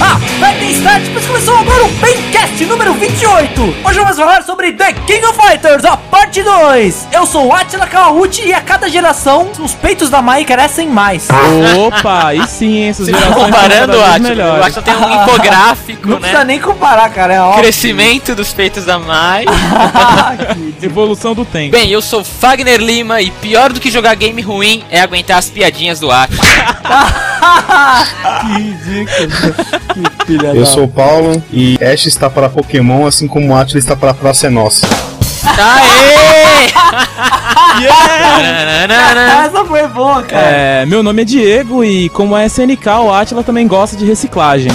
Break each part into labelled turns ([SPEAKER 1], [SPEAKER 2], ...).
[SPEAKER 1] Ah, Start, mas começou agora o Pencast número 28! Hoje vamos falar sobre The King of Fighters, a parte 2! Eu sou o Atila Kawauchi e a cada geração os peitos da Mai crescem mais.
[SPEAKER 2] Opa, e sim, hein, essas
[SPEAKER 3] Tá
[SPEAKER 2] gerações
[SPEAKER 3] comparando,
[SPEAKER 2] são cada vez
[SPEAKER 3] Atila? Eu acho
[SPEAKER 2] melhores.
[SPEAKER 3] que tem um infográfico,
[SPEAKER 1] Não precisa
[SPEAKER 3] né?
[SPEAKER 1] nem comparar, cara, é óbvio.
[SPEAKER 3] Crescimento dos peitos da Mai.
[SPEAKER 2] Evolução do tempo.
[SPEAKER 3] Bem, eu sou Fagner Lima e pior do que jogar game ruim é aguentar as piadinhas do Atila.
[SPEAKER 2] que ridículo.
[SPEAKER 1] filha
[SPEAKER 4] Eu sou o Paulo e Ash está para Pokémon, assim como Atlas está para a Praça é Nossa.
[SPEAKER 3] Aê!
[SPEAKER 1] Ah,
[SPEAKER 3] Tananana.
[SPEAKER 1] essa foi boa, cara.
[SPEAKER 2] É, meu nome é Diego e como é SNK, o Atila também gosta de reciclagem.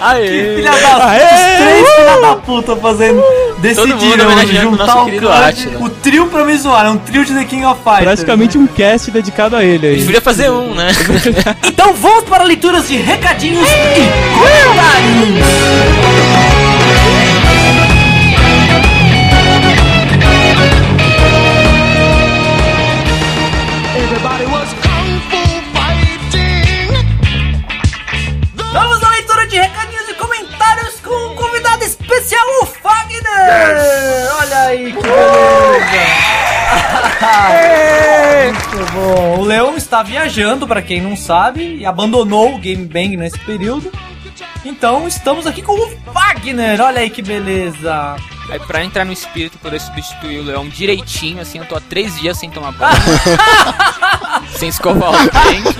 [SPEAKER 3] Aê!
[SPEAKER 1] Filha da puta, os
[SPEAKER 2] Aê!
[SPEAKER 1] três filha da puta fazendo.
[SPEAKER 3] mundo
[SPEAKER 1] Decidiram
[SPEAKER 3] homenageando o nosso
[SPEAKER 1] juntar o
[SPEAKER 3] querido
[SPEAKER 1] card,
[SPEAKER 3] Átila.
[SPEAKER 1] o trio pra me zoar, é um trio de The King of Fighters.
[SPEAKER 2] Praticamente um cast dedicado a ele aí.
[SPEAKER 3] Deveria fazer um, né?
[SPEAKER 1] Então vamos para leituras de recadinhos e comentários. Vamos à leitura de recadinhos e comentários com um convidado especial, o Fagner. Olha aí que beleza. Muito bom. O Leão está viajando, para quem não sabe, e abandonou o Game Bang nesse período. Então estamos aqui com o Wagner, olha aí que beleza.
[SPEAKER 3] Aí pra entrar no espírito e poder substituir o Leão direitinho, assim, eu tô há três dias sem tomar banho. sem escovar o dente.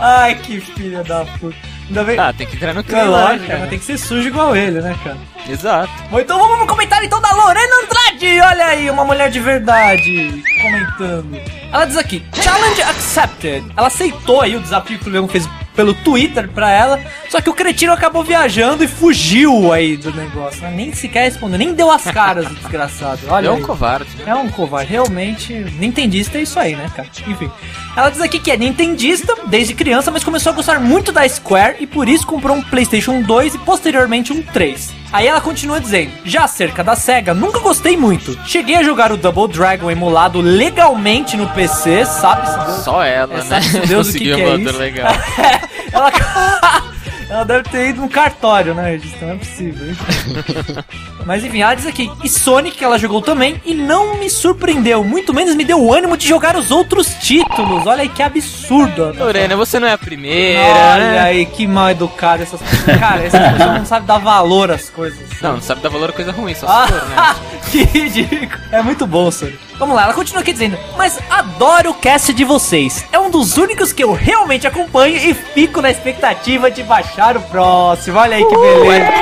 [SPEAKER 1] Ai, que filha da puta. Ainda bem.
[SPEAKER 3] Ah, tem que entrar no
[SPEAKER 1] É
[SPEAKER 3] clima,
[SPEAKER 1] lógico, cara, mas
[SPEAKER 3] né?
[SPEAKER 1] tem que ser sujo igual ele, né, cara?
[SPEAKER 3] Exato.
[SPEAKER 1] Bom, então vamos no comentário então da Lorena Andrade. Olha aí, uma mulher de verdade comentando. Ela diz aqui: Challenge accepted. Ela aceitou aí o desafio que o Leão fez pelo Twitter pra ela, só que o cretino acabou viajando e fugiu aí do negócio. né? Nem sequer respondeu, nem deu as caras, o desgraçado. Olha
[SPEAKER 3] Ele é um
[SPEAKER 1] aí.
[SPEAKER 3] covarde.
[SPEAKER 1] É um covarde, realmente. Nintendista é isso aí, né, cara? Enfim. Ela diz aqui que é nintendista desde criança, mas começou a gostar muito da Square e por isso comprou um PlayStation 2 e posteriormente um 3. Aí ela continua dizendo: Já acerca da SEGA, nunca gostei muito. Cheguei a jogar o Double Dragon emulado legalmente no PC, sabe? Se Deus-
[SPEAKER 3] Só ela,
[SPEAKER 1] É,
[SPEAKER 3] né?
[SPEAKER 1] sabe Deus o que
[SPEAKER 3] Conseguiu
[SPEAKER 1] que é
[SPEAKER 3] mandar
[SPEAKER 1] isso?
[SPEAKER 3] legal.
[SPEAKER 1] ela... ela deve ter ido num cartório, né, Registro? Não é possível, hein? Mas enfim, ela diz aqui. E Sonic que ela jogou também e não me surpreendeu, muito menos me deu o ânimo de jogar os outros títulos. Olha aí que absurdo. ela tá
[SPEAKER 3] Lorena, você não é a primeira.
[SPEAKER 1] Olha
[SPEAKER 3] né?
[SPEAKER 1] aí, que mal educado essas pessoas. Cara, essas pessoas não sabem dar valor às coisas.
[SPEAKER 3] Não, não sabe dar valor a coisa ruim, só se for, né?
[SPEAKER 1] Ah, que ridículo. É muito bom, Sonic. Vamos lá, ela continua aqui dizendo: Mas adoro o cast de vocês. É um dos únicos que eu realmente acompanho e fico na expectativa de baixar o próximo. Olha aí que beleza.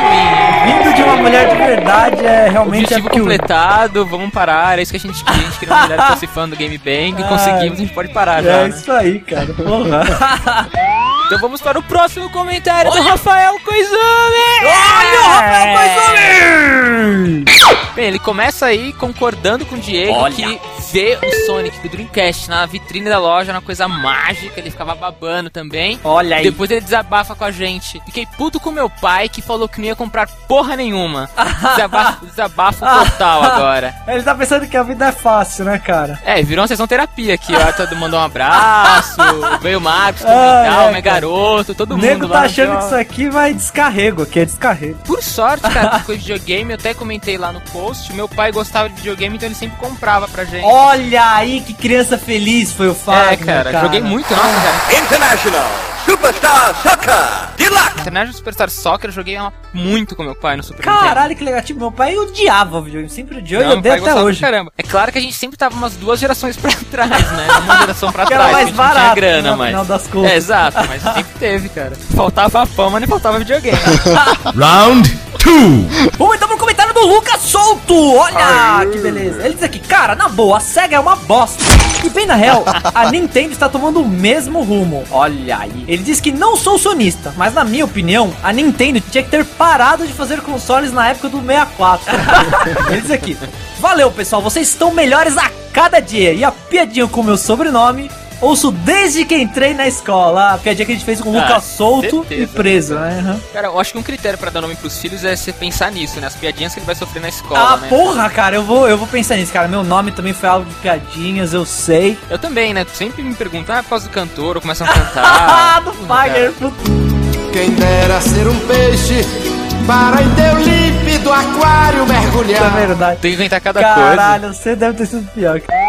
[SPEAKER 1] Vindo de uma mulher de verdade é realmente
[SPEAKER 3] Objetivo
[SPEAKER 1] aquilo.
[SPEAKER 3] completado, vamos parar. É isso que a gente queria. A gente queria uma mulher que fosse fã do Game Bang e
[SPEAKER 1] Ah,
[SPEAKER 3] conseguimos, a gente pode parar já.
[SPEAKER 1] É
[SPEAKER 3] né?
[SPEAKER 1] isso aí, cara. Porra.
[SPEAKER 3] Então vamos para o próximo comentário do Rafael Koizumi!
[SPEAKER 1] Olha o Rafael Koizumi!
[SPEAKER 3] Bem, ele começa aí concordando com o Diego
[SPEAKER 1] Olha.
[SPEAKER 3] que ver o Sonic do Dreamcast na vitrine da loja era uma coisa mágica, ele ficava babando também.
[SPEAKER 1] Olha aí.
[SPEAKER 3] Depois ele desabafa com a gente. Fiquei puto com meu pai que falou que não ia comprar porra nenhuma. Desabafo, desabafo total agora.
[SPEAKER 1] Ele tá pensando que a vida é fácil, né, cara?
[SPEAKER 3] É, virou uma sessão terapia aqui. ó. Todo mundo mandou um abraço. Veio o Marcos, também,
[SPEAKER 1] Ah,
[SPEAKER 3] tal,
[SPEAKER 1] é,
[SPEAKER 3] meu
[SPEAKER 1] cara.
[SPEAKER 3] garoto, todo
[SPEAKER 1] O
[SPEAKER 3] mundo
[SPEAKER 1] nego tá
[SPEAKER 3] lá assim, no
[SPEAKER 1] achando
[SPEAKER 3] jogo.
[SPEAKER 1] que isso aqui vai descarrego, que é descarrego.
[SPEAKER 3] Por sorte, cara, que foi videogame, eu até comentei lá no post, meu pai gostava de videogame, então ele sempre comprava pra gente.
[SPEAKER 1] Olha aí que criança feliz foi o né,
[SPEAKER 3] é,
[SPEAKER 1] Fagner,
[SPEAKER 3] cara, joguei muito, nossa, cara. International Superstar Soccer eu joguei uma- muito com meu pai no Super Nintendo.
[SPEAKER 1] Caralho, que legal. Tipo, meu pai odiava o videogame, sempre odiou e
[SPEAKER 3] Não, meu
[SPEAKER 1] odeia
[SPEAKER 3] pai
[SPEAKER 1] até
[SPEAKER 3] gostava pra
[SPEAKER 1] hoje.
[SPEAKER 3] Caramba. É claro que a gente sempre tava umas duas gerações pra trás, né? Uma geração pra
[SPEAKER 1] Que
[SPEAKER 3] trás,
[SPEAKER 1] era mais
[SPEAKER 3] porque a gente
[SPEAKER 1] barato, né,
[SPEAKER 3] tinha grana,
[SPEAKER 1] no
[SPEAKER 3] mas...
[SPEAKER 1] final das contas.
[SPEAKER 3] É, exato, mas sempre teve, cara. Faltava a fama, nem faltava videogame.
[SPEAKER 4] Round 2!
[SPEAKER 1] Bom, então pro comentário do Lucas Souto. Olha, que beleza. Ele diz aqui, cara, na boa, a SEGA é uma bosta. E bem na real, a Nintendo está tomando o mesmo rumo. Olha aí. Ele diz que não sou sonista, mas na minha opinião, a Nintendo tinha que ter parado de fazer consoles na época do 64. Ele diz aqui, valeu pessoal, vocês estão melhores a cada dia. E a piadinha com o meu sobrenome Ouço desde que entrei na escola. A piadinha que a gente fez com o
[SPEAKER 3] Ah,
[SPEAKER 1] Lucas Solto e
[SPEAKER 3] certeza.
[SPEAKER 1] preso, né? Aham.
[SPEAKER 3] Cara, eu acho que um critério pra dar nome pros filhos é você pensar nisso, né? As piadinhas que ele vai sofrer na escola,
[SPEAKER 1] Ah,
[SPEAKER 3] né?
[SPEAKER 1] porra, cara, eu vou, eu vou pensar nisso, cara. Meu nome também foi algo de piadinhas, eu sei.
[SPEAKER 3] Eu também, né? Sempre me perguntam, ah, é por causa do cantor, ou começam a cantar.
[SPEAKER 1] Ah, do Fagner. puta.
[SPEAKER 5] Quem dera ser um peixe para em teu límpido aquário
[SPEAKER 1] É
[SPEAKER 5] mergulhar.
[SPEAKER 1] verdade.
[SPEAKER 3] Tem que inventar cada coisa.
[SPEAKER 1] Caralho, você deve ter sido pior. cara.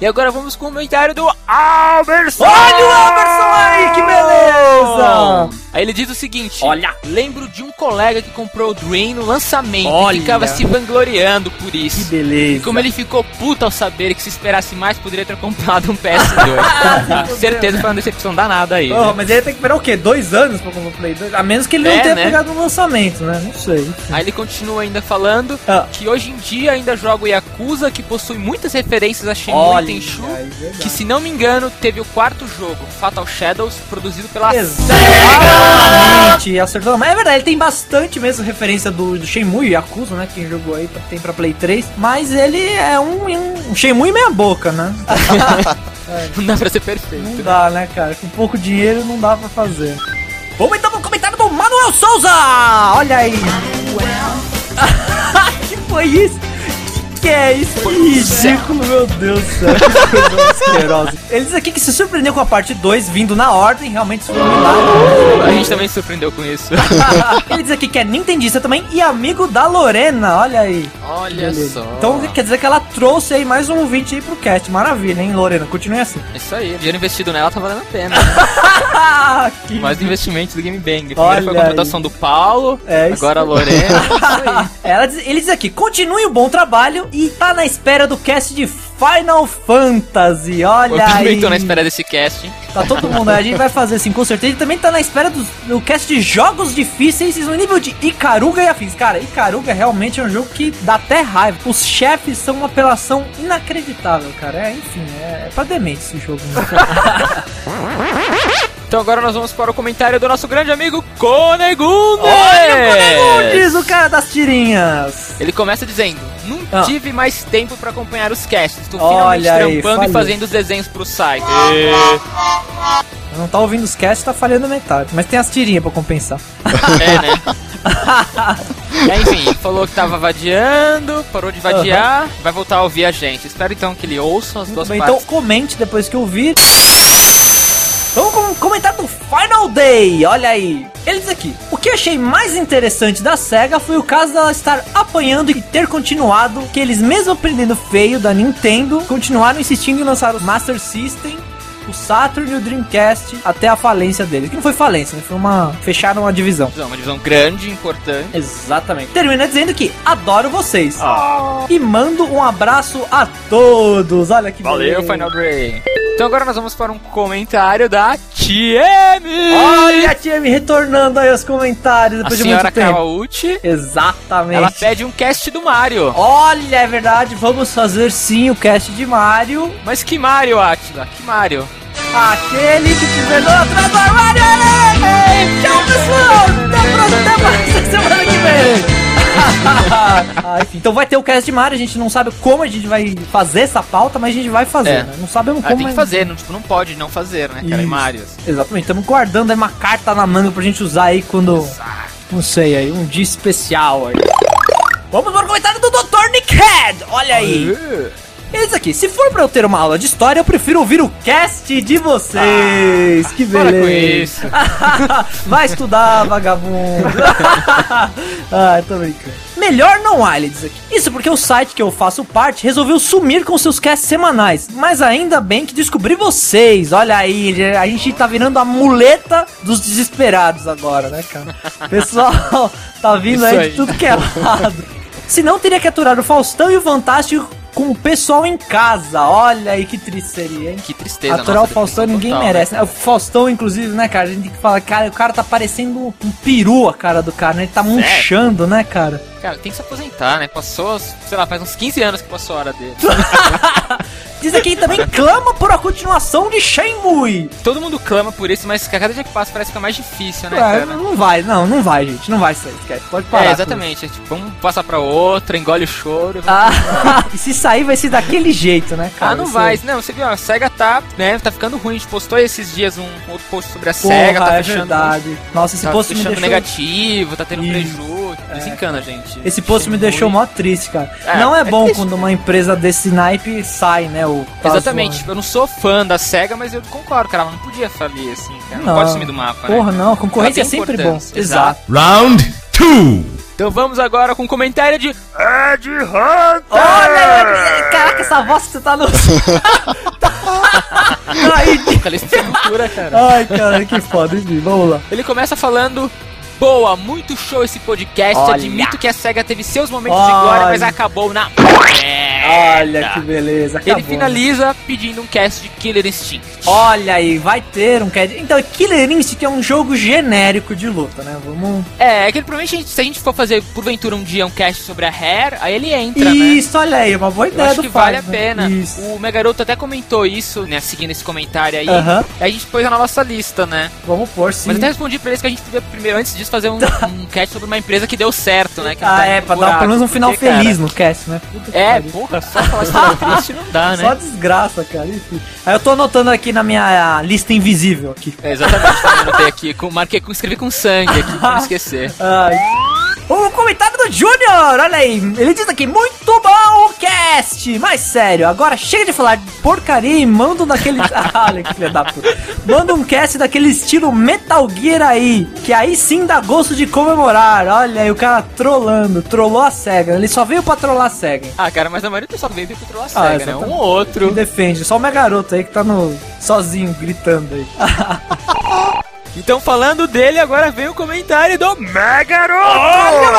[SPEAKER 3] E agora vamos com o comentário do Alberson!
[SPEAKER 1] Olha o Anderson aí, que beleza!
[SPEAKER 3] Aí ele diz o seguinte: Olha, lembro de um colega que comprou o Dream no lançamento
[SPEAKER 1] Olha.
[SPEAKER 3] e ficava se vangloriando por
[SPEAKER 1] Que
[SPEAKER 3] isso. E
[SPEAKER 1] beleza.
[SPEAKER 3] como é ele ficou puto ao saber que se esperasse mais poderia ter comprado um PS2. Com certeza foi uma decepção danada aí.
[SPEAKER 1] Porra,
[SPEAKER 3] né?
[SPEAKER 1] Oh, mas ele tem que esperar o quê? Dois anos pra comprar o Play 2? A menos que ele não
[SPEAKER 3] É,
[SPEAKER 1] tenha
[SPEAKER 3] né?
[SPEAKER 1] pegado no lançamento, né? Não sei.
[SPEAKER 3] Aí ele continua ainda falando
[SPEAKER 1] Ah.
[SPEAKER 3] que hoje em dia ainda joga o Yakuza, que possui muitas referências a Shenmue e
[SPEAKER 1] Olha,
[SPEAKER 3] Tenchu,
[SPEAKER 1] é verdade.
[SPEAKER 3] que se não me engano teve o quarto jogo, Fatal Shadows, produzido pela
[SPEAKER 1] Exatamente, acertou. Mas é verdade, ele tem bastante mesmo referência do, do Shenmue e Yakuza, né? Quem jogou aí pra- tem pra Play 3. Mas ele é um, um Shenmue meia boca, né?
[SPEAKER 3] Não dá pra ser perfeito.
[SPEAKER 1] Não
[SPEAKER 3] né?
[SPEAKER 1] dá, né, cara? Com pouco dinheiro não dá pra fazer. Vamos então pro comentário do Manuel Souza! Olha aí! que foi isso? Que que é isso? Que ridículo, meu Deus do céu. Que coisa asquerosa. Ele diz aqui que se surpreendeu com a parte 2 vindo na ordem, realmente isso foi um milagre.
[SPEAKER 3] A gente também se surpreendeu com isso.
[SPEAKER 1] Ele diz aqui que é nintendista também e amigo da Lorena, olha aí.
[SPEAKER 3] Olha
[SPEAKER 1] Beleza.
[SPEAKER 3] só.
[SPEAKER 1] Então quer dizer que ela trouxe aí mais um ouvinte aí pro cast. Maravilha, hein, Lorena? Continue assim.
[SPEAKER 3] Isso aí, o dinheiro investido nela tá valendo a pena.
[SPEAKER 1] Ah, que
[SPEAKER 3] Mais investimentos do Game Bang. Primeiro
[SPEAKER 1] Olha
[SPEAKER 3] foi a contratação do Paulo,
[SPEAKER 1] É isso
[SPEAKER 3] agora a Lorena.
[SPEAKER 1] Ela diz- ele diz aqui, continue o bom trabalho e tá na espera do cast de Final Fantasy,
[SPEAKER 3] Eu
[SPEAKER 1] olha
[SPEAKER 3] também
[SPEAKER 1] aí.
[SPEAKER 3] tô na espera desse cast.
[SPEAKER 1] Tá todo mundo aí, a gente vai fazer assim, com certeza. E também tá na espera do, do cast de jogos difíceis no nível de Icaruga e afins. Cara, Icaruga realmente é um jogo que dá até raiva. Os chefes são uma apelação inacreditável, cara. É, enfim, é, é pra demente esse jogo. né?
[SPEAKER 3] Então agora nós vamos para o comentário do nosso grande amigo Conegunde! É.
[SPEAKER 1] diz o cara das tirinhas.
[SPEAKER 3] Ele começa dizendo: Não
[SPEAKER 1] Ah.
[SPEAKER 3] tive mais tempo pra acompanhar os casts. Tô finalmente
[SPEAKER 1] Olha aí, Ah.
[SPEAKER 3] trampando
[SPEAKER 1] falhou.
[SPEAKER 3] e fazendo os desenhos pro site.
[SPEAKER 1] Não tá ouvindo os casts, tá falhando metade. Mas tem as tirinhas pra compensar.
[SPEAKER 3] É, né? É, enfim, ele falou que tava vadiando, parou de vadiar, vai voltar a ouvir a gente. Espero então que ele ouça as
[SPEAKER 1] Muito
[SPEAKER 3] duas
[SPEAKER 1] bem, então
[SPEAKER 3] partes.
[SPEAKER 1] comente depois que eu vi. Vamos com um comentário do Final Day, olha aí. Ele diz aqui, o que eu achei mais interessante da SEGA foi o caso dela estar apanhando e ter continuado, que eles mesmo aprendendo feio da Nintendo, continuaram insistindo em lançar o Master System, o Saturn e o Dreamcast até a falência deles. Que não foi falência, né? Foi uma... fecharam uma divisão.
[SPEAKER 3] Uma divisão grande, importante.
[SPEAKER 1] Exatamente. Termina dizendo que adoro vocês. E mando um abraço a todos. Olha que
[SPEAKER 3] Valeu,
[SPEAKER 1] beleza.
[SPEAKER 3] Final Dre. Então agora nós vamos para um comentário da TM.
[SPEAKER 1] Olha a tia me retornando aí aos comentários
[SPEAKER 3] a
[SPEAKER 1] depois de
[SPEAKER 3] senhora
[SPEAKER 1] muito tempo.
[SPEAKER 3] Kawauchi,
[SPEAKER 1] Exatamente.
[SPEAKER 3] ela pede um cast do Mario.
[SPEAKER 1] Olha, é verdade, vamos fazer sim o cast de Mario.
[SPEAKER 3] Mas que Mario, Atila? Que Mario?
[SPEAKER 1] Aquele que tiver no atrás do armário. Ei, Tchau, pessoal. Até a próxima- até mais semana que vem. Ah, enfim, então vai ter o cast de Mario, a gente não sabe como a gente vai fazer essa pauta, mas a gente vai fazer,
[SPEAKER 3] É.
[SPEAKER 1] né? Não sabemos
[SPEAKER 3] Ah,
[SPEAKER 1] como.
[SPEAKER 3] tem que
[SPEAKER 1] mas-
[SPEAKER 3] fazer, não, tipo, não pode não fazer, né, cara? É
[SPEAKER 1] Isso.
[SPEAKER 3] Mario.
[SPEAKER 1] Exatamente, estamos guardando aí uma carta na manga pra gente usar aí quando. Não sei aí, um dia especial aí. Vamos para o comentário do Dr. Nickhead! Olha aí! Eles aqui, se for pra eu ter uma aula de história, eu prefiro ouvir o cast de vocês! que
[SPEAKER 3] Ah, para
[SPEAKER 1] beleza!
[SPEAKER 3] com isso.
[SPEAKER 1] Vai estudar, vagabundo! ah, tô brincando. Melhor não há, ele diz aqui. Isso porque o site que eu faço parte resolveu sumir com seus casts semanais. Mas ainda bem que descobri vocês. Olha aí, a gente tá virando a muleta dos desesperados agora, né, cara? Pessoal, tá vindo
[SPEAKER 3] Isso
[SPEAKER 1] aí,
[SPEAKER 3] aí.
[SPEAKER 1] de tudo que é lado. Senão teria que aturar o Faustão e o Fantástico com o pessoal em casa. Olha aí que triste seria, hein?
[SPEAKER 3] Que tristeza.
[SPEAKER 1] Aturar o
[SPEAKER 3] nossa,
[SPEAKER 1] Faustão
[SPEAKER 3] depressão
[SPEAKER 1] ninguém
[SPEAKER 3] total, né?
[SPEAKER 1] merece. né? O Faustão, inclusive, né, cara? A gente tem que falar, cara, o cara tá parecendo um peru a cara do cara, né? Ele tá murchando, né, cara?
[SPEAKER 3] Cara, tem que se aposentar, né? Passou, sei lá, faz uns 15 anos que passou a hora dele.
[SPEAKER 1] Diz aqui também clama por a continuação de Shenmue.
[SPEAKER 3] Todo mundo clama por isso, mas cada dia que passa parece que é mais difícil, né,
[SPEAKER 1] Ué,
[SPEAKER 3] cara?
[SPEAKER 1] não vai, não, não vai, gente. Não vai sair, esquece. Pode parar.
[SPEAKER 3] É,
[SPEAKER 1] tudo.
[SPEAKER 3] exatamente. É, tipo, vamos passar pra outra, engole o choro. Ah,
[SPEAKER 1] Ah, e se sair vai ser daquele jeito, né, cara?
[SPEAKER 3] não
[SPEAKER 1] Isso-
[SPEAKER 3] vai. Não, você viu, a SEGA tá, né, tá ficando ruim. A gente postou esses dias um outro post sobre a
[SPEAKER 1] Porra,
[SPEAKER 3] SEGA, tá
[SPEAKER 1] é
[SPEAKER 3] fechando...
[SPEAKER 1] verdade. Nossa, esse
[SPEAKER 3] Tá
[SPEAKER 1] post me
[SPEAKER 3] fechando
[SPEAKER 1] deixou...
[SPEAKER 3] negativo, tá tendo
[SPEAKER 1] Ih,
[SPEAKER 3] prejuízo. Desencana, gente.
[SPEAKER 1] Esse post me
[SPEAKER 3] Shenmue.
[SPEAKER 1] deixou mó triste, cara.
[SPEAKER 3] É,
[SPEAKER 1] não é
[SPEAKER 3] é
[SPEAKER 1] bom
[SPEAKER 3] triste.
[SPEAKER 1] quando uma empresa desse naipe sai, né? O
[SPEAKER 3] Exatamente, tipo, eu não sou fã da SEGA, mas eu concordo, cara. Ela não podia falir assim, cara. Não,
[SPEAKER 1] Não.
[SPEAKER 3] pode sumir do mapa, né?
[SPEAKER 1] Porra, não, a concorrência é
[SPEAKER 3] Ela tem
[SPEAKER 1] sempre bom.
[SPEAKER 3] importância,
[SPEAKER 1] Exato.
[SPEAKER 6] Round two.
[SPEAKER 3] Então vamos agora com o comentário de Ed Hunter.
[SPEAKER 1] Olha, caraca, essa voz que você tá no. Tá- Ai,
[SPEAKER 3] Vocalista de cultura, cara.
[SPEAKER 1] Ai, cara, que foda, enfim, vamos lá.
[SPEAKER 3] Ele começa falando. Boa, muito show esse podcast.
[SPEAKER 1] Olha.
[SPEAKER 3] Admito que a SEGA teve seus momentos
[SPEAKER 1] Olha.
[SPEAKER 3] de glória, mas acabou na.
[SPEAKER 1] Olha que beleza, acabou. né?
[SPEAKER 3] Ele finaliza pedindo um cast de Killer Instinct.
[SPEAKER 1] Olha aí, vai ter um CAD. Então, Killer Instinct é um jogo genérico de luta, né? Vamos.
[SPEAKER 3] É, é que ele provavelmente a gente- se a gente for fazer porventura um dia um cast sobre a Hair, aí ele entra, né?
[SPEAKER 1] Isso, olha aí, é uma boa
[SPEAKER 3] Eu
[SPEAKER 1] ideia do
[SPEAKER 3] acho que
[SPEAKER 1] Fábio,
[SPEAKER 3] vale a
[SPEAKER 1] né?
[SPEAKER 3] pena.
[SPEAKER 1] Isso.
[SPEAKER 3] O Megaroto até comentou isso, né? Seguindo esse comentário aí.
[SPEAKER 1] Aham.
[SPEAKER 3] Aí a gente pôs na nossa lista, né?
[SPEAKER 1] Vamos pôr sim.
[SPEAKER 3] Mas até respondi pra eles que a gente podia primeiro, antes disso, fazer um, um cast sobre uma empresa que deu certo, né? Que não
[SPEAKER 1] Ah,
[SPEAKER 3] tá
[SPEAKER 1] é,
[SPEAKER 3] no
[SPEAKER 1] pra dar
[SPEAKER 3] buraco,
[SPEAKER 1] pelo menos um final
[SPEAKER 3] porque, cara,
[SPEAKER 1] feliz no cast, né? Puta que
[SPEAKER 3] É,
[SPEAKER 1] pariu.
[SPEAKER 3] porra, só falar história triste não dá,
[SPEAKER 1] Só
[SPEAKER 3] né?
[SPEAKER 1] desgraça, cara. Enfim. Aí eu tô anotando aqui na minha lista invisível aqui.
[SPEAKER 3] É, exatamente, eu anotei aqui. Com, marquei, com, escrevi com sangue aqui, pra não esquecer.
[SPEAKER 1] Ai. O comentário do Júnior, olha aí, ele diz aqui, muito bom o cast, mas sério, agora chega de falar de porcaria e manda um daquele... Ah, olha que filha da puta. Manda um cast daquele estilo Metal Gear aí, que aí sim dá gosto de comemorar, olha aí o cara trolando, trollou a SEGA, ele só veio pra trollar a SEGA.
[SPEAKER 3] Ah, cara, mas a maioria do pessoal que veio veio controlar a
[SPEAKER 1] Ah,
[SPEAKER 3] SEGA, né? Um
[SPEAKER 1] exatamente.
[SPEAKER 3] ou outro.
[SPEAKER 1] Quem defende, só o meu garoto aí que tá no... sozinho, gritando aí.
[SPEAKER 3] Então, falando dele, agora vem o comentário do
[SPEAKER 1] Olha
[SPEAKER 3] Megaroto!
[SPEAKER 1] meu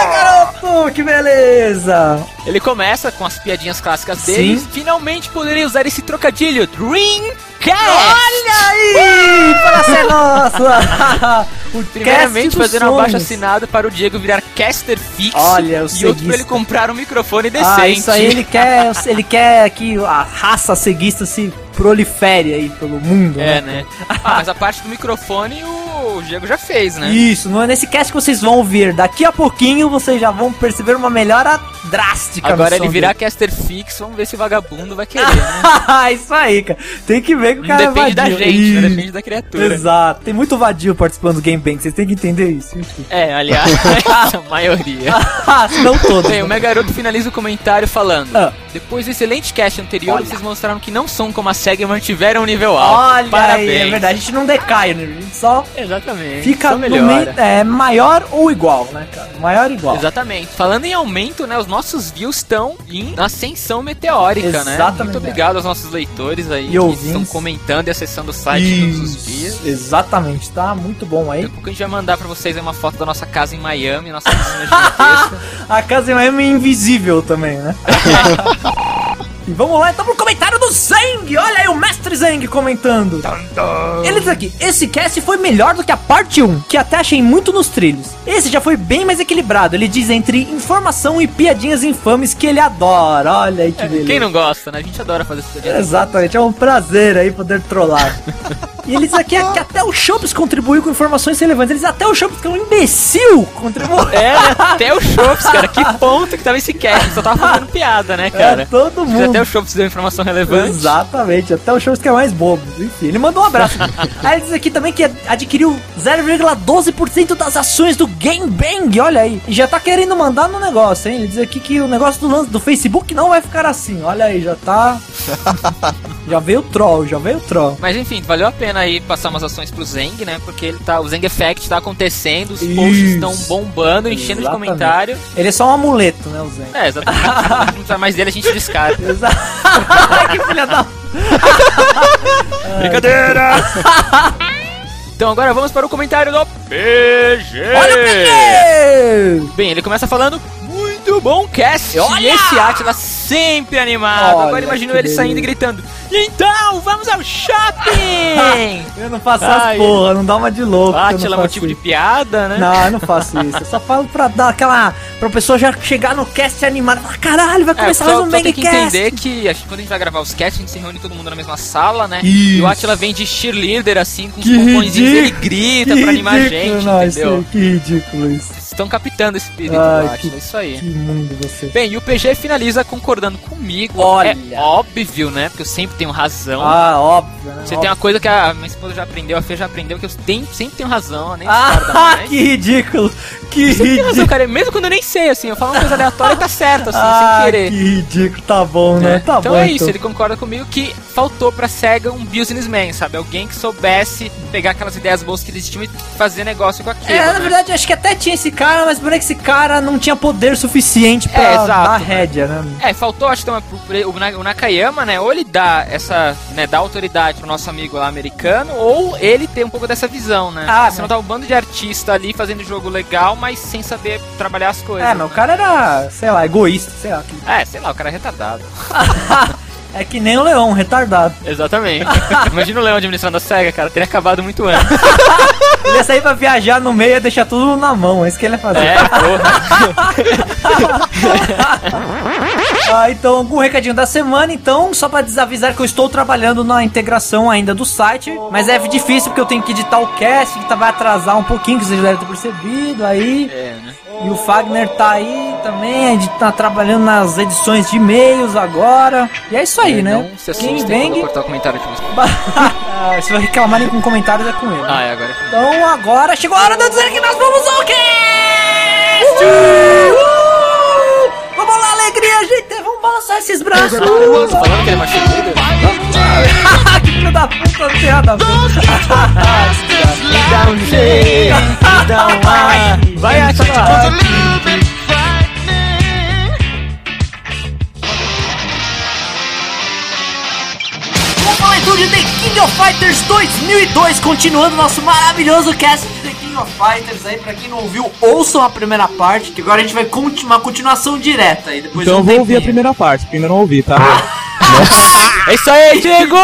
[SPEAKER 1] garoto, que beleza!
[SPEAKER 3] Ele começa com as piadinhas clássicas
[SPEAKER 1] Sim.
[SPEAKER 3] dele. Finalmente poderei usar esse trocadilho Dreamcast!
[SPEAKER 1] Olha aí, para ser nossa! é o cast dos
[SPEAKER 3] Primeiramente, fazer um
[SPEAKER 1] sonhos.
[SPEAKER 3] abaixo assinado para o Diego virar caster fixo
[SPEAKER 1] Olha, eu
[SPEAKER 3] e outro
[SPEAKER 1] ceguista.
[SPEAKER 3] pra ele comprar um microfone decente.
[SPEAKER 1] Ah, isso aí ele quer, ele quer que a raça ceguista se prolifere aí pelo mundo, né?
[SPEAKER 3] É, né? Ah, mas a parte do microfone o Diego já fez, né?
[SPEAKER 1] Isso, não é nesse cast que vocês vão ouvir. Daqui a pouquinho vocês já vão perceber uma melhora drástica. no
[SPEAKER 3] Agora
[SPEAKER 1] som
[SPEAKER 3] ele virar
[SPEAKER 1] dele.
[SPEAKER 3] caster fixo, vamos ver se o vagabundo vai querer, né?
[SPEAKER 1] Ah, isso aí, cara. Tem que ver que o
[SPEAKER 3] Não
[SPEAKER 1] cara
[SPEAKER 3] depende
[SPEAKER 1] é vadio.
[SPEAKER 3] da gente, né?
[SPEAKER 1] Isso,
[SPEAKER 3] Depende da criatura.
[SPEAKER 1] Exato. Tem muito vadio participando do Game Bank, vocês têm que entender isso. enfim.
[SPEAKER 3] É, aliás, a maioria.
[SPEAKER 1] Ah, se não todos.
[SPEAKER 3] Bem, o
[SPEAKER 1] né?
[SPEAKER 3] Megaroto finaliza o comentário falando:
[SPEAKER 1] Ah.
[SPEAKER 3] Depois do excelente cast anterior,
[SPEAKER 1] Olha.
[SPEAKER 3] vocês mostraram que não são como a SEGA e mantiveram o nível alto.
[SPEAKER 1] Olha
[SPEAKER 3] Parabéns.
[SPEAKER 1] aí, é verdade. A gente não decai, né? A gente só
[SPEAKER 3] Exatamente.
[SPEAKER 1] fica
[SPEAKER 3] Só
[SPEAKER 1] no
[SPEAKER 3] melhora.
[SPEAKER 1] meio, é, maior ou igual, né, cara? Maior ou igual.
[SPEAKER 3] Exatamente. Falando em aumento, né? Os nossos views estão em ascensão meteórica, né?
[SPEAKER 1] Exatamente.
[SPEAKER 3] Muito obrigado aos nossos leitores aí
[SPEAKER 1] E
[SPEAKER 3] que
[SPEAKER 1] ouvintes.
[SPEAKER 3] estão comentando e acessando o site todos os dias.
[SPEAKER 1] Isso, Exatamente, tá muito bom aí.
[SPEAKER 3] Daqui a pouco a gente vai mandar pra vocês aí uma foto da nossa casa em Miami, nossa piscina gigantesca.
[SPEAKER 1] A casa é meio invisível também, né? E vamos lá então pro comentário do Zeng! Olha aí o mestre Zeng comentando! Ele diz aqui: esse cast foi melhor do que a parte 1, que até achei muito nos trilhos. Esse já foi bem mais equilibrado, ele diz entre informação e piadinhas infames que ele adora. Olha aí que beleza.
[SPEAKER 3] É, Quem não gosta, né? A gente adora fazer isso.
[SPEAKER 1] Exatamente, é um prazer aí poder trollar. E eles aqui, é que até o Chopps contribuiu com informações relevantes. Eles até o Chopps, que é um imbecil, contribuiu.
[SPEAKER 3] É, né? até o Chops, cara. Que ponto que tava esse cast. Só tava fazendo piada, né, cara?
[SPEAKER 1] É, todo
[SPEAKER 3] Mas Até
[SPEAKER 1] mundo.
[SPEAKER 3] o Chops deu informação relevante.
[SPEAKER 1] Exatamente, até o Chopps que é mais bobo. Enfim, ele mandou um abraço. aí ele diz aqui também que adquiriu 0,12% das ações do Game Bang, olha aí. E já tá querendo mandar no negócio, hein? Ele diz aqui que o negócio do lance do Facebook não vai ficar assim. Olha aí, já tá. já veio o troll, já veio o troll.
[SPEAKER 3] Mas enfim, valeu a pena aí passar umas ações pro Zeng, né? Porque ele tá, o Zeng Effect tá acontecendo, os posts
[SPEAKER 1] Isso.
[SPEAKER 3] estão bombando, enchendo
[SPEAKER 1] Exatamente.
[SPEAKER 3] de comentário.
[SPEAKER 1] Ele é só um amuleto, né, o Zen?
[SPEAKER 3] É, exatamente. Se não precisar mais dele, a gente descarta.
[SPEAKER 1] Exato. que filha da.
[SPEAKER 3] Brincadeira! então agora vamos para o comentário do PG!
[SPEAKER 1] Ei!
[SPEAKER 3] Bem, ele começa falando muito bom cast! E esse Atlas sempre animado.
[SPEAKER 1] Olha
[SPEAKER 3] Agora imagino
[SPEAKER 1] que
[SPEAKER 3] ele saindo e gritando: Então, vamos ao shopping!
[SPEAKER 1] Eu não faço as
[SPEAKER 3] Ai.
[SPEAKER 1] porra, não dá uma de louco. que eu não
[SPEAKER 3] Átila é
[SPEAKER 1] faço
[SPEAKER 3] motivo de
[SPEAKER 1] isso.
[SPEAKER 3] piada, né?
[SPEAKER 1] Não, eu não faço isso. Eu só falo pra dar aquela. pra pessoa já chegar no cast animada. Falar, caralho, vai
[SPEAKER 3] É,
[SPEAKER 1] começar
[SPEAKER 3] só,
[SPEAKER 1] mais um
[SPEAKER 3] só tem que
[SPEAKER 1] Megacast.
[SPEAKER 3] entender que a gente- quando a gente vai gravar os casts, a gente se reúne todo mundo na mesma sala, né?
[SPEAKER 4] Isso.
[SPEAKER 3] E o Atila vem de cheerleader, assim, com os
[SPEAKER 1] Que
[SPEAKER 3] pomponzinhos, ele
[SPEAKER 1] ridículo.
[SPEAKER 3] grita pra animar a gente,
[SPEAKER 1] nossa,
[SPEAKER 3] entendeu?
[SPEAKER 1] Que ridículo isso.
[SPEAKER 3] Vocês estão captando esse espírito
[SPEAKER 1] Ai,
[SPEAKER 3] do Atila, é isso aí.
[SPEAKER 1] Que mundo você. é.
[SPEAKER 3] Bem, e o PG finaliza concordando comigo.
[SPEAKER 1] Olha.
[SPEAKER 3] É óbvio, né? Porque eu sempre tenho razão.
[SPEAKER 1] Ah, óbvio, né?
[SPEAKER 3] Você tem uma coisa que a minha esposa já aprendeu, a Fê já aprendeu, que eu tenho- sempre tenho razão, nem discordo
[SPEAKER 1] Ah,
[SPEAKER 3] mais.
[SPEAKER 1] que ridículo. Que
[SPEAKER 3] Sempre tenho razão,
[SPEAKER 1] ridículo.
[SPEAKER 3] cara. Mesmo quando eu nem sei, assim, eu falo uma coisa aleatória e tá certo, assim,
[SPEAKER 1] Ah,
[SPEAKER 3] sem
[SPEAKER 1] que
[SPEAKER 3] querer.
[SPEAKER 1] ridículo. Tá bom, né?
[SPEAKER 3] né?
[SPEAKER 1] Tá
[SPEAKER 3] então
[SPEAKER 1] bom.
[SPEAKER 3] é isso, ele concorda comigo que faltou pra SEGA um businessman, sabe? Alguém que soubesse pegar aquelas ideias boas que eles tinham e fazer negócio com aquilo.
[SPEAKER 1] É,
[SPEAKER 3] né?
[SPEAKER 1] na verdade, acho que até tinha esse cara, mas porém que esse cara não tinha poder suficiente pra
[SPEAKER 3] É, exato,
[SPEAKER 1] dar
[SPEAKER 3] né?
[SPEAKER 1] rédea, né?
[SPEAKER 3] É, faltou, acho que uma, pro- pro- o Na- o Nakayama, né? Ou ele dá essa, né, dá autoridade pro nosso amigo lá americano, ou ele tem um pouco dessa visão, né?
[SPEAKER 1] Ah,
[SPEAKER 3] Você
[SPEAKER 1] mas-
[SPEAKER 3] não tá um bando de artista ali fazendo jogo legal, mas sem saber trabalhar as coisas.
[SPEAKER 1] É, mas o
[SPEAKER 3] né?
[SPEAKER 1] cara era, sei lá, egoísta, sei lá. que-
[SPEAKER 3] É, sei lá, o cara é retardado.
[SPEAKER 1] É que nem o leão, retardado.
[SPEAKER 3] Exatamente. Imagina o Leão administrando a SEGA, cara, teria acabado muito antes.
[SPEAKER 1] Ele ia sair pra viajar no meio e ia deixar tudo na mão, é isso que ele ia fazer.
[SPEAKER 3] É, porra.
[SPEAKER 1] Ah, então, algum recadinho da semana, então, só pra desavisar que eu estou trabalhando na integração ainda do site, mas é difícil porque eu tenho que editar o cast, que tá- vai atrasar um pouquinho, que vocês devem ter percebido aí.
[SPEAKER 3] É, né?
[SPEAKER 1] E o Fagner tá aí também, edi- tá trabalhando nas edições de e-mails agora. E é isso aí, né?
[SPEAKER 3] Não se
[SPEAKER 1] Quem
[SPEAKER 3] assustem quando eu
[SPEAKER 1] vem.
[SPEAKER 3] cortar o comentário de você.
[SPEAKER 1] Ah, Se vai reclamarem com comentários é com ele.
[SPEAKER 3] Ah, é, agora.
[SPEAKER 1] Então agora chegou a hora de eu dizer que nós vamos ao cast! Uhul! Vamos lá, alegria, gente! Vamos balançar esses braços!
[SPEAKER 3] Tô falando que ele é machista.
[SPEAKER 1] Ah, que filho da puta, não tem nada a ver.
[SPEAKER 3] Dá um jeito, dá um ar. Vai, Atila.
[SPEAKER 1] Vamos falar então de The King of Fighters 2002, continuando nosso maravilhoso cast de The King of Fighters aí, pra quem não ouviu, ouçam a primeira parte, que agora a gente vai continuar uma continuação direta aí, depois de
[SPEAKER 2] Então eu
[SPEAKER 1] um
[SPEAKER 2] vou ouvir a
[SPEAKER 1] tempinho.
[SPEAKER 2] primeira parte, porque ainda não ouvi, tá?
[SPEAKER 3] É isso aí, Diego!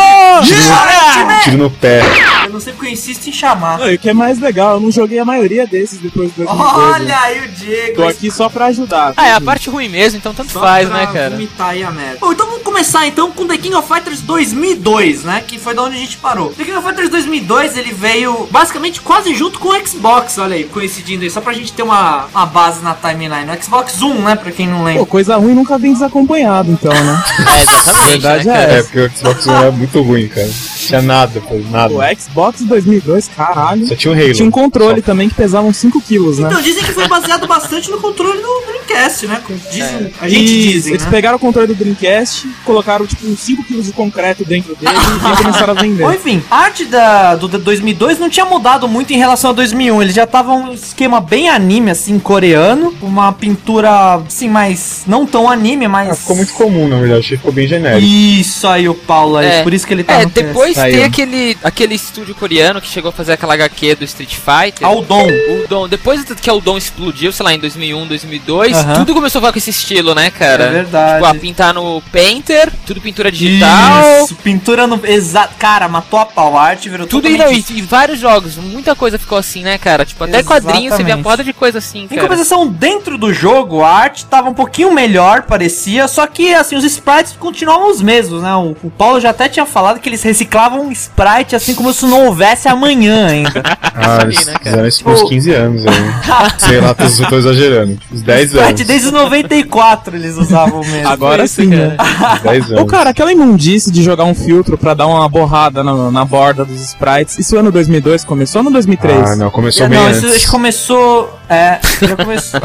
[SPEAKER 4] Tiro no pé.
[SPEAKER 1] Ah! Eu não sei porque eu insisto em chamar.
[SPEAKER 2] Não, e o que é mais legal, eu não joguei a maioria desses depois do
[SPEAKER 1] Olha aí o Diego,
[SPEAKER 2] Tô aqui só pra ajudar.
[SPEAKER 3] Ah, é a parte ruim mesmo, então tanto
[SPEAKER 1] Só
[SPEAKER 3] faz,
[SPEAKER 1] pra
[SPEAKER 3] né, cara?
[SPEAKER 1] vomitar aí a merda. Bom, então vamos começar então com The King of Fighters 2002, né? Que foi da onde a gente parou. The King of Fighters 2002, ele veio basicamente quase junto com o Xbox, olha aí, coincidindo aí, só pra gente ter uma, uma base na timeline. O Xbox One, né, pra quem não lembra.
[SPEAKER 2] Pô, coisa ruim nunca vem desacompanhado, então, né?
[SPEAKER 3] É,
[SPEAKER 2] A
[SPEAKER 3] exatamente.
[SPEAKER 2] verdade
[SPEAKER 3] né,
[SPEAKER 2] é
[SPEAKER 4] É,
[SPEAKER 2] essa.
[SPEAKER 4] porque o Xbox One era muito ruim, cara. Não tinha nada, pô, nada.
[SPEAKER 2] O Xbox 2002, caralho.
[SPEAKER 4] Só tinha o Halo.
[SPEAKER 2] Tinha um controle também que pesava uns 5 quilos, né?
[SPEAKER 1] Então, dizem que foi baseado bastante no controle do Dreamcast, né? Com-
[SPEAKER 2] É.
[SPEAKER 1] Dizem, A gente
[SPEAKER 2] E
[SPEAKER 1] dizem,
[SPEAKER 2] eles
[SPEAKER 1] né?
[SPEAKER 2] pegaram o controle do Dreamcast, colocaram tipo uns 5 quilos de concreto dentro dele e começaram a
[SPEAKER 1] Bom,
[SPEAKER 2] vender.
[SPEAKER 1] enfim, a arte da, do 2002 não tinha mudado muito em relação a 2001. Eles já estavam um esquema bem anime, assim, coreano. Uma pintura, assim, mas não tão anime, mas...
[SPEAKER 4] Ah, ficou muito comum, na verdade. Achei que ficou bem genérico.
[SPEAKER 1] Isso aí, o Paulo aí.
[SPEAKER 3] É.
[SPEAKER 1] Por isso que ele tá
[SPEAKER 3] É,
[SPEAKER 1] no
[SPEAKER 3] depois
[SPEAKER 4] Saiu.
[SPEAKER 3] tem aquele, aquele estúdio coreano que chegou a fazer aquela HQ do Street Fighter.
[SPEAKER 1] Aldon.
[SPEAKER 3] O Dom, depois que o Dom explodiu, sei lá, em 2001, 2002,
[SPEAKER 1] Aham.
[SPEAKER 3] tudo começou a ficar com esse estilo, né, cara?
[SPEAKER 1] É verdade.
[SPEAKER 3] Tipo, a pintar no Painter, tudo pintura digital,
[SPEAKER 1] Isso, pintura no... Exato. Cara, matou a pau. A arte virou
[SPEAKER 3] tudo e,
[SPEAKER 1] totalmente...
[SPEAKER 3] não, e, e vários jogos, muita coisa ficou assim, né, cara? Tipo, até quadrinhos, você vê a
[SPEAKER 1] Exatamente.
[SPEAKER 3] porta de coisa assim,
[SPEAKER 1] Em
[SPEAKER 3] cara.
[SPEAKER 1] compensação, dentro do jogo, a arte tava um pouquinho melhor, parecia, só que, assim, os sprites continuavam os mesmos, né? O, o Paulo já até tinha falado que eles reciclavam sprite assim como se não houvesse amanhã ainda.
[SPEAKER 4] Ah, eles
[SPEAKER 3] né, cara?
[SPEAKER 4] fizeram isso por uns 15 anos aí. Sei lá, tô, tô exagerando. Uns 10 anos.
[SPEAKER 1] Sprite desde 94 eles usavam mesmo.
[SPEAKER 2] Agora
[SPEAKER 3] isso,
[SPEAKER 2] sim, né?
[SPEAKER 4] Uns 10
[SPEAKER 2] Ô,
[SPEAKER 4] anos.
[SPEAKER 2] cara, aquela imundice de jogar um filtro pra dar uma borrada na, na borda dos sprites, isso ano 2002 começou ou ano 2003?
[SPEAKER 4] Ah, não, começou bem
[SPEAKER 1] É, Não, isso
[SPEAKER 4] antes.
[SPEAKER 1] isso começou. É, já começou.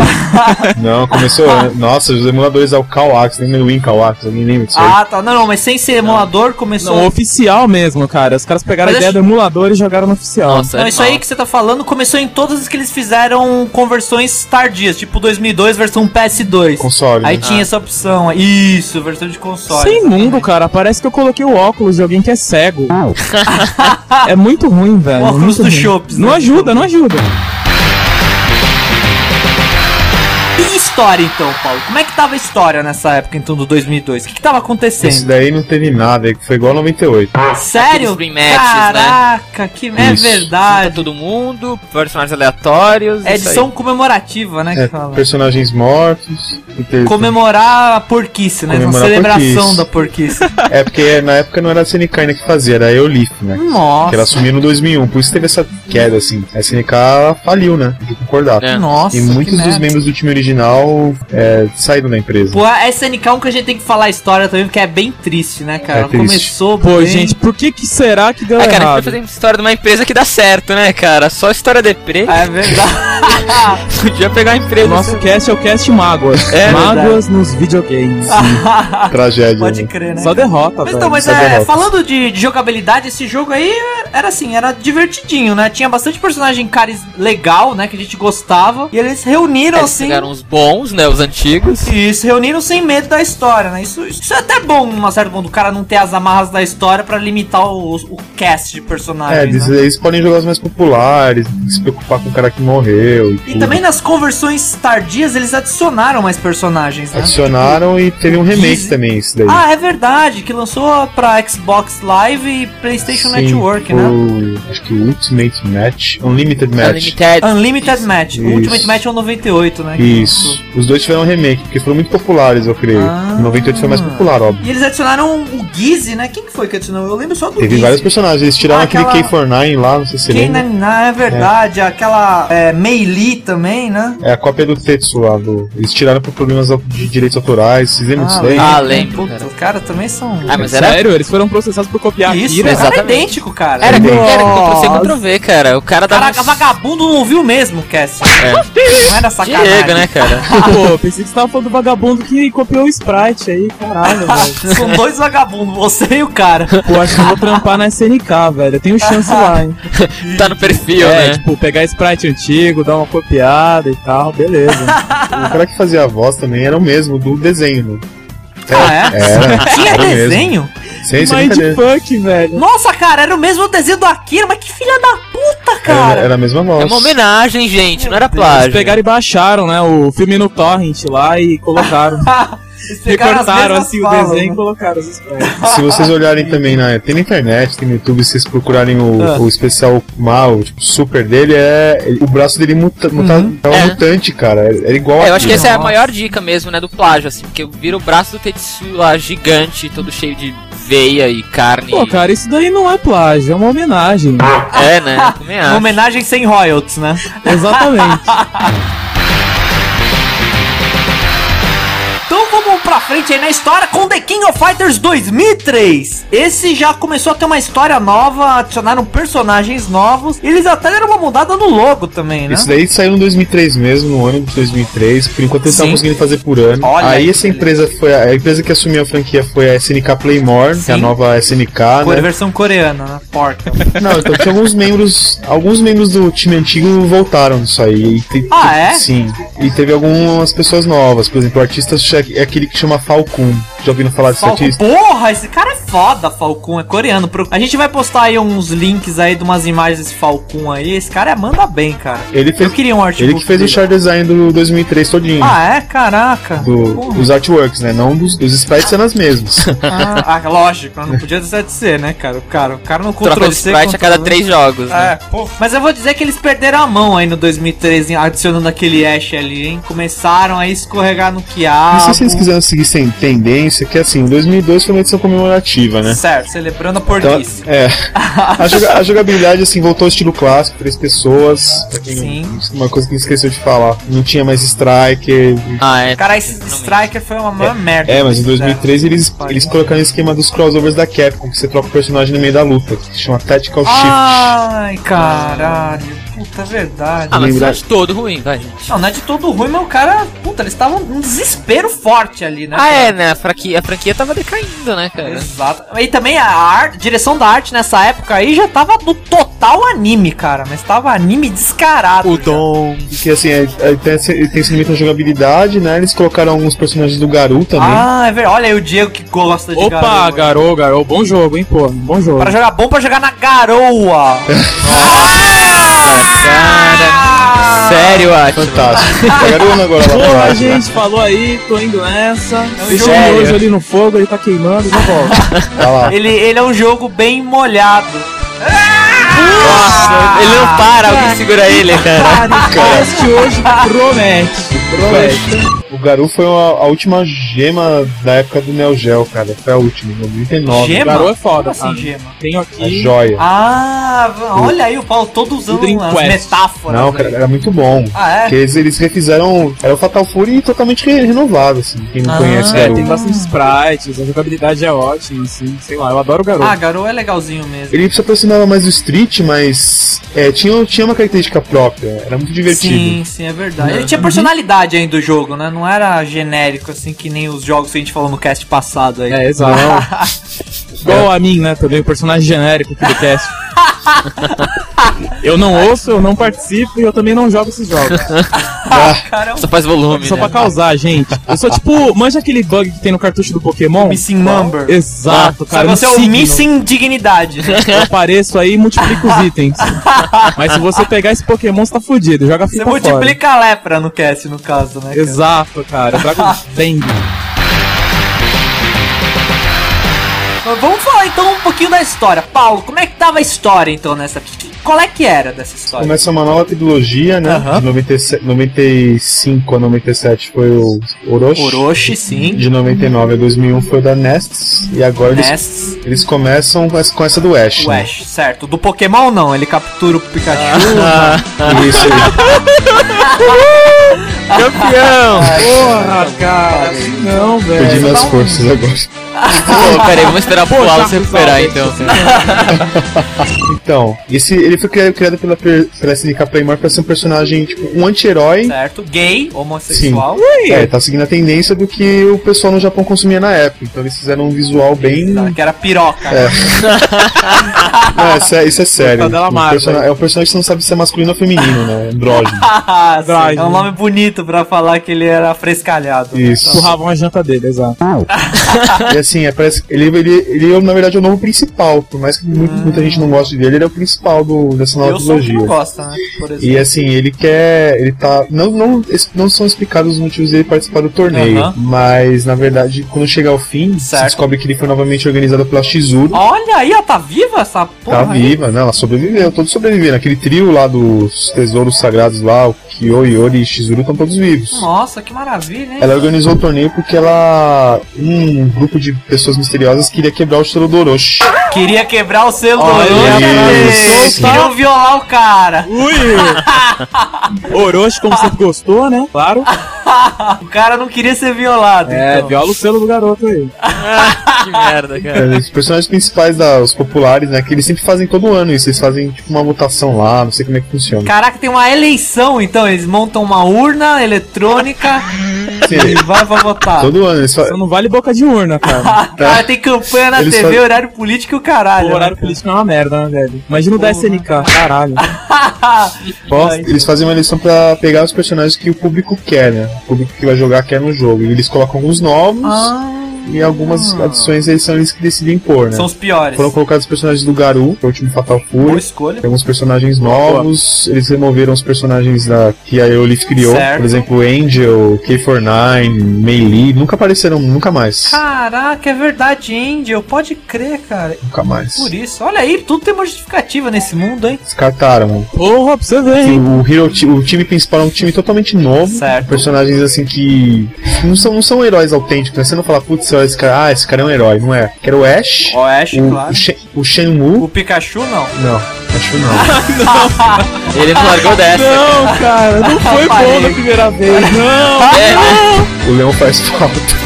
[SPEAKER 4] Não, começou antes. Nossa, os emuladores é o Kawax, nem o Win Kawax, eu nem lembro disso aí.
[SPEAKER 1] ah, tá. Não, não, mas sem ser emulador começou. um-
[SPEAKER 2] Não, oficial mesmo, cara. Os caras pegaram
[SPEAKER 1] Mas
[SPEAKER 2] a ideia
[SPEAKER 1] acho-
[SPEAKER 2] do emulador e jogaram no oficial.
[SPEAKER 3] Nossa, é
[SPEAKER 1] Não, isso
[SPEAKER 3] animal.
[SPEAKER 1] aí que você tá falando começou em todas as que eles fizeram conversões tardias, tipo 2002 versão PS2.
[SPEAKER 4] Console.
[SPEAKER 1] Aí
[SPEAKER 4] né?
[SPEAKER 1] tinha essa opção. Isso, versão de console.
[SPEAKER 2] Isso é imundo, cara. Parece que eu coloquei o óculos de alguém que é cego. é muito ruim, velho.
[SPEAKER 1] O óculos
[SPEAKER 2] muito
[SPEAKER 1] do
[SPEAKER 2] ruim.
[SPEAKER 1] Shops,
[SPEAKER 2] Não
[SPEAKER 1] né?
[SPEAKER 2] ajuda, não ajuda.
[SPEAKER 1] E isso história então, Paulo? Como é que tava a história nessa época então do 2002? O que, que tava
[SPEAKER 4] Esse
[SPEAKER 1] acontecendo?
[SPEAKER 4] daí não teve nada, que foi igual a 98.
[SPEAKER 1] Sério?
[SPEAKER 3] Aqueles rematches,
[SPEAKER 2] né?
[SPEAKER 1] Caraca, que é
[SPEAKER 4] Isso.
[SPEAKER 3] Junta
[SPEAKER 1] verdade.
[SPEAKER 3] todo mundo, personagens aleatórios.
[SPEAKER 1] É
[SPEAKER 3] isso aí.
[SPEAKER 1] edição comemorativa, né?
[SPEAKER 4] É,
[SPEAKER 1] que fala.
[SPEAKER 4] personagens mortos. e teve-
[SPEAKER 1] é- Comemorar a porquice, né? Uma
[SPEAKER 4] Comemorar a
[SPEAKER 1] celebração
[SPEAKER 4] porquice.
[SPEAKER 1] da porquice.
[SPEAKER 4] É porque na época não era a SNK ainda que fazia, era a Eolif, né? Que ela
[SPEAKER 1] Nossa.
[SPEAKER 4] assumiu no 2001, por isso teve essa queda, assim. A SNK faliu, né? Tem que concordar.
[SPEAKER 3] É.
[SPEAKER 1] Nossa.
[SPEAKER 4] E muitos
[SPEAKER 1] que
[SPEAKER 4] dos
[SPEAKER 1] merda.
[SPEAKER 4] membros do time original é, saíram da empresa.
[SPEAKER 1] Pô, a SNK é um que a gente tem que falar a história também, porque é bem triste, né, cara?
[SPEAKER 4] É
[SPEAKER 1] Ela
[SPEAKER 4] triste.
[SPEAKER 1] Começou
[SPEAKER 2] Pô,
[SPEAKER 1] bem...
[SPEAKER 2] gente, por que que será que deu
[SPEAKER 3] Ah, cara, a gente vai
[SPEAKER 2] errado?
[SPEAKER 3] fazer história de uma empresa que dá certo, né, cara? Só história deprê.
[SPEAKER 1] É verdade.
[SPEAKER 3] Podia pegar a
[SPEAKER 2] O
[SPEAKER 3] empresa. assim.
[SPEAKER 2] nosso cast é o cast Mágoas.
[SPEAKER 3] É Ah,
[SPEAKER 2] mágoas nos videogames.
[SPEAKER 4] Tragédia.
[SPEAKER 1] Pode
[SPEAKER 4] né?
[SPEAKER 1] crer, né?
[SPEAKER 2] Só derrota,
[SPEAKER 1] Mas
[SPEAKER 2] velho.
[SPEAKER 1] então, mas
[SPEAKER 3] tá
[SPEAKER 4] só
[SPEAKER 1] é,
[SPEAKER 4] derrota.
[SPEAKER 1] falando de, de jogabilidade, esse jogo aí era assim, era divertidinho, né? Tinha bastante personagem caris legal, né? Que a gente gostava. E eles reuniram,
[SPEAKER 3] Eles
[SPEAKER 1] assim.
[SPEAKER 3] pegaram uns bons, né? Os antigos.
[SPEAKER 1] Isso, reuniram sem medo da história, né? Isso, isso é até bom, numa certa ponto, o cara não ter as amarras da história pra limitar o, o cast de
[SPEAKER 4] É,
[SPEAKER 1] personagens.
[SPEAKER 4] eles,
[SPEAKER 1] né?
[SPEAKER 4] eles podem jogar os mais populares, se preocupar com o cara que morreu e,
[SPEAKER 1] E
[SPEAKER 4] tudo.
[SPEAKER 1] também nas conversões tardias eles adicionaram mais personagens, né?
[SPEAKER 4] Adicionaram e teve um remake
[SPEAKER 1] Diz-
[SPEAKER 4] também, isso daí.
[SPEAKER 1] Ah, é verdade, que lançou pra Xbox Live e PlayStation
[SPEAKER 4] Sim,
[SPEAKER 1] Network,
[SPEAKER 4] foi,
[SPEAKER 1] né?
[SPEAKER 4] Acho que Ultimate Match, Unlimited Match.
[SPEAKER 3] Unlimited.
[SPEAKER 1] Unlimited Match. O
[SPEAKER 4] Isso.
[SPEAKER 1] Ultimate Match é o 98, né? que
[SPEAKER 4] Isso.
[SPEAKER 1] lançou.
[SPEAKER 4] Os dois tiveram um remake, porque foram muito populares, eu creio.
[SPEAKER 1] Ah.
[SPEAKER 4] Em 98 foi mais popular, óbvio.
[SPEAKER 1] E eles adicionaram o Gizzy, né? Quem que foi que adicionou? Eu lembro só do
[SPEAKER 4] Teve
[SPEAKER 1] Gizzy.
[SPEAKER 4] vários personagens, eles tiraram
[SPEAKER 1] Ah,
[SPEAKER 4] aquele
[SPEAKER 1] aquela-
[SPEAKER 4] K49 lá, não sei se você
[SPEAKER 1] Quem
[SPEAKER 4] lembra.
[SPEAKER 3] né?
[SPEAKER 1] na, é verdade, aquela é, Meili também, né?
[SPEAKER 4] É a cópia do Tetsu lá, do... eles tiraram por problemas de direitos autorais, vocês lembram disso daí?
[SPEAKER 3] Ah, lembro,
[SPEAKER 1] né? Puta,
[SPEAKER 3] cara.
[SPEAKER 1] os caras também são.
[SPEAKER 3] Ah, mas era.
[SPEAKER 2] Sério, eles foram processados por copiar
[SPEAKER 1] Isso,
[SPEAKER 2] Akira?
[SPEAKER 1] era
[SPEAKER 3] exatamente.
[SPEAKER 1] idêntico, cara.
[SPEAKER 3] Era,
[SPEAKER 4] Nossa.
[SPEAKER 3] era Ctrl C, Ctrl V, cara. O cara da.
[SPEAKER 1] Caraca, vagabundo não ouviu mesmo, Cass. Não era sacanagem.
[SPEAKER 3] É. Diego, né, cara?
[SPEAKER 2] Pô, pensei que você tava falando do vagabundo que copiou o Sprite aí, caralho, velho.
[SPEAKER 1] São dois vagabundos, você e o cara.
[SPEAKER 2] Pô, acho que eu vou trampar na SNK, velho. Eu tenho chance lá, hein?
[SPEAKER 3] tá no perfil,
[SPEAKER 2] é,
[SPEAKER 3] né?
[SPEAKER 2] tipo, pegar Sprite antigo, dar uma copiada e tal, beleza.
[SPEAKER 4] O cara que fazia a voz também era o mesmo do desenho. Né?
[SPEAKER 1] Ah, é?
[SPEAKER 4] Era,
[SPEAKER 1] Tinha
[SPEAKER 4] era o mesmo.
[SPEAKER 1] desenho?
[SPEAKER 4] Sem, sem brincadeira.
[SPEAKER 2] Mindfuck, velho.
[SPEAKER 1] Nossa, cara, era o mesmo desenho do Akira, mas que filha da puta, cara!
[SPEAKER 4] Era, era a mesma voz.
[SPEAKER 3] É uma homenagem, gente, não era
[SPEAKER 2] Eles
[SPEAKER 3] plágio.
[SPEAKER 2] pegaram e baixaram, né, o filme no torrent lá e colocaram.
[SPEAKER 1] Eles pegaram as
[SPEAKER 2] Recortaram,
[SPEAKER 1] mesmas
[SPEAKER 2] assim,
[SPEAKER 1] falas,
[SPEAKER 2] o desenho e
[SPEAKER 1] né?
[SPEAKER 2] colocaram os sprites.
[SPEAKER 4] Se vocês olharem também na. Tem na internet, tem no YouTube, se vocês procurarem o,
[SPEAKER 3] Ah.
[SPEAKER 4] o especial mal, tipo, super dele, é. ele- O braço dele muta, muta, é um
[SPEAKER 3] É.
[SPEAKER 4] mutante, cara. Era igual
[SPEAKER 3] É, eu
[SPEAKER 4] a-
[SPEAKER 3] acho que essa é a
[SPEAKER 1] Nossa.
[SPEAKER 3] maior dica mesmo, né, do plágio, assim, porque vira o braço do Tetsu lá gigante, todo cheio de veia e carne.
[SPEAKER 2] Pô, cara, isso daí não é plágio, é uma homenagem.
[SPEAKER 3] É, né? eu Também
[SPEAKER 1] Uma
[SPEAKER 3] acho.
[SPEAKER 1] homenagem sem royalties, né?
[SPEAKER 2] Exatamente.
[SPEAKER 1] Então vamos pra frente aí na história com The King of Fighters 2003. Esse já começou a ter uma história nova, adicionaram personagens novos. Eles até deram uma mudada no logo também, né?
[SPEAKER 4] Isso daí saiu em 2003 mesmo, no ano de 2003. Por enquanto eles estavam
[SPEAKER 1] Sim.
[SPEAKER 4] conseguindo fazer por ano.
[SPEAKER 1] Olha
[SPEAKER 4] aí
[SPEAKER 1] aí,
[SPEAKER 4] essa empresa foi. A, a empresa que assumiu a franquia foi a SNK Playmore, que é a
[SPEAKER 1] Sim.
[SPEAKER 4] nova SNK,
[SPEAKER 1] Foi a
[SPEAKER 4] né?
[SPEAKER 1] versão coreana, né? Porca.
[SPEAKER 4] Não, então tinha alguns membros. Alguns membros do time antigo voltaram disso aí. E te-
[SPEAKER 1] Ah, é?
[SPEAKER 4] Sim. E teve algumas pessoas novas. Por exemplo, o artista é aquele que chama Falcon. Já ouviram falar desse
[SPEAKER 1] Falcon.
[SPEAKER 4] artista?
[SPEAKER 1] Porra, esse cara é foda, Falcon, é coreano. Pro- A gente vai postar aí uns links aí de umas imagens desse Falcon aí. Esse cara é- manda bem, cara.
[SPEAKER 4] Ele fez,
[SPEAKER 1] Eu queria um artigo.
[SPEAKER 4] ele que fez o char design do 2003 todinho.
[SPEAKER 1] Ah, é? Caraca.
[SPEAKER 4] Do-
[SPEAKER 1] Porra.
[SPEAKER 4] dos artworks, né? Não dos, dos sprites sendo as mesmas.
[SPEAKER 1] Ah, ah, lógico, não podia deixar de ser, né, cara? O cara, o cara não
[SPEAKER 3] Troca
[SPEAKER 1] controla
[SPEAKER 3] de sprite a cada três jogos, né?
[SPEAKER 1] É, pô. Mas eu vou dizer que eles perderam a mão aí no 2013, adicionando aquele Ash ali, hein? Começaram a escorregar no quiabo.
[SPEAKER 4] Não sei se eles quiseram seguir sem tendência, que assim, 2002 foi uma edição comemorativa, né?
[SPEAKER 1] Certo, celebrando a
[SPEAKER 4] Então,
[SPEAKER 1] porquice.
[SPEAKER 4] é. A, joga- a jogabilidade, assim, voltou ao estilo clássico, três pessoas. pra quem-
[SPEAKER 1] Sim.
[SPEAKER 4] Uma coisa que esqueceu de falar. Não tinha mais striker.
[SPEAKER 3] Ah, é.
[SPEAKER 1] Cara, esse Striker foi uma maior merda.
[SPEAKER 4] É, mas em
[SPEAKER 1] que eles
[SPEAKER 4] 2003 eles,
[SPEAKER 1] fizeram.
[SPEAKER 4] eles colocaram o esquema dos crossovers da Capcom, que você troca o personagem no meio da luta, que se chama Tactical Shift.
[SPEAKER 1] Ai, caralho. Puta é verdade.
[SPEAKER 3] Ah, mas
[SPEAKER 4] lembra-
[SPEAKER 3] tá de todo ruim, vai, gente.
[SPEAKER 1] Não, não é de todo ruim, mas o cara. Puta, eles estavam num desespero forte ali, né?
[SPEAKER 3] Ah, é, né? A franquia, a franquia tava decaindo, né, cara?
[SPEAKER 1] Exato. E também a arte, direção da arte nessa época aí já tava do total anime, cara. Mas tava anime descarado. já.
[SPEAKER 4] Dom. Que assim, é, é, tem, esse- tem esse limite na jogabilidade, né? Eles colocaram alguns personagens do Garou também.
[SPEAKER 1] Ah, é verdade. Olha aí o Diego que gosta de
[SPEAKER 2] Opa,
[SPEAKER 1] garoa.
[SPEAKER 2] Garou, Garou, bom jogo, hein, pô, bom jogo.
[SPEAKER 1] Pra jogar bom, pra jogar na garoa.
[SPEAKER 3] Cara,
[SPEAKER 1] Ah.
[SPEAKER 3] Sério, Atila?
[SPEAKER 4] Fantástico. Pegaram agora lá
[SPEAKER 2] Porra,
[SPEAKER 4] atrás, né?
[SPEAKER 2] gente, falou aí, tô indo nessa. Deixa o
[SPEAKER 3] sério.
[SPEAKER 2] miojo ali no fogo, ele tá queimando, já volto.
[SPEAKER 4] Tá lá.
[SPEAKER 1] Ele, ele é um jogo bem molhado.
[SPEAKER 3] Nossa, ele não para, alguém segura ele, cara.
[SPEAKER 2] Este hoje promete. Promete.
[SPEAKER 4] O Garu foi uma- a última gema da época do Neo Geo, cara. Foi a última, em 99.
[SPEAKER 1] Gema?
[SPEAKER 2] Garoto é foda.
[SPEAKER 1] Como assim,
[SPEAKER 2] cara.
[SPEAKER 1] gema?
[SPEAKER 2] Tenho
[SPEAKER 4] A
[SPEAKER 2] aqui.
[SPEAKER 4] joia.
[SPEAKER 1] Ah, olha aí o Paulo todo usando
[SPEAKER 2] Dream
[SPEAKER 1] as
[SPEAKER 2] Quest.
[SPEAKER 1] metáforas.
[SPEAKER 4] Não,
[SPEAKER 1] né?
[SPEAKER 4] cara, era muito bom.
[SPEAKER 1] Ah, é?
[SPEAKER 4] Porque eles, eles refizeram. Era o Fatal Fury totalmente re- renovado, assim. Quem não
[SPEAKER 1] Ah,
[SPEAKER 4] conhece
[SPEAKER 2] É,
[SPEAKER 4] Garou.
[SPEAKER 2] tem bastante sprites, a jogabilidade é ótima, assim, sei lá, eu adoro o garoto.
[SPEAKER 1] Ah, Garou é legalzinho mesmo.
[SPEAKER 4] Ele se aproximava mais do Street, mas é, tinha, tinha uma característica própria. Era muito divertido.
[SPEAKER 1] Sim, sim, é verdade.
[SPEAKER 2] Uhum.
[SPEAKER 1] Ele tinha personalidade ainda do jogo, né? Não era genérico, assim, que nem os jogos que a gente falou no cast passado aí.
[SPEAKER 2] É, exato. Igual a mim, né? Também o personagem genérico aqui do cast. eu não ouço, eu não participo e eu também não jogo esses jogos.
[SPEAKER 1] Ah, Cara, é um-
[SPEAKER 3] Só faz volume,
[SPEAKER 2] é. Só
[SPEAKER 3] né?
[SPEAKER 2] pra causar, gente. Eu sou tipo, manja aquele bug que tem no cartucho do Pokémon?
[SPEAKER 1] Missing Number.
[SPEAKER 2] Exato,
[SPEAKER 1] Só
[SPEAKER 2] cara. um
[SPEAKER 1] você é o
[SPEAKER 2] signo.
[SPEAKER 1] Missing Dignidade.
[SPEAKER 2] Eu apareço aí e multiplico os itens. Mas se você pegar esse Pokémon, você tá fudido. Joga
[SPEAKER 1] Você
[SPEAKER 2] fita fora.
[SPEAKER 1] multiplica a lepra no cast, no caso, né? cara?
[SPEAKER 2] Exato, cara. Dragon Dengue.
[SPEAKER 1] Mas Vamos falar então um pouquinho da história. Paulo, como é que tava a história então nessa. que- Qual é que era dessa história?
[SPEAKER 4] Começa uma nova trilogia, né?
[SPEAKER 1] Aham.
[SPEAKER 4] De 97, 95 a 97 foi o Orochi.
[SPEAKER 1] Orochi, sim.
[SPEAKER 4] De 99 a 2001 foi o da Nests. E agora eles,
[SPEAKER 1] Ness,
[SPEAKER 4] eles começam com essa, com essa do Ash.
[SPEAKER 1] o
[SPEAKER 4] né?
[SPEAKER 1] Ash, certo. Do Pokémon não, ele captura o Pikachu.
[SPEAKER 3] Ah.
[SPEAKER 4] Isso aí.
[SPEAKER 3] Campeão!
[SPEAKER 2] Porra, cara. Não,
[SPEAKER 4] Perdi
[SPEAKER 2] velho.
[SPEAKER 4] minhas forças agora.
[SPEAKER 3] Pô, pera aí, vamos esperar pro Paulo se recuperar, então.
[SPEAKER 4] Então, esse, ele foi criado, criado pela, per- pela SNK Playmore pra ser um personagem, tipo, um anti-herói.
[SPEAKER 1] certo. Gay, homossexual.
[SPEAKER 4] É, tá seguindo a tendência do que o pessoal no Japão consumia na época. Então eles fizeram um visual bem.
[SPEAKER 1] tá, Que era piroca.
[SPEAKER 2] É.
[SPEAKER 4] Ah, isso, é, isso é sério.
[SPEAKER 2] Mortadela
[SPEAKER 4] Um
[SPEAKER 2] Marvel.
[SPEAKER 4] persona- é um personagem que não sabe se é masculino ou feminino, né? Andrógeno.
[SPEAKER 1] Ah, sim.
[SPEAKER 2] Drive.
[SPEAKER 1] é um nome bonito pra falar que ele era frescalhado. né?
[SPEAKER 4] Isso.
[SPEAKER 2] Empurravam a janta dele, exato.
[SPEAKER 4] E assim, é, parece que ele, ele, ele, na verdade, é o novo principal. Por mais que muito- muita gente não goste dele, ele é o principal do, dessa nova
[SPEAKER 1] Então, Eu sou o que
[SPEAKER 4] trilogia.
[SPEAKER 1] não gosta, né? Por
[SPEAKER 4] E
[SPEAKER 1] exemplo.
[SPEAKER 4] assim, ele quer. Ele tá. Não, não, es- não são explicados os motivos dele participar do torneio.
[SPEAKER 1] Aham.
[SPEAKER 4] Mas, na verdade, quando chega ao fim, se
[SPEAKER 1] Certo.
[SPEAKER 4] descobre que ele foi novamente organizado pela Shizuru.
[SPEAKER 1] Olha aí, ela tá viva essa porra?
[SPEAKER 4] Tá
[SPEAKER 1] aí?
[SPEAKER 4] viva, né? Ela sobreviveu, todos sobreviveram. Aquele trio lá dos tesouros sagrados lá, o Kyo, Yori e Shizuru estão todos vivos.
[SPEAKER 1] Nossa, que maravilha, hein?
[SPEAKER 4] Ela organizou o torneio porque ela. Um grupo de pessoas misteriosas queria quebrar o selo do Orochi.
[SPEAKER 1] Queria quebrar o selo do
[SPEAKER 2] Olha
[SPEAKER 1] Orochi.
[SPEAKER 4] isso.
[SPEAKER 1] Queriam violar o cara.
[SPEAKER 2] Ui! Orochi, como sempre gostou, né? Claro.
[SPEAKER 1] O cara não queria ser violado.
[SPEAKER 2] É,
[SPEAKER 1] então.
[SPEAKER 2] viola o selo do garoto aí.
[SPEAKER 3] Que merda, cara.
[SPEAKER 4] É, Os personagens principais, da, os populares, né? Que eles sempre fazem todo ano isso. Eles fazem tipo uma votação lá, não sei como é que funciona.
[SPEAKER 1] Caraca, tem uma eleição então. Eles montam uma urna eletrônica e
[SPEAKER 4] Sim,
[SPEAKER 1] vai pra votar.
[SPEAKER 4] todo ano. Eles fa-
[SPEAKER 2] Só não vale boca de urna, cara.
[SPEAKER 1] Cara, tem campanha na
[SPEAKER 4] Eles
[SPEAKER 1] TV,
[SPEAKER 4] fazem-
[SPEAKER 1] horário político e o caralho.
[SPEAKER 2] O horário
[SPEAKER 1] né,
[SPEAKER 2] político é uma merda, né, velho? Imagina o da SNK, caralho.
[SPEAKER 1] cara?
[SPEAKER 4] Bosta.
[SPEAKER 1] Ai,
[SPEAKER 4] Eles fazem uma eleição pra pegar os personagens que o público quer, né? O público que vai jogar quer no jogo. E eles colocam alguns novos
[SPEAKER 1] Ah.
[SPEAKER 4] e algumas adições aí são eles que decidem pôr, né?
[SPEAKER 1] São os piores.
[SPEAKER 4] Foram colocados os personagens do Garu, que é o último Fatal
[SPEAKER 1] Boa
[SPEAKER 4] Fury.
[SPEAKER 1] escolha.
[SPEAKER 4] Tem alguns personagens novos, eles removeram os personagens da, que a Eolith criou.
[SPEAKER 1] Certo.
[SPEAKER 4] Por exemplo, Angel, K49, Melee, nunca apareceram, nunca mais.
[SPEAKER 1] Caraca, é verdade, Angel. Pode crer, cara.
[SPEAKER 4] Nunca mais.
[SPEAKER 1] Por isso. Olha aí, tudo tem uma justificativa nesse mundo, hein?
[SPEAKER 4] Descartaram.
[SPEAKER 2] Porra, pra você ver,
[SPEAKER 4] E
[SPEAKER 2] hein?
[SPEAKER 4] O, Hero, Ti- o time principal é um time totalmente novo.
[SPEAKER 1] Certo.
[SPEAKER 4] Personagens assim que. Não são, não são heróis autênticos, né? Você não fala, putz, olha esse cara. Ah, esse cara é um herói, não é? Que era o Ash.
[SPEAKER 1] O Ash,
[SPEAKER 4] o,
[SPEAKER 1] claro.
[SPEAKER 4] o, Shen- o Shenmue.
[SPEAKER 1] O Pikachu, não.
[SPEAKER 4] Não, acho não.
[SPEAKER 3] Ele não largou dessa.
[SPEAKER 2] Não, cara, não foi bom da primeira vez, não.
[SPEAKER 4] o Leão faz falta.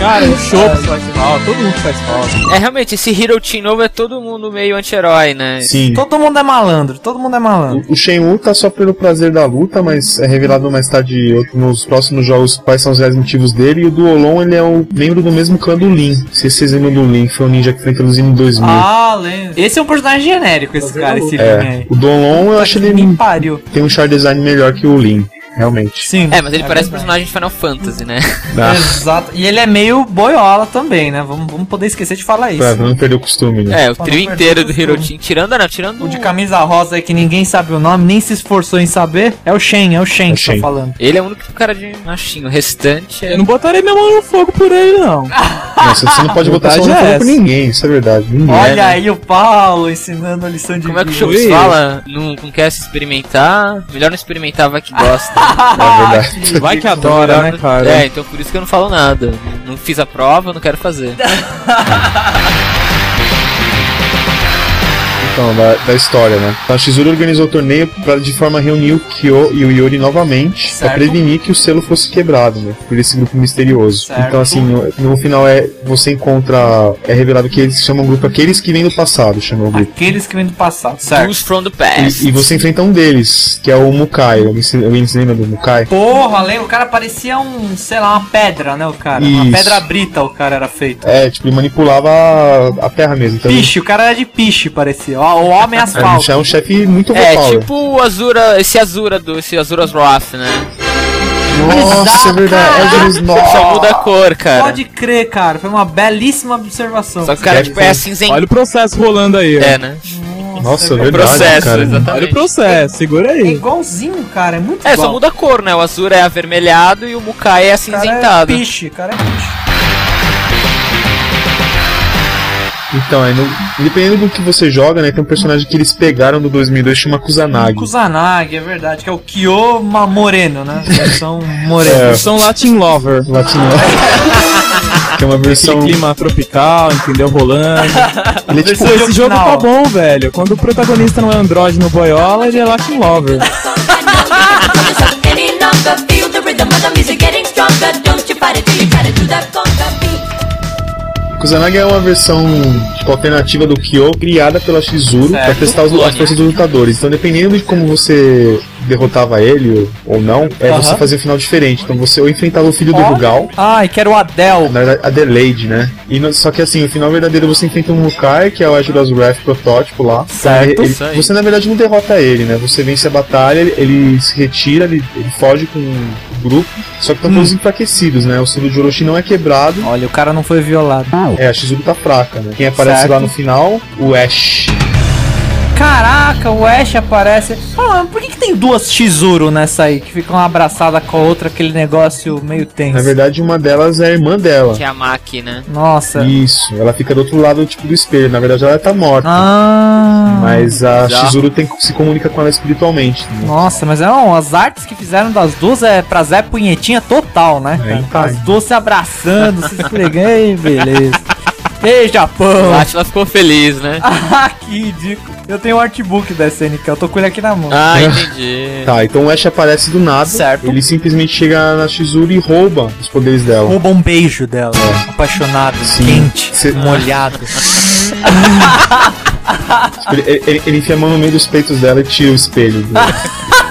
[SPEAKER 2] Cara, o Chopp faz falta, todo mundo faz falta.
[SPEAKER 3] É, realmente, esse Hero Team novo é todo mundo meio anti-herói, né?
[SPEAKER 4] Sim.
[SPEAKER 1] Todo mundo é malandro, todo mundo é malandro.
[SPEAKER 4] O Shenmue tá só pelo prazer da luta, mas é revelado mais tarde nos próximos jogos quais são os reais motivos dele. E o Duolon, ele é o membro do mesmo clã do Lin. Não sei se vocês lembram do Lin, que foi um ninja que foi introduzido em 2000.
[SPEAKER 1] Ah, lembro. Esse é um personagem genérico, esse cara, esse Lin
[SPEAKER 4] é.
[SPEAKER 1] aí.
[SPEAKER 4] O Duolon, eu acho
[SPEAKER 1] Me
[SPEAKER 4] ele
[SPEAKER 1] pariu.
[SPEAKER 4] tem um char design um melhor que o Lin. realmente.
[SPEAKER 1] Sim.
[SPEAKER 3] É, mas ele parece
[SPEAKER 1] verdade.
[SPEAKER 3] um personagem de Final Fantasy, né?
[SPEAKER 4] Dá.
[SPEAKER 1] Exato. E ele é meio boiola também, né? Vamos, vamos poder esquecer de falar isso.
[SPEAKER 4] Pra não perder o costume, né?
[SPEAKER 3] É, o
[SPEAKER 1] Pra
[SPEAKER 3] trio
[SPEAKER 1] não
[SPEAKER 3] inteiro do
[SPEAKER 1] perder o
[SPEAKER 3] Hirotin. Tirando, não, tirando
[SPEAKER 1] O de camisa rosa aí que ninguém sabe o nome, nem se esforçou em saber, é o Shen, é o Shen
[SPEAKER 4] É o
[SPEAKER 1] que tá
[SPEAKER 4] Shen.
[SPEAKER 1] falando.
[SPEAKER 3] Ele é o único cara de machinho. O restante é.
[SPEAKER 2] Eu não botarei minha mão no fogo por ele, não.
[SPEAKER 4] Nossa, você não pode
[SPEAKER 2] A
[SPEAKER 4] botar só no
[SPEAKER 2] verdade é
[SPEAKER 4] fogo com
[SPEAKER 2] essa.
[SPEAKER 4] ninguém, isso é verdade. Ninguém.
[SPEAKER 1] Olha
[SPEAKER 3] né?
[SPEAKER 1] aí o Paulo ensinando a lição de
[SPEAKER 3] Como é que o
[SPEAKER 1] vida.
[SPEAKER 3] Schultz fala? Não, não quer se experimentar? Melhor não experimentar, vai que gosta.
[SPEAKER 1] tá
[SPEAKER 4] É verdade.
[SPEAKER 2] Vai que adora, né, cara?
[SPEAKER 3] É, então por isso que eu não falo nada. Não fiz a prova, não quero fazer.
[SPEAKER 4] Então, da, da história, né? A Shizuru organizou o torneio pra de forma a reunir o Kyo e o Yori novamente
[SPEAKER 1] Certo.
[SPEAKER 4] pra prevenir que o selo fosse quebrado, né? Por esse grupo misterioso.
[SPEAKER 1] Certo.
[SPEAKER 4] Então, assim, no, no final é você encontra. É revelado que eles chamam o grupo aqueles que vêm do passado, chamam o grupo.
[SPEAKER 1] Aqueles que vêm do passado, certo?
[SPEAKER 3] Tools from the
[SPEAKER 1] É.
[SPEAKER 3] past.
[SPEAKER 4] E, e você enfrenta um deles, que é o Mukai. Alguém se, alguém se lembra do Mukai?
[SPEAKER 1] Porra, lembra? O cara parecia um, sei lá, uma pedra, né, o cara? Uma
[SPEAKER 4] Isso.
[SPEAKER 1] pedra brita o cara era feito.
[SPEAKER 4] É, tipo, ele manipulava a, a terra mesmo. Então,
[SPEAKER 1] Piche, o cara era de piche, parecia. Ó, O homem
[SPEAKER 4] é,
[SPEAKER 1] asfalto.
[SPEAKER 4] já é um chefe muito
[SPEAKER 3] É,
[SPEAKER 4] vocal. né?
[SPEAKER 3] tipo o Azura, esse Azura do, esse Azura's Wrath, né?
[SPEAKER 4] Nossa, é verdade. É o deles,
[SPEAKER 3] Só
[SPEAKER 4] nossa.
[SPEAKER 3] muda a cor, cara.
[SPEAKER 1] Oh. Pode crer, cara. Foi uma belíssima observação.
[SPEAKER 3] Só que o cara,
[SPEAKER 4] Deve
[SPEAKER 3] tipo, é
[SPEAKER 4] ser.
[SPEAKER 3] acinzento.
[SPEAKER 2] Olha o processo rolando aí. ó.
[SPEAKER 3] É, né?
[SPEAKER 4] Nossa, é
[SPEAKER 1] cara.
[SPEAKER 4] verdade.
[SPEAKER 3] Processo,
[SPEAKER 4] cara.
[SPEAKER 2] Olha o
[SPEAKER 3] exatamente.
[SPEAKER 2] processo, segura
[SPEAKER 1] É
[SPEAKER 2] aí.
[SPEAKER 1] igualzinho, cara. É muito
[SPEAKER 3] É,
[SPEAKER 1] igual.
[SPEAKER 3] só muda a cor, né? O Azura é avermelhado e o Mukai é
[SPEAKER 1] O cara
[SPEAKER 3] acinzentado.
[SPEAKER 1] É piche, o cara é piche.
[SPEAKER 4] Então, aí no- dependendo do que você joga, né, tem um personagem que eles pegaram do 2002 chama Kusanagi.
[SPEAKER 1] Kusanagi, é verdade. Que é o Kyo Mamoreno, né? São Moreno.
[SPEAKER 4] É.
[SPEAKER 2] Versão Latin Lover.
[SPEAKER 4] Latino. que é uma
[SPEAKER 2] Aquele
[SPEAKER 4] versão.
[SPEAKER 2] clima tropical, entendeu? Rolando.
[SPEAKER 4] Ele é tipo.
[SPEAKER 2] Pô, esse jogo
[SPEAKER 1] Não.
[SPEAKER 2] tá bom, velho. Quando o protagonista não é androide no boiola, ele é Latin Lover.
[SPEAKER 7] Any longer feel the rhythm of the music getting stronger. Don't you fight it till you try to do that conga beat.
[SPEAKER 4] Kusanagi é uma versão tipo, alternativa do Kyo criada pela Shizuru
[SPEAKER 1] Certo.
[SPEAKER 4] pra testar os, as forças dos lutadores. Então, dependendo de como você derrotava ele ou, ou não, é, você
[SPEAKER 1] Aham.
[SPEAKER 4] fazia um final diferente. Então, você ou enfrentava o filho do Rugal.
[SPEAKER 1] Ai, quero o Adel.
[SPEAKER 4] Na verdade, Adelaide, né? E no- só que assim, o final verdadeiro você enfrenta um Mukai, que é o Ajudas Wrath protótipo lá.
[SPEAKER 2] Certo.
[SPEAKER 4] Ele-
[SPEAKER 3] Isso aí.
[SPEAKER 4] você na verdade não derrota ele, né? Você vence a batalha, ele, ele se retira, ele, ele foge com o grupo. Só que estão todos
[SPEAKER 1] Hum.
[SPEAKER 4] enfraquecidos, né? O selo de Orochi não é quebrado.
[SPEAKER 1] Olha, o cara não foi violado.
[SPEAKER 4] É, a Shizuru tá fraca, né? Quem aparece
[SPEAKER 1] Certo.
[SPEAKER 4] lá no final? O Ash.
[SPEAKER 1] Caraca, o Ash aparece. Ah, mas por que, que tem duas Shizuru nessa aí? Que ficam abraçadas com a outra, aquele negócio meio tenso.
[SPEAKER 4] Na verdade, uma delas é a irmã dela.
[SPEAKER 3] Que é a Maki, né?
[SPEAKER 1] Nossa.
[SPEAKER 4] Isso, ela fica do outro lado tipo, do espelho. Na verdade, ela tá morta.
[SPEAKER 1] Ah.
[SPEAKER 4] Mas a
[SPEAKER 3] Bizarro.
[SPEAKER 4] Shizuru tem- se comunica com ela espiritualmente. Né?
[SPEAKER 1] Nossa, mas não, as artes que fizeram das duas é pra Zé Punhetinha total, né?
[SPEAKER 4] É,
[SPEAKER 1] cara?
[SPEAKER 4] então.
[SPEAKER 1] As duas se abraçando, se esfregando, ei, beleza. Ei,
[SPEAKER 3] O
[SPEAKER 2] Ah.
[SPEAKER 1] Japão!
[SPEAKER 3] Atila ficou feliz, né?
[SPEAKER 1] Ah, que ridículo. Eu tenho o artbook da SNK, eu tô com ele aqui na mão.
[SPEAKER 3] Ah, entendi.
[SPEAKER 4] Tá, então o Ash aparece do nada.
[SPEAKER 1] Certo.
[SPEAKER 4] Ele simplesmente chega na Shizuru e rouba os poderes dela.
[SPEAKER 1] Rouba um beijo dela, apaixonado,
[SPEAKER 4] É. Sim.
[SPEAKER 1] quente,
[SPEAKER 4] Cê-
[SPEAKER 1] molhado. Ah.
[SPEAKER 4] Ele, ele- ele enfia a mão no meio dos peitos dela e tira o espelho. dela.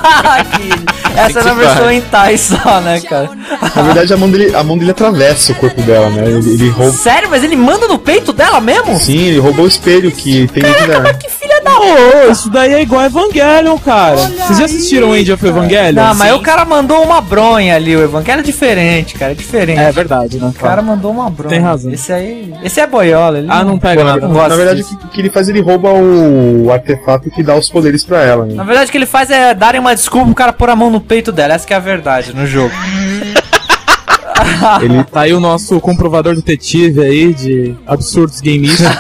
[SPEAKER 1] Ah, que- Essa era a versão em Thai só, né, cara?
[SPEAKER 4] na verdade, a mão, dele, a mão dele atravessa o corpo dela, né? Ele, ele rouba.
[SPEAKER 1] Sério, mas ele manda no peito dela mesmo?
[SPEAKER 4] Sim, ele roubou o espelho que tem dentro dela.
[SPEAKER 1] Que filha da
[SPEAKER 2] Ô, ô, isso daí é igual Evangelion, cara. Vocês já assistiram o Angel of Evangelion?
[SPEAKER 1] Não, mas
[SPEAKER 2] Sim.
[SPEAKER 1] o cara mandou uma bronha ali, o Evangelho é diferente, cara, é diferente.
[SPEAKER 2] É verdade, né?
[SPEAKER 1] O cara mandou uma bronha.
[SPEAKER 2] Tem razão.
[SPEAKER 1] Esse aí. Esse é boiola. Ele
[SPEAKER 2] Ah, não pega
[SPEAKER 1] eu
[SPEAKER 2] nada.
[SPEAKER 1] não
[SPEAKER 2] Na
[SPEAKER 1] gosto
[SPEAKER 4] Na verdade, o
[SPEAKER 1] disso.
[SPEAKER 4] que, o que ele faz? Ele rouba o artefato que dá os poderes pra ela. Né?
[SPEAKER 1] Na verdade, o que ele faz é darem uma desculpa pro cara pôr a mão no peito dela. Essa que é a verdade no jogo.
[SPEAKER 2] Ele... Tá aí o nosso comprovador detetive aí de absurdos gameistas.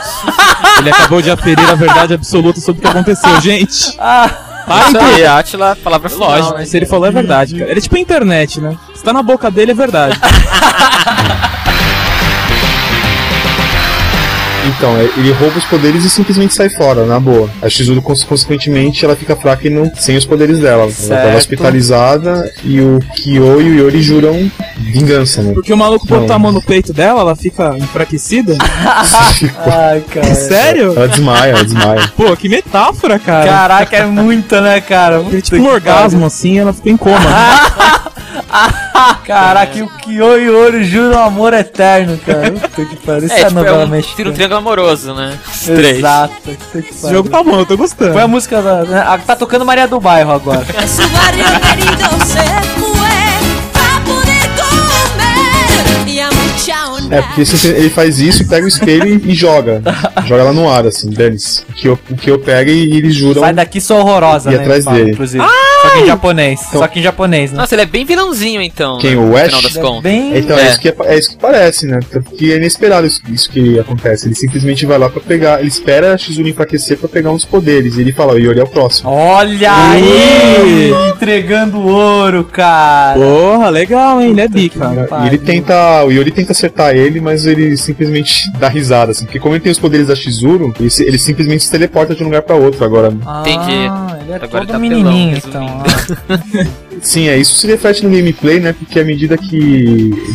[SPEAKER 2] ele acabou de aferir a verdade absoluta sobre o que aconteceu, gente.
[SPEAKER 1] Ah,
[SPEAKER 2] Tá
[SPEAKER 3] Isso
[SPEAKER 2] então.
[SPEAKER 3] aí, Atila, palavra final.
[SPEAKER 2] Lógico,
[SPEAKER 3] né?
[SPEAKER 2] se ele falou é verdade, cara. Ele é tipo a internet, né? Se tá na boca dele, é verdade.
[SPEAKER 4] Então, é- ele rouba os poderes e simplesmente sai fora, na boa. A Shizuru, cons- consequentemente, ela fica fraca e não sem os poderes dela. Ela
[SPEAKER 1] Certo.
[SPEAKER 4] tá hospitalizada e o Kyo e o Yori juram vingança, né?
[SPEAKER 2] Porque o maluco botou
[SPEAKER 1] É.
[SPEAKER 4] Não.
[SPEAKER 2] a mão no peito dela, ela fica enfraquecida.
[SPEAKER 1] Ai, cara.
[SPEAKER 2] É, Sério?
[SPEAKER 4] Ela desmaia, ela desmaia.
[SPEAKER 2] Pô, que metáfora, cara.
[SPEAKER 1] Caraca, é muita, né, cara?
[SPEAKER 2] Porque,
[SPEAKER 1] Puta
[SPEAKER 2] tipo, um
[SPEAKER 1] que
[SPEAKER 2] orgasmo assim, ela ficou em coma.
[SPEAKER 1] pariu. Caraca, e o Kyo e o Ouro jura um amor eterno, cara. Puta que pariu. Isso é,
[SPEAKER 3] É, tipo, é
[SPEAKER 1] novela
[SPEAKER 3] um, tira um
[SPEAKER 1] mexicana.
[SPEAKER 3] triângulo amoroso, né? Os três.
[SPEAKER 1] Exato. Puta que
[SPEAKER 2] Esse
[SPEAKER 1] pariu.
[SPEAKER 2] jogo tá bom, eu tô gostando.
[SPEAKER 1] Foi a música da. né? Ah, Tá tocando Maria do Bairro agora.
[SPEAKER 7] Su barrio querido se
[SPEAKER 4] É, porque se ele faz isso e pega o espelho e, e joga. Joga lá no ar, assim, dane-se. O que eu, o que eu pego e eles juram.
[SPEAKER 1] Sai daqui, sou horrorosa,
[SPEAKER 4] E
[SPEAKER 1] né?
[SPEAKER 4] atrás
[SPEAKER 1] fala,
[SPEAKER 4] dele. Então-
[SPEAKER 1] Inclusive. Só que em japonês. Só que em japonês, né?
[SPEAKER 3] Nossa, ele é bem vilãozinho então.
[SPEAKER 4] Quem,
[SPEAKER 3] né,
[SPEAKER 4] o
[SPEAKER 3] no
[SPEAKER 4] Ash?
[SPEAKER 3] final das
[SPEAKER 1] Ele é
[SPEAKER 3] contas.
[SPEAKER 1] bem...
[SPEAKER 4] Então, é.
[SPEAKER 3] É.
[SPEAKER 4] isso que, é isso que parece, né? Porque é inesperado isso, isso que acontece. Ele simplesmente vai lá pra pegar. Ele espera a Shizune enfraquecer pra pegar uns poderes. E ele fala, Yori é o próximo.
[SPEAKER 1] Olha aí! Entregando ouro, cara.
[SPEAKER 2] Porra, legal, hein? Ele é bi, cara.
[SPEAKER 4] E ele tenta. O Yori tenta acertar ele, mas ele simplesmente dá risada, assim. Porque como ele tem os poderes da Shizuru, ele, se- ele simplesmente se teleporta de um lugar pra outro agora.
[SPEAKER 3] Entendi.
[SPEAKER 1] Ah, ele é
[SPEAKER 3] Agora
[SPEAKER 1] todo
[SPEAKER 3] ele tá
[SPEAKER 1] menininho,
[SPEAKER 3] pelão,
[SPEAKER 1] então.
[SPEAKER 4] Tá. Sim, é isso se reflete no gameplay, né? Porque à medida que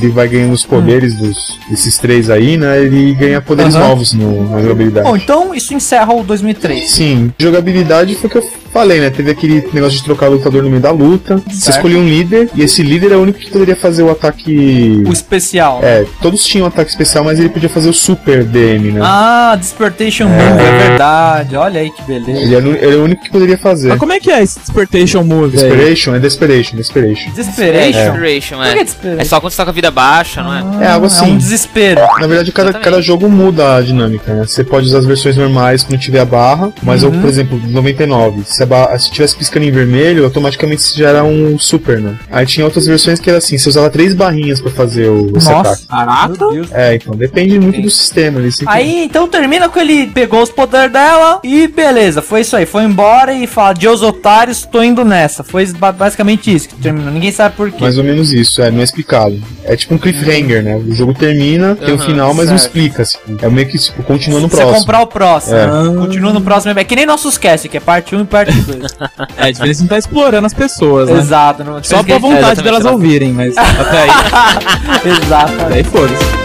[SPEAKER 4] ele vai ganhando os poderes dos, desses três aí, né? Ele ganha poderes
[SPEAKER 1] Aham.
[SPEAKER 4] novos no, na jogabilidade.
[SPEAKER 1] Bom, então isso encerra o 2003.
[SPEAKER 4] Sim, jogabilidade foi o que eu falei, né? Teve aquele negócio de trocar lutador no meio da luta. Você
[SPEAKER 1] Certo.
[SPEAKER 4] escolheu um líder, e esse líder é o único que poderia fazer o ataque.
[SPEAKER 1] O especial.
[SPEAKER 4] É, todos tinham ataque especial, mas ele podia fazer o super DM, né?
[SPEAKER 1] Ah, Despertation Move, é verdade. Olha aí que beleza.
[SPEAKER 4] Ele era, o- ele era o único que poderia fazer.
[SPEAKER 2] Mas como é que é esse Despertation Move, velho?
[SPEAKER 4] Desperation? É Desperation, Desperation.
[SPEAKER 1] Desperation?
[SPEAKER 3] Inspiration,
[SPEAKER 1] Por que
[SPEAKER 3] é. É
[SPEAKER 1] Desperation?
[SPEAKER 3] só quando você tá com a vida baixa, não é?
[SPEAKER 4] É algo
[SPEAKER 1] É um
[SPEAKER 4] assim.
[SPEAKER 1] desespero.
[SPEAKER 4] Na verdade, cada,
[SPEAKER 3] Exatamente.
[SPEAKER 4] cada jogo muda a dinâmica, né? Você pode usar as versões normais quando tiver a barra, mas
[SPEAKER 1] Uhum.
[SPEAKER 4] eu, por exemplo, 99, se, a barra, se tivesse piscando em vermelho, automaticamente você já era um super, né? Aí tinha outras versões que era assim, você usava três barrinhas pra fazer o esse ataque.
[SPEAKER 1] Nossa.
[SPEAKER 2] Caraca!
[SPEAKER 4] É, então depende muito do sistema. Ele sempre-
[SPEAKER 1] Aí então termina com ele pegou os poderes dela e beleza, foi isso aí. Foi embora e fala: Deus otários, tô indo nessa. Foi ba- basicamente isso que terminou. Ninguém sabe por quê.
[SPEAKER 4] Mais ou menos isso, é, não é explicado. É tipo um cliffhanger, né? O jogo termina, tem um
[SPEAKER 3] Aham,
[SPEAKER 4] final, mas não
[SPEAKER 1] certo.
[SPEAKER 4] explica. Assim. É meio que tipo, continua no
[SPEAKER 1] Você
[SPEAKER 4] próximo.
[SPEAKER 1] comprar o próximo.
[SPEAKER 4] É.
[SPEAKER 2] Ah.
[SPEAKER 1] Continua no próximo. É que nem nossos cast, que é parte 1 e parte 2.
[SPEAKER 2] É, a diferença é não tá explorando as pessoas, né?
[SPEAKER 1] Exato. Não,
[SPEAKER 2] Só pra vontade
[SPEAKER 3] exatamente,
[SPEAKER 2] delas
[SPEAKER 3] exatamente.
[SPEAKER 2] ouvirem, mas até aí.
[SPEAKER 1] Exato.
[SPEAKER 2] até aí foda-se.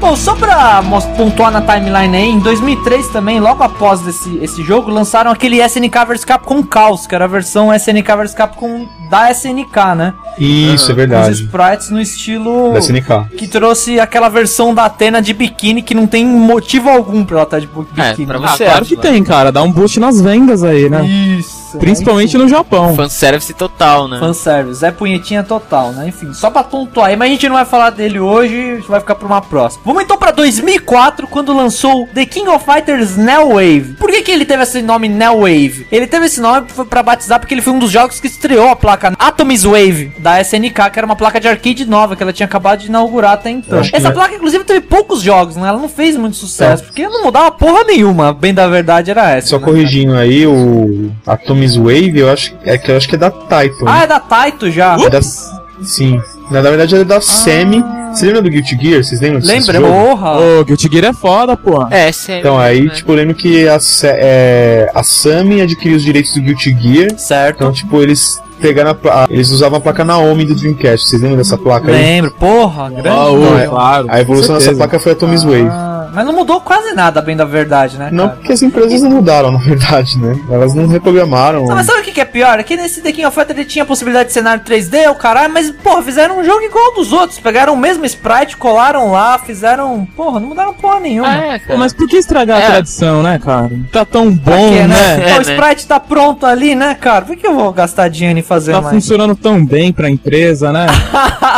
[SPEAKER 1] Bom, só pra mos- pontuar na timeline aí, em 2003 também, logo após esse, esse jogo, lançaram aquele SNK vs Capcom Chaos, que era a versão SNK vs Capcom da SNK, né?
[SPEAKER 4] Isso, é
[SPEAKER 1] Com os
[SPEAKER 4] verdade.
[SPEAKER 1] sprites no estilo...
[SPEAKER 4] Da SNK.
[SPEAKER 1] Que trouxe aquela versão da Atena de biquíni que não tem motivo algum pra ela estar de bu-
[SPEAKER 3] É,
[SPEAKER 1] biquíni.
[SPEAKER 3] pra
[SPEAKER 2] Ah,
[SPEAKER 3] você.
[SPEAKER 2] claro
[SPEAKER 3] acha,
[SPEAKER 2] que
[SPEAKER 3] né?
[SPEAKER 2] tem, cara. Dá um boost nas vendas aí, né?
[SPEAKER 1] Isso.
[SPEAKER 2] Principalmente no
[SPEAKER 1] Ah.
[SPEAKER 2] Japão.
[SPEAKER 3] Fanservice total, né?
[SPEAKER 1] Fanservice, é punhetinha total, né? Enfim, só pra pontuar aí, mas a gente não vai falar dele hoje, a gente vai ficar pra uma próxima. Vamos então pra 2004, quando lançou The King of Fighters Neo Wave. Por que, que ele teve esse nome Neo Wave? Ele teve esse nome foi pra batizar porque ele foi um dos jogos que estreou a placa Atomis Wave da SNK, que era uma placa de arcade nova que ela tinha acabado de inaugurar até então.
[SPEAKER 4] Acho que
[SPEAKER 1] Essa
[SPEAKER 4] não é-
[SPEAKER 1] placa, inclusive, teve poucos jogos, né? Ela não fez muito sucesso, porque não mudava porra nenhuma. Bem da verdade era essa.
[SPEAKER 4] Só
[SPEAKER 1] né?
[SPEAKER 4] corrigindo aí, o Atomis Wave, eu acho, é que eu acho que é da Taito. né?
[SPEAKER 1] Ah, é da Taito já.
[SPEAKER 4] É da- sim. Na na verdade, ela é da Semi. Você lembra do Guilty Gear? Vocês lembram disso?
[SPEAKER 1] Lembra?
[SPEAKER 4] jogo?
[SPEAKER 1] Porra.
[SPEAKER 2] Ô, Guilty Gear é foda, pô.
[SPEAKER 3] É, sério.
[SPEAKER 4] Então, aí,
[SPEAKER 3] né?
[SPEAKER 4] tipo, eu lembro que a, Se- é, a Sammy adquiriu os direitos do Guilty Gear.
[SPEAKER 1] Certo.
[SPEAKER 4] Então, tipo, eles pegaram a pla- a- Eles usavam a placa Naomi do Dreamcast. Vocês lembram dessa placa aí?
[SPEAKER 1] Lembro, porra, grande.
[SPEAKER 2] Ó, ô,
[SPEAKER 4] Não, é-
[SPEAKER 2] claro.
[SPEAKER 4] A evolução
[SPEAKER 2] com
[SPEAKER 4] dessa
[SPEAKER 2] certeza.
[SPEAKER 4] placa foi a Tommy's Wave.
[SPEAKER 1] Ah, mas não mudou quase nada, bem da verdade, né?
[SPEAKER 4] Não
[SPEAKER 1] cara?
[SPEAKER 4] porque as empresas não mudaram, na verdade, né? Elas não reprogramaram.
[SPEAKER 1] Ah, mas sabe o que que é pior? É que nesse The King of Fighters ele tinha a possibilidade de cenário 3D, o caralho, mas, porra, fizeram um jogo igual ao dos outros. Pegaram o mesmo sprite, colaram lá, fizeram. Porra, não mudaram porra nenhuma.
[SPEAKER 3] Ah, é,
[SPEAKER 2] Pô,
[SPEAKER 3] cara.
[SPEAKER 2] mas por que estragar
[SPEAKER 3] É.
[SPEAKER 2] a tradição, né, cara? Tá tão
[SPEAKER 1] Pra
[SPEAKER 2] bom,
[SPEAKER 1] quê,
[SPEAKER 2] né?
[SPEAKER 1] Então,
[SPEAKER 3] É,
[SPEAKER 1] o
[SPEAKER 3] né?
[SPEAKER 1] sprite tá pronto ali, né, cara? Por que eu vou gastar dinheiro em fazer
[SPEAKER 2] Tá
[SPEAKER 1] mais?
[SPEAKER 2] funcionando tão bem pra empresa, né?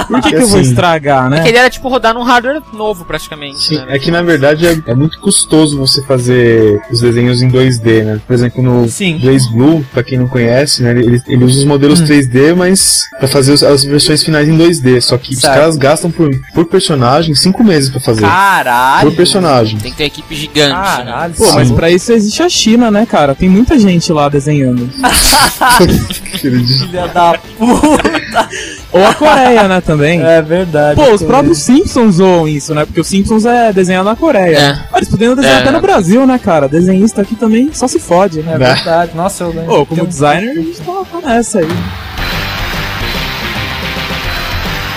[SPEAKER 2] Por que, que eu vou
[SPEAKER 4] Assim.
[SPEAKER 2] estragar,
[SPEAKER 3] Porque
[SPEAKER 2] né?
[SPEAKER 3] ele era tipo rodar num hardware novo, praticamente.
[SPEAKER 4] Sim,
[SPEAKER 3] né?
[SPEAKER 4] é que na verdade é, é muito custoso você fazer os desenhos em 2D, né? Por exemplo, no
[SPEAKER 1] Sim.
[SPEAKER 4] Blaze Blue, pra quem não conhece, né? Ele, ele usa os
[SPEAKER 1] Hum.
[SPEAKER 4] modelos 3D, mas pra fazer os- as versões finais em 2D. Só que os
[SPEAKER 1] Certo.
[SPEAKER 4] caras gastam por, por personagem 5 meses pra fazer.
[SPEAKER 1] Caralho!
[SPEAKER 4] por personagem.
[SPEAKER 3] Tem que ter uma equipe gigante. né?
[SPEAKER 1] é Caralho,
[SPEAKER 2] Pô,
[SPEAKER 1] sim.
[SPEAKER 2] mas pra isso existe a China, né, cara? Tem muita gente lá desenhando.
[SPEAKER 1] filha da puta!
[SPEAKER 2] Ou a Coreia, né, também.
[SPEAKER 1] É verdade.
[SPEAKER 2] Pô, os
[SPEAKER 1] cara.
[SPEAKER 2] próprios Simpsons zoam isso, né? Porque os Simpsons é desenhado na Coreia.
[SPEAKER 3] É.
[SPEAKER 2] Ah, eles poderiam desenhar
[SPEAKER 3] É.
[SPEAKER 2] até no Brasil, né, cara? Desenhista aqui também só se fode,
[SPEAKER 1] É
[SPEAKER 2] né?
[SPEAKER 1] verdade, nossa, eu lembro.
[SPEAKER 2] Pô, como
[SPEAKER 1] Tem um-
[SPEAKER 2] designer, a gente tá tá nessa aí.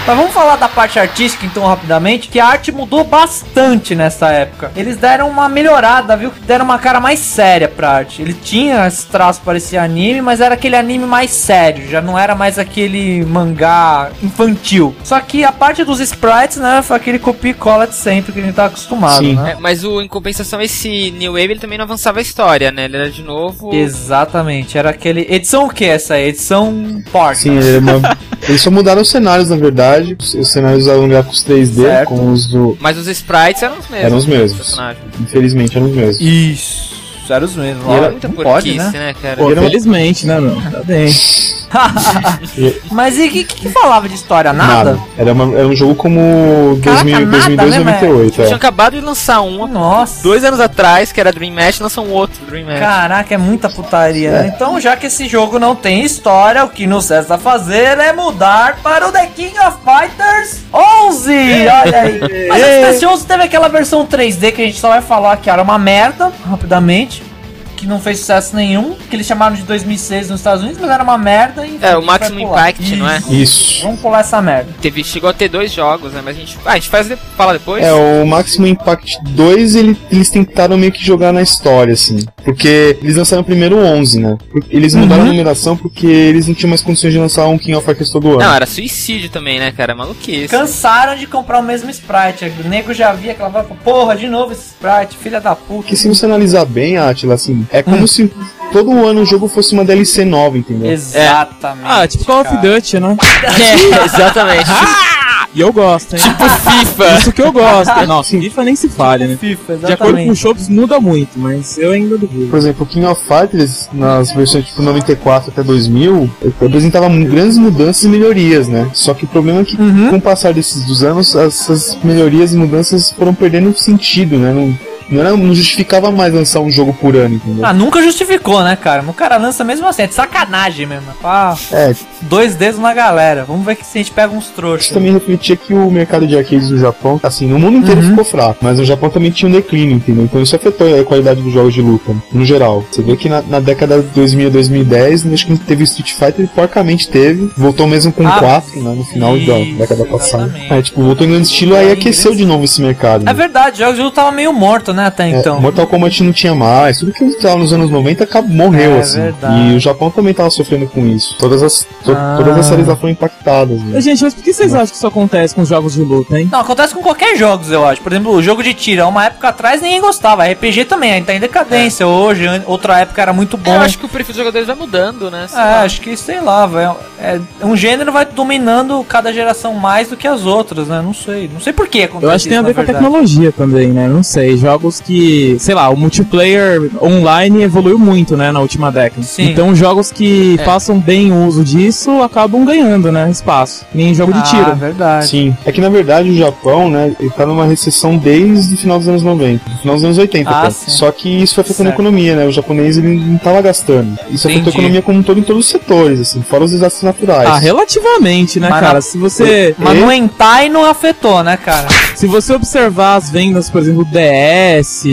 [SPEAKER 1] Mas vamos falar da parte artística então rapidamente, que a arte mudou bastante nessa época. Eles deram uma melhorada, viu? Deram uma cara mais séria pra arte. Ele tinha esse traço parecia anime, mas era aquele anime mais sério, já não era mais aquele mangá infantil. Só que a parte dos sprites, né, foi aquele copia e cola de sempre que a gente tá acostumado,
[SPEAKER 4] Sim.
[SPEAKER 1] né?
[SPEAKER 3] É, mas o, em compensação, esse New Wave ele também não avançava a história, né? Ele era de novo.
[SPEAKER 1] Exatamente, era aquele. Edição o que essa aí? Edição porta.
[SPEAKER 4] Sim, ele é uma- eles só mudaram os cenários, na verdade. Os cenários eram já com os 3D,
[SPEAKER 1] Certo.
[SPEAKER 4] com os do.
[SPEAKER 3] Mas os sprites eram os mesmos.
[SPEAKER 4] Eram os mesmos.
[SPEAKER 3] personagens.
[SPEAKER 4] Infelizmente eram os mesmos.
[SPEAKER 1] Isso, eram os mesmos.
[SPEAKER 4] E
[SPEAKER 1] ó.
[SPEAKER 4] era-
[SPEAKER 3] Muita
[SPEAKER 1] Não
[SPEAKER 3] porquice, né? cara?
[SPEAKER 2] Pô,
[SPEAKER 4] Ele era uma-
[SPEAKER 2] felizmente, né, meu? Tá bem.
[SPEAKER 1] Mas e o que, que falava de história? Nada?
[SPEAKER 4] Era, uma- era um jogo como
[SPEAKER 1] Caraca,
[SPEAKER 4] 2000,
[SPEAKER 1] nada,
[SPEAKER 4] 2002,
[SPEAKER 1] né, velho?
[SPEAKER 4] 98.
[SPEAKER 3] Eles tinham
[SPEAKER 4] É.
[SPEAKER 3] acabado de lançar um há
[SPEAKER 1] Nossa.
[SPEAKER 3] dois anos atrás, que era Dream Match, lançam outro Dream Match.
[SPEAKER 1] Caraca, é muita putaria, né? Então, já que esse jogo não tem história, o que nos resta fazer é mudar para o The King of Fighters 11!
[SPEAKER 3] É.
[SPEAKER 1] Olha aí! Mas antes desse 11 teve aquela versão 3D que a gente só vai falar que era uma merda, rapidamente. Que não fez sucesso nenhum, que eles chamaram de 2006 nos Estados Unidos, mas era uma merda. enfim, a
[SPEAKER 3] É, o
[SPEAKER 1] gente vai
[SPEAKER 3] Maximum
[SPEAKER 1] pular.
[SPEAKER 3] Impact, não é?
[SPEAKER 1] Isso.
[SPEAKER 4] Isso.
[SPEAKER 1] Vamos pular essa merda.
[SPEAKER 3] Teve, chegou a ter dois jogos, né? Mas a gente, ah, a gente faz, de- fala depois.
[SPEAKER 4] É, o Maximum Impact 2 ele- eles tentaram meio que jogar na história, assim. Porque eles lançaram primeiro o 11, né? Eles mudaram a numeração porque eles não tinham mais condições de lançar um King of Fighters todo ano.
[SPEAKER 3] Não, é- era suicídio também, né, cara? Maluquice.
[SPEAKER 1] Cansaram de comprar o mesmo sprite. O nego já via aquela vaca, porra, de novo esse sprite, filha da puta.
[SPEAKER 4] Porque se você analisar bem, Atila, assim, é como se todo ano o jogo fosse uma DLC nova, entendeu?
[SPEAKER 1] Exatamente.
[SPEAKER 2] Ah, tipo Call of
[SPEAKER 1] cara.
[SPEAKER 2] Duty, né? Ah!
[SPEAKER 3] É, exatamente.
[SPEAKER 2] E eu gosto, hein?
[SPEAKER 3] tipo FIFA.
[SPEAKER 2] Isso que eu gosto. Nossa, FIFA nem se falha, né?
[SPEAKER 1] FIFA,
[SPEAKER 2] De acordo com
[SPEAKER 1] exatamente.
[SPEAKER 2] o Shops muda muito, mas eu ainda duvido.
[SPEAKER 4] Por exemplo, o King of Fighters, nas versões tipo 94 até 2000, apresentava mu- grandes mudanças e melhorias, né? Só que o problema é que,
[SPEAKER 1] Uhum.
[SPEAKER 4] com o passar desses dos anos, essas melhorias e mudanças foram perdendo sentido, né? Não, não, era- não justificava mais lançar um jogo por ano, entendeu?
[SPEAKER 1] Ah, nunca justificou, né, cara? O cara lança mesmo assim, é de sacanagem mesmo. Pá,
[SPEAKER 4] É,
[SPEAKER 1] dois dedos na galera. Vamos ver que se a gente pega uns
[SPEAKER 4] isso
[SPEAKER 1] trouxas.
[SPEAKER 4] também refletia que o mercado de arcades do Japão, assim, no mundo
[SPEAKER 1] Uhum.
[SPEAKER 4] inteiro ficou fraco, mas o Japão também tinha um declínio, entendeu? Então isso afetou a qualidade dos jogos de luta, né? no geral. Você vê que na, na década de 2000 e 2010, acho que teve Street Fighter, porcamente teve, voltou mesmo com
[SPEAKER 1] Ah,
[SPEAKER 4] 4, né, no final da
[SPEAKER 1] isso,
[SPEAKER 4] década passada.
[SPEAKER 1] exatamente.
[SPEAKER 4] É, tipo, voltou em grande estilo, aí
[SPEAKER 1] Aí,
[SPEAKER 4] aqueceu de novo esse mercado.
[SPEAKER 1] É
[SPEAKER 4] né?
[SPEAKER 1] verdade, jogos de luta tava meio morto, né, até
[SPEAKER 4] É,
[SPEAKER 1] então.
[SPEAKER 4] Mortal Kombat não tinha mais, tudo que estava nos anos 90 acabou, morreu,
[SPEAKER 1] É
[SPEAKER 4] assim.
[SPEAKER 1] verdade.
[SPEAKER 4] E o Japão também estava sofrendo com isso. Todas as, to-
[SPEAKER 1] Ah.
[SPEAKER 4] todas as séries lá foram impactadas. né?
[SPEAKER 2] Mas, gente, mas por que vocês acham que isso acontece com os jogos de luta, hein?
[SPEAKER 1] Não, acontece com qualquer jogos, eu acho. Por exemplo, o jogo de tiro, há uma época atrás ninguém gostava. RPG também, ainda tá em decadência hoje. an- Outra época era
[SPEAKER 2] É,
[SPEAKER 1] muito
[SPEAKER 4] É.
[SPEAKER 1] bom.
[SPEAKER 3] Eu acho que o perfil dos jogadores vai mudando, né? sei
[SPEAKER 1] É,
[SPEAKER 3] lá.
[SPEAKER 1] acho que sei lá, velho. É, um gênero vai dominando cada geração mais do que as outras, né? Não sei. Não sei por que acontece.
[SPEAKER 2] Eu acho que tem a
[SPEAKER 1] isso,
[SPEAKER 2] ver
[SPEAKER 1] na
[SPEAKER 2] com a
[SPEAKER 1] verdade.
[SPEAKER 2] tecnologia também, né? Não sei, jogos que, sei lá, o multiplayer online evoluiu muito, né, na última década.
[SPEAKER 1] Sim.
[SPEAKER 2] Então jogos que
[SPEAKER 3] É.
[SPEAKER 2] façam bem uso disso acabam ganhando, né, espaço. Nem jogo de
[SPEAKER 1] Ah,
[SPEAKER 2] tiro.
[SPEAKER 1] verdade.
[SPEAKER 4] Sim. É que na verdade o Japão, né, ele tá numa recessão desde o final dos anos 90, do final dos anos 80.
[SPEAKER 1] Ah,
[SPEAKER 4] até.
[SPEAKER 1] sim.
[SPEAKER 4] Só que isso foi afetando a
[SPEAKER 1] Certo.
[SPEAKER 4] economia, né? O japonês ele não tava gastando. Isso
[SPEAKER 1] Entendi.
[SPEAKER 4] afetou a economia como um todo em todos os setores, assim, fora os desastres naturais.
[SPEAKER 2] Ah, relativamente, né,
[SPEAKER 1] Mas
[SPEAKER 2] cara?
[SPEAKER 1] na-
[SPEAKER 2] Se você
[SPEAKER 1] Mas no hentai não afetou, né, cara?
[SPEAKER 2] se você observar as vendas, por exemplo, do DS,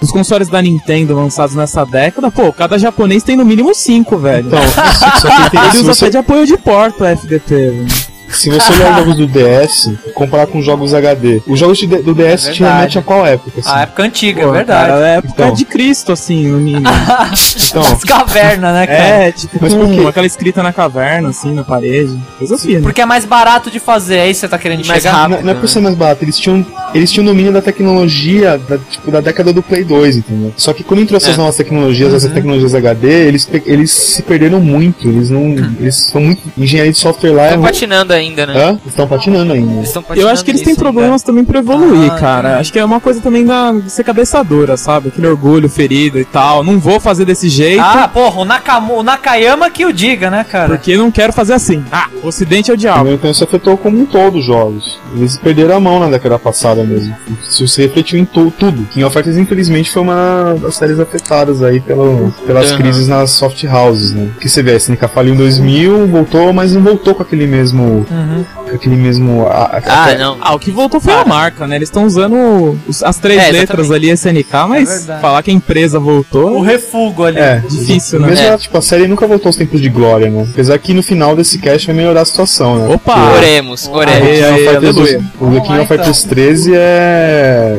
[SPEAKER 2] os consoles da Nintendo lançados nessa década, pô, cada japonês tem no mínimo cinco, velho.
[SPEAKER 4] Então, isso- só que tem-
[SPEAKER 2] Ele
[SPEAKER 4] se,
[SPEAKER 2] usa até
[SPEAKER 4] você,
[SPEAKER 2] de apoio de porta FDP, velho.
[SPEAKER 4] se você olhar os jogos do DS, comparar com os jogos HD, os jogos de- do DS
[SPEAKER 1] verdade.
[SPEAKER 4] te remetem a né, qual época? Assim?
[SPEAKER 1] A época antiga,
[SPEAKER 2] Pô,
[SPEAKER 1] é verdade.
[SPEAKER 2] Cara, é época
[SPEAKER 4] Então.
[SPEAKER 2] de Cristo, assim, no mínimo.
[SPEAKER 1] Ah,
[SPEAKER 4] então,
[SPEAKER 1] As cavernas, né, cara?
[SPEAKER 2] É, tipo,
[SPEAKER 4] Mas por
[SPEAKER 2] com
[SPEAKER 4] quê?
[SPEAKER 2] aquela escrita na caverna, assim, na parede. Coisa assim, né? fina.
[SPEAKER 1] Porque é mais barato de fazer, aí você tá querendo
[SPEAKER 3] Mais
[SPEAKER 1] chegar.
[SPEAKER 3] rápido. né?
[SPEAKER 4] não, não é por ser mais barato, eles tinham, eles tinham domínio da tecnologia da, tipo, da década do Play 2, entendeu? Só que quando entrou essas
[SPEAKER 3] É.
[SPEAKER 4] novas tecnologias, essas tecnologias HD, eles, pe- eles se perderam muito. Eles não. Eles são muito. Engenharia de software lá é.
[SPEAKER 3] Estão
[SPEAKER 4] ruim.
[SPEAKER 3] patinando ainda, né?
[SPEAKER 4] Hã? Eles estão patinando ainda.
[SPEAKER 3] Eles tão
[SPEAKER 2] Eu
[SPEAKER 3] patinando
[SPEAKER 2] acho que eles têm
[SPEAKER 3] nisso ainda.
[SPEAKER 2] problemas também pra evoluir,
[SPEAKER 1] Ah,
[SPEAKER 2] cara. Acho que é uma coisa também da de ser cabeçadora, sabe? Aquele orgulho ferido e tal. Não vou fazer desse jeito.
[SPEAKER 1] Ah, porra, o, Nakamo, o Nakayama que o diga, né, cara?
[SPEAKER 2] Porque não quero fazer assim. Ah, o ocidente é o diabo.
[SPEAKER 4] Entendeu? Então isso afetou como um todo os jogos. Eles perderam a mão na década passada mesmo. Isso se refletiu em to- tudo. King of Fighters, infelizmente, foi uma das séries afetadas aí pelo, pelas
[SPEAKER 3] Uhum.
[SPEAKER 4] crises nas né? soft houses, né? Que você vê, a SNK faliu em 2000, voltou, mas não voltou com aquele mesmo
[SPEAKER 1] Uhum.
[SPEAKER 4] aquele mesmo. a- a-
[SPEAKER 3] Ah,
[SPEAKER 4] até-
[SPEAKER 3] não.
[SPEAKER 2] Ah, o que voltou foi a marca, né? Eles estão usando os- as três
[SPEAKER 3] É,
[SPEAKER 2] letras ali, SNK, mas
[SPEAKER 1] É verdade.
[SPEAKER 2] falar que a empresa
[SPEAKER 1] O
[SPEAKER 2] voltou.
[SPEAKER 1] refugo ali.
[SPEAKER 4] É,
[SPEAKER 2] Difícil, né?
[SPEAKER 4] mesmo
[SPEAKER 3] É.
[SPEAKER 4] ela, tipo, a série nunca voltou aos tempos de glória, né? Apesar que no final desse cast vai melhorar a situação, né?
[SPEAKER 2] Opa!
[SPEAKER 3] Oremos, oremos.
[SPEAKER 2] Aê,
[SPEAKER 4] King
[SPEAKER 2] aê,
[SPEAKER 4] of Fighters
[SPEAKER 2] aleluia.
[SPEAKER 4] dois- O
[SPEAKER 2] Então.
[SPEAKER 4] The King of
[SPEAKER 1] Vamos lá,
[SPEAKER 4] Fighters 13 é.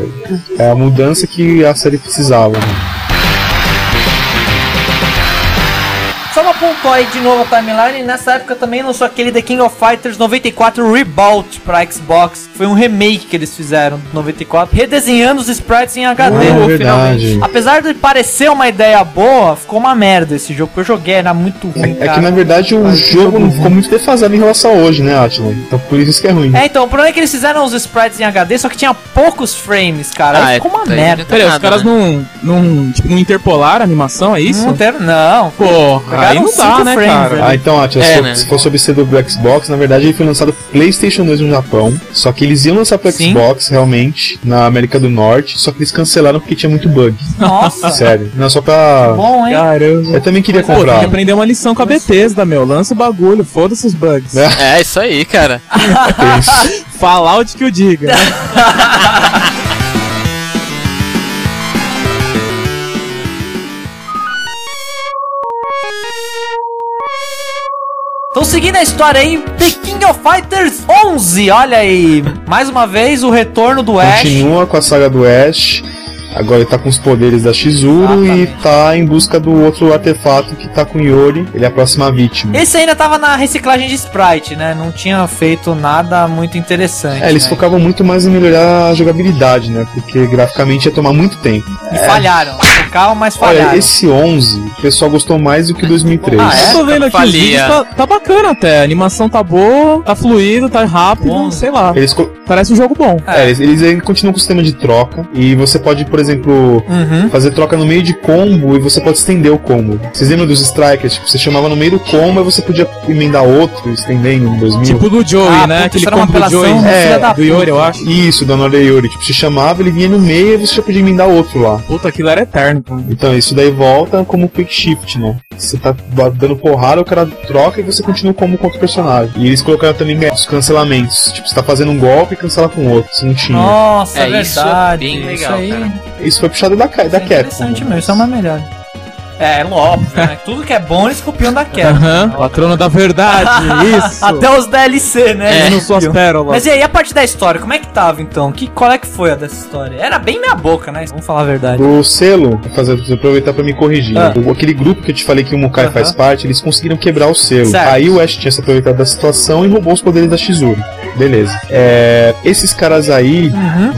[SPEAKER 4] É a mudança que a série precisava, né?
[SPEAKER 1] Só uma pontua aí de novo a timeline. Nessa época também lançou aquele The King of Fighters 94 Reboot pra Xbox. Foi um remake que eles fizeram do 94, redesenhando os sprites em HD.
[SPEAKER 4] Ah, é verdade.
[SPEAKER 1] Apesar de parecer uma ideia boa, ficou uma merda esse jogo que eu joguei, era muito ruim.
[SPEAKER 4] É, é que
[SPEAKER 1] cara.
[SPEAKER 4] na verdade o
[SPEAKER 2] tá
[SPEAKER 4] jogo não ficou muito defasado em relação a hoje, né, Atila? Então por isso que é ruim.
[SPEAKER 1] É, então, o problema é que eles fizeram os sprites em HD, só que tinha poucos frames, cara.
[SPEAKER 3] Ah,
[SPEAKER 1] Aí
[SPEAKER 3] é,
[SPEAKER 1] ficou uma
[SPEAKER 3] tá aí,
[SPEAKER 1] merda.
[SPEAKER 3] tá
[SPEAKER 2] Peraí, os
[SPEAKER 3] nada,
[SPEAKER 2] caras
[SPEAKER 3] né?
[SPEAKER 2] não, não, tipo, não interpolaram a animação, é isso?
[SPEAKER 1] Não, teve- não.
[SPEAKER 2] Porra, aí
[SPEAKER 1] Pegaram um
[SPEAKER 2] não dá,
[SPEAKER 1] cinco
[SPEAKER 2] né,
[SPEAKER 1] frames,
[SPEAKER 2] cara?
[SPEAKER 1] velho.
[SPEAKER 4] Ah, então, Atila,
[SPEAKER 3] É,
[SPEAKER 4] se,
[SPEAKER 3] né?
[SPEAKER 4] se for sobre ser do Xbox, na verdade ele foi lançado pro PlayStation 2 no Japão. Só que eles iam lançar pro
[SPEAKER 1] Sim.
[SPEAKER 4] Xbox, realmente, na América do Norte. Só que eles cancelaram porque tinha muito bug.
[SPEAKER 1] Nossa,
[SPEAKER 4] Sério. Não, só pra.
[SPEAKER 1] Ah. bom, hein?
[SPEAKER 2] Caramba.
[SPEAKER 4] Eu também queria
[SPEAKER 2] Pô, tem que
[SPEAKER 4] comprar.
[SPEAKER 2] aprender uma lição com a Bethesda, meu. Lança o bagulho, foda-se os bugs.
[SPEAKER 4] É.
[SPEAKER 3] É, isso aí, cara.
[SPEAKER 1] Ah,
[SPEAKER 2] Fallout que o diga. né?
[SPEAKER 1] Então, seguindo a história aí, The King of Fighters 11, olha aí. Mais uma vez, o retorno do Ash.
[SPEAKER 4] Continua com a saga do Ash. Agora ele tá com os poderes da Shizuru e
[SPEAKER 1] Exatamente.
[SPEAKER 4] tá em busca do outro artefato que tá com Yori. Ele é a próxima vítima.
[SPEAKER 1] Esse ainda tava na reciclagem de sprite, né? Não tinha feito nada muito interessante.
[SPEAKER 4] É, eles
[SPEAKER 1] né?
[SPEAKER 4] focavam muito mais em melhorar a jogabilidade, né? Porque graficamente ia tomar muito tempo.
[SPEAKER 1] E falharam. Focaram, mas falharam.
[SPEAKER 4] Olha, esse 11, o pessoal gostou mais do que o 2003.
[SPEAKER 1] Ah, é?
[SPEAKER 2] Eu tô vendo aqui os
[SPEAKER 3] Falia.
[SPEAKER 2] vídeos, tá, tá bacana até. A animação tá boa, tá fluido, tá rápido,
[SPEAKER 1] Bom.
[SPEAKER 2] sei lá.
[SPEAKER 4] Eles, co-
[SPEAKER 2] Parece um jogo bom.
[SPEAKER 1] É.
[SPEAKER 4] é, eles, eles ainda continuam com o sistema de troca. E você pode, por exemplo,
[SPEAKER 1] Uhum.
[SPEAKER 4] fazer troca no meio de combo e você pode estender o combo. Vocês lembram dos strikers? Tipo, você chamava no meio do combo e você podia emendar outro, estendendo no 2000.
[SPEAKER 2] Tipo do Joey,
[SPEAKER 1] Ah,
[SPEAKER 2] né?
[SPEAKER 1] puta,
[SPEAKER 2] Aquele
[SPEAKER 1] isso era uma
[SPEAKER 2] combo do
[SPEAKER 1] apelação,
[SPEAKER 2] Joey. É,
[SPEAKER 1] né? Filha da
[SPEAKER 2] do Yori, eu acho.
[SPEAKER 4] Isso, da Nora Yori. Tipo, você chamava, ele vinha no meio e você já podia emendar outro lá.
[SPEAKER 2] Puta, aquilo era eterno, pô.
[SPEAKER 4] Então, isso daí volta como quick shift, né? Você tá ba- dando porrada, o cara troca e você continua como contra o personagem. E eles colocaram também né, os cancelamentos. Tipo, você tá fazendo um golpe e cancela com outro. Isso não tinha.
[SPEAKER 1] Nossa,
[SPEAKER 3] É,
[SPEAKER 1] é
[SPEAKER 3] isso é
[SPEAKER 1] verdade.
[SPEAKER 3] bem
[SPEAKER 1] Isso
[SPEAKER 3] legal,
[SPEAKER 1] aí
[SPEAKER 3] cara.
[SPEAKER 4] Isso foi puxado da, Ca- da
[SPEAKER 1] é
[SPEAKER 4] Capcom. né?
[SPEAKER 1] interessante mesmo, isso é uma melhor. É, óbvio, né? Tudo que é bom eles copiam da Capcom.
[SPEAKER 2] Aham, patrona da verdade, isso.
[SPEAKER 1] Até os DLC, né?
[SPEAKER 2] é,
[SPEAKER 1] eles
[SPEAKER 2] não suas
[SPEAKER 1] copiam.
[SPEAKER 2] pérolas.
[SPEAKER 1] Mas e aí, a parte da história, como é que tava então? Que, qual é que foi a dessa história? Era bem minha boca, né? Vamos falar a verdade.
[SPEAKER 4] O selo, vou fazer, vou aproveitar pra me corrigir.
[SPEAKER 1] Ah.
[SPEAKER 4] O- aquele grupo que eu te falei que o Mukai
[SPEAKER 1] Aham.
[SPEAKER 4] faz parte, eles conseguiram quebrar o selo.
[SPEAKER 1] Certo.
[SPEAKER 4] Aí o Ash tinha se aproveitado da situação e roubou os poderes da Shizuru. Beleza. É, esses caras aí,
[SPEAKER 1] Uhum.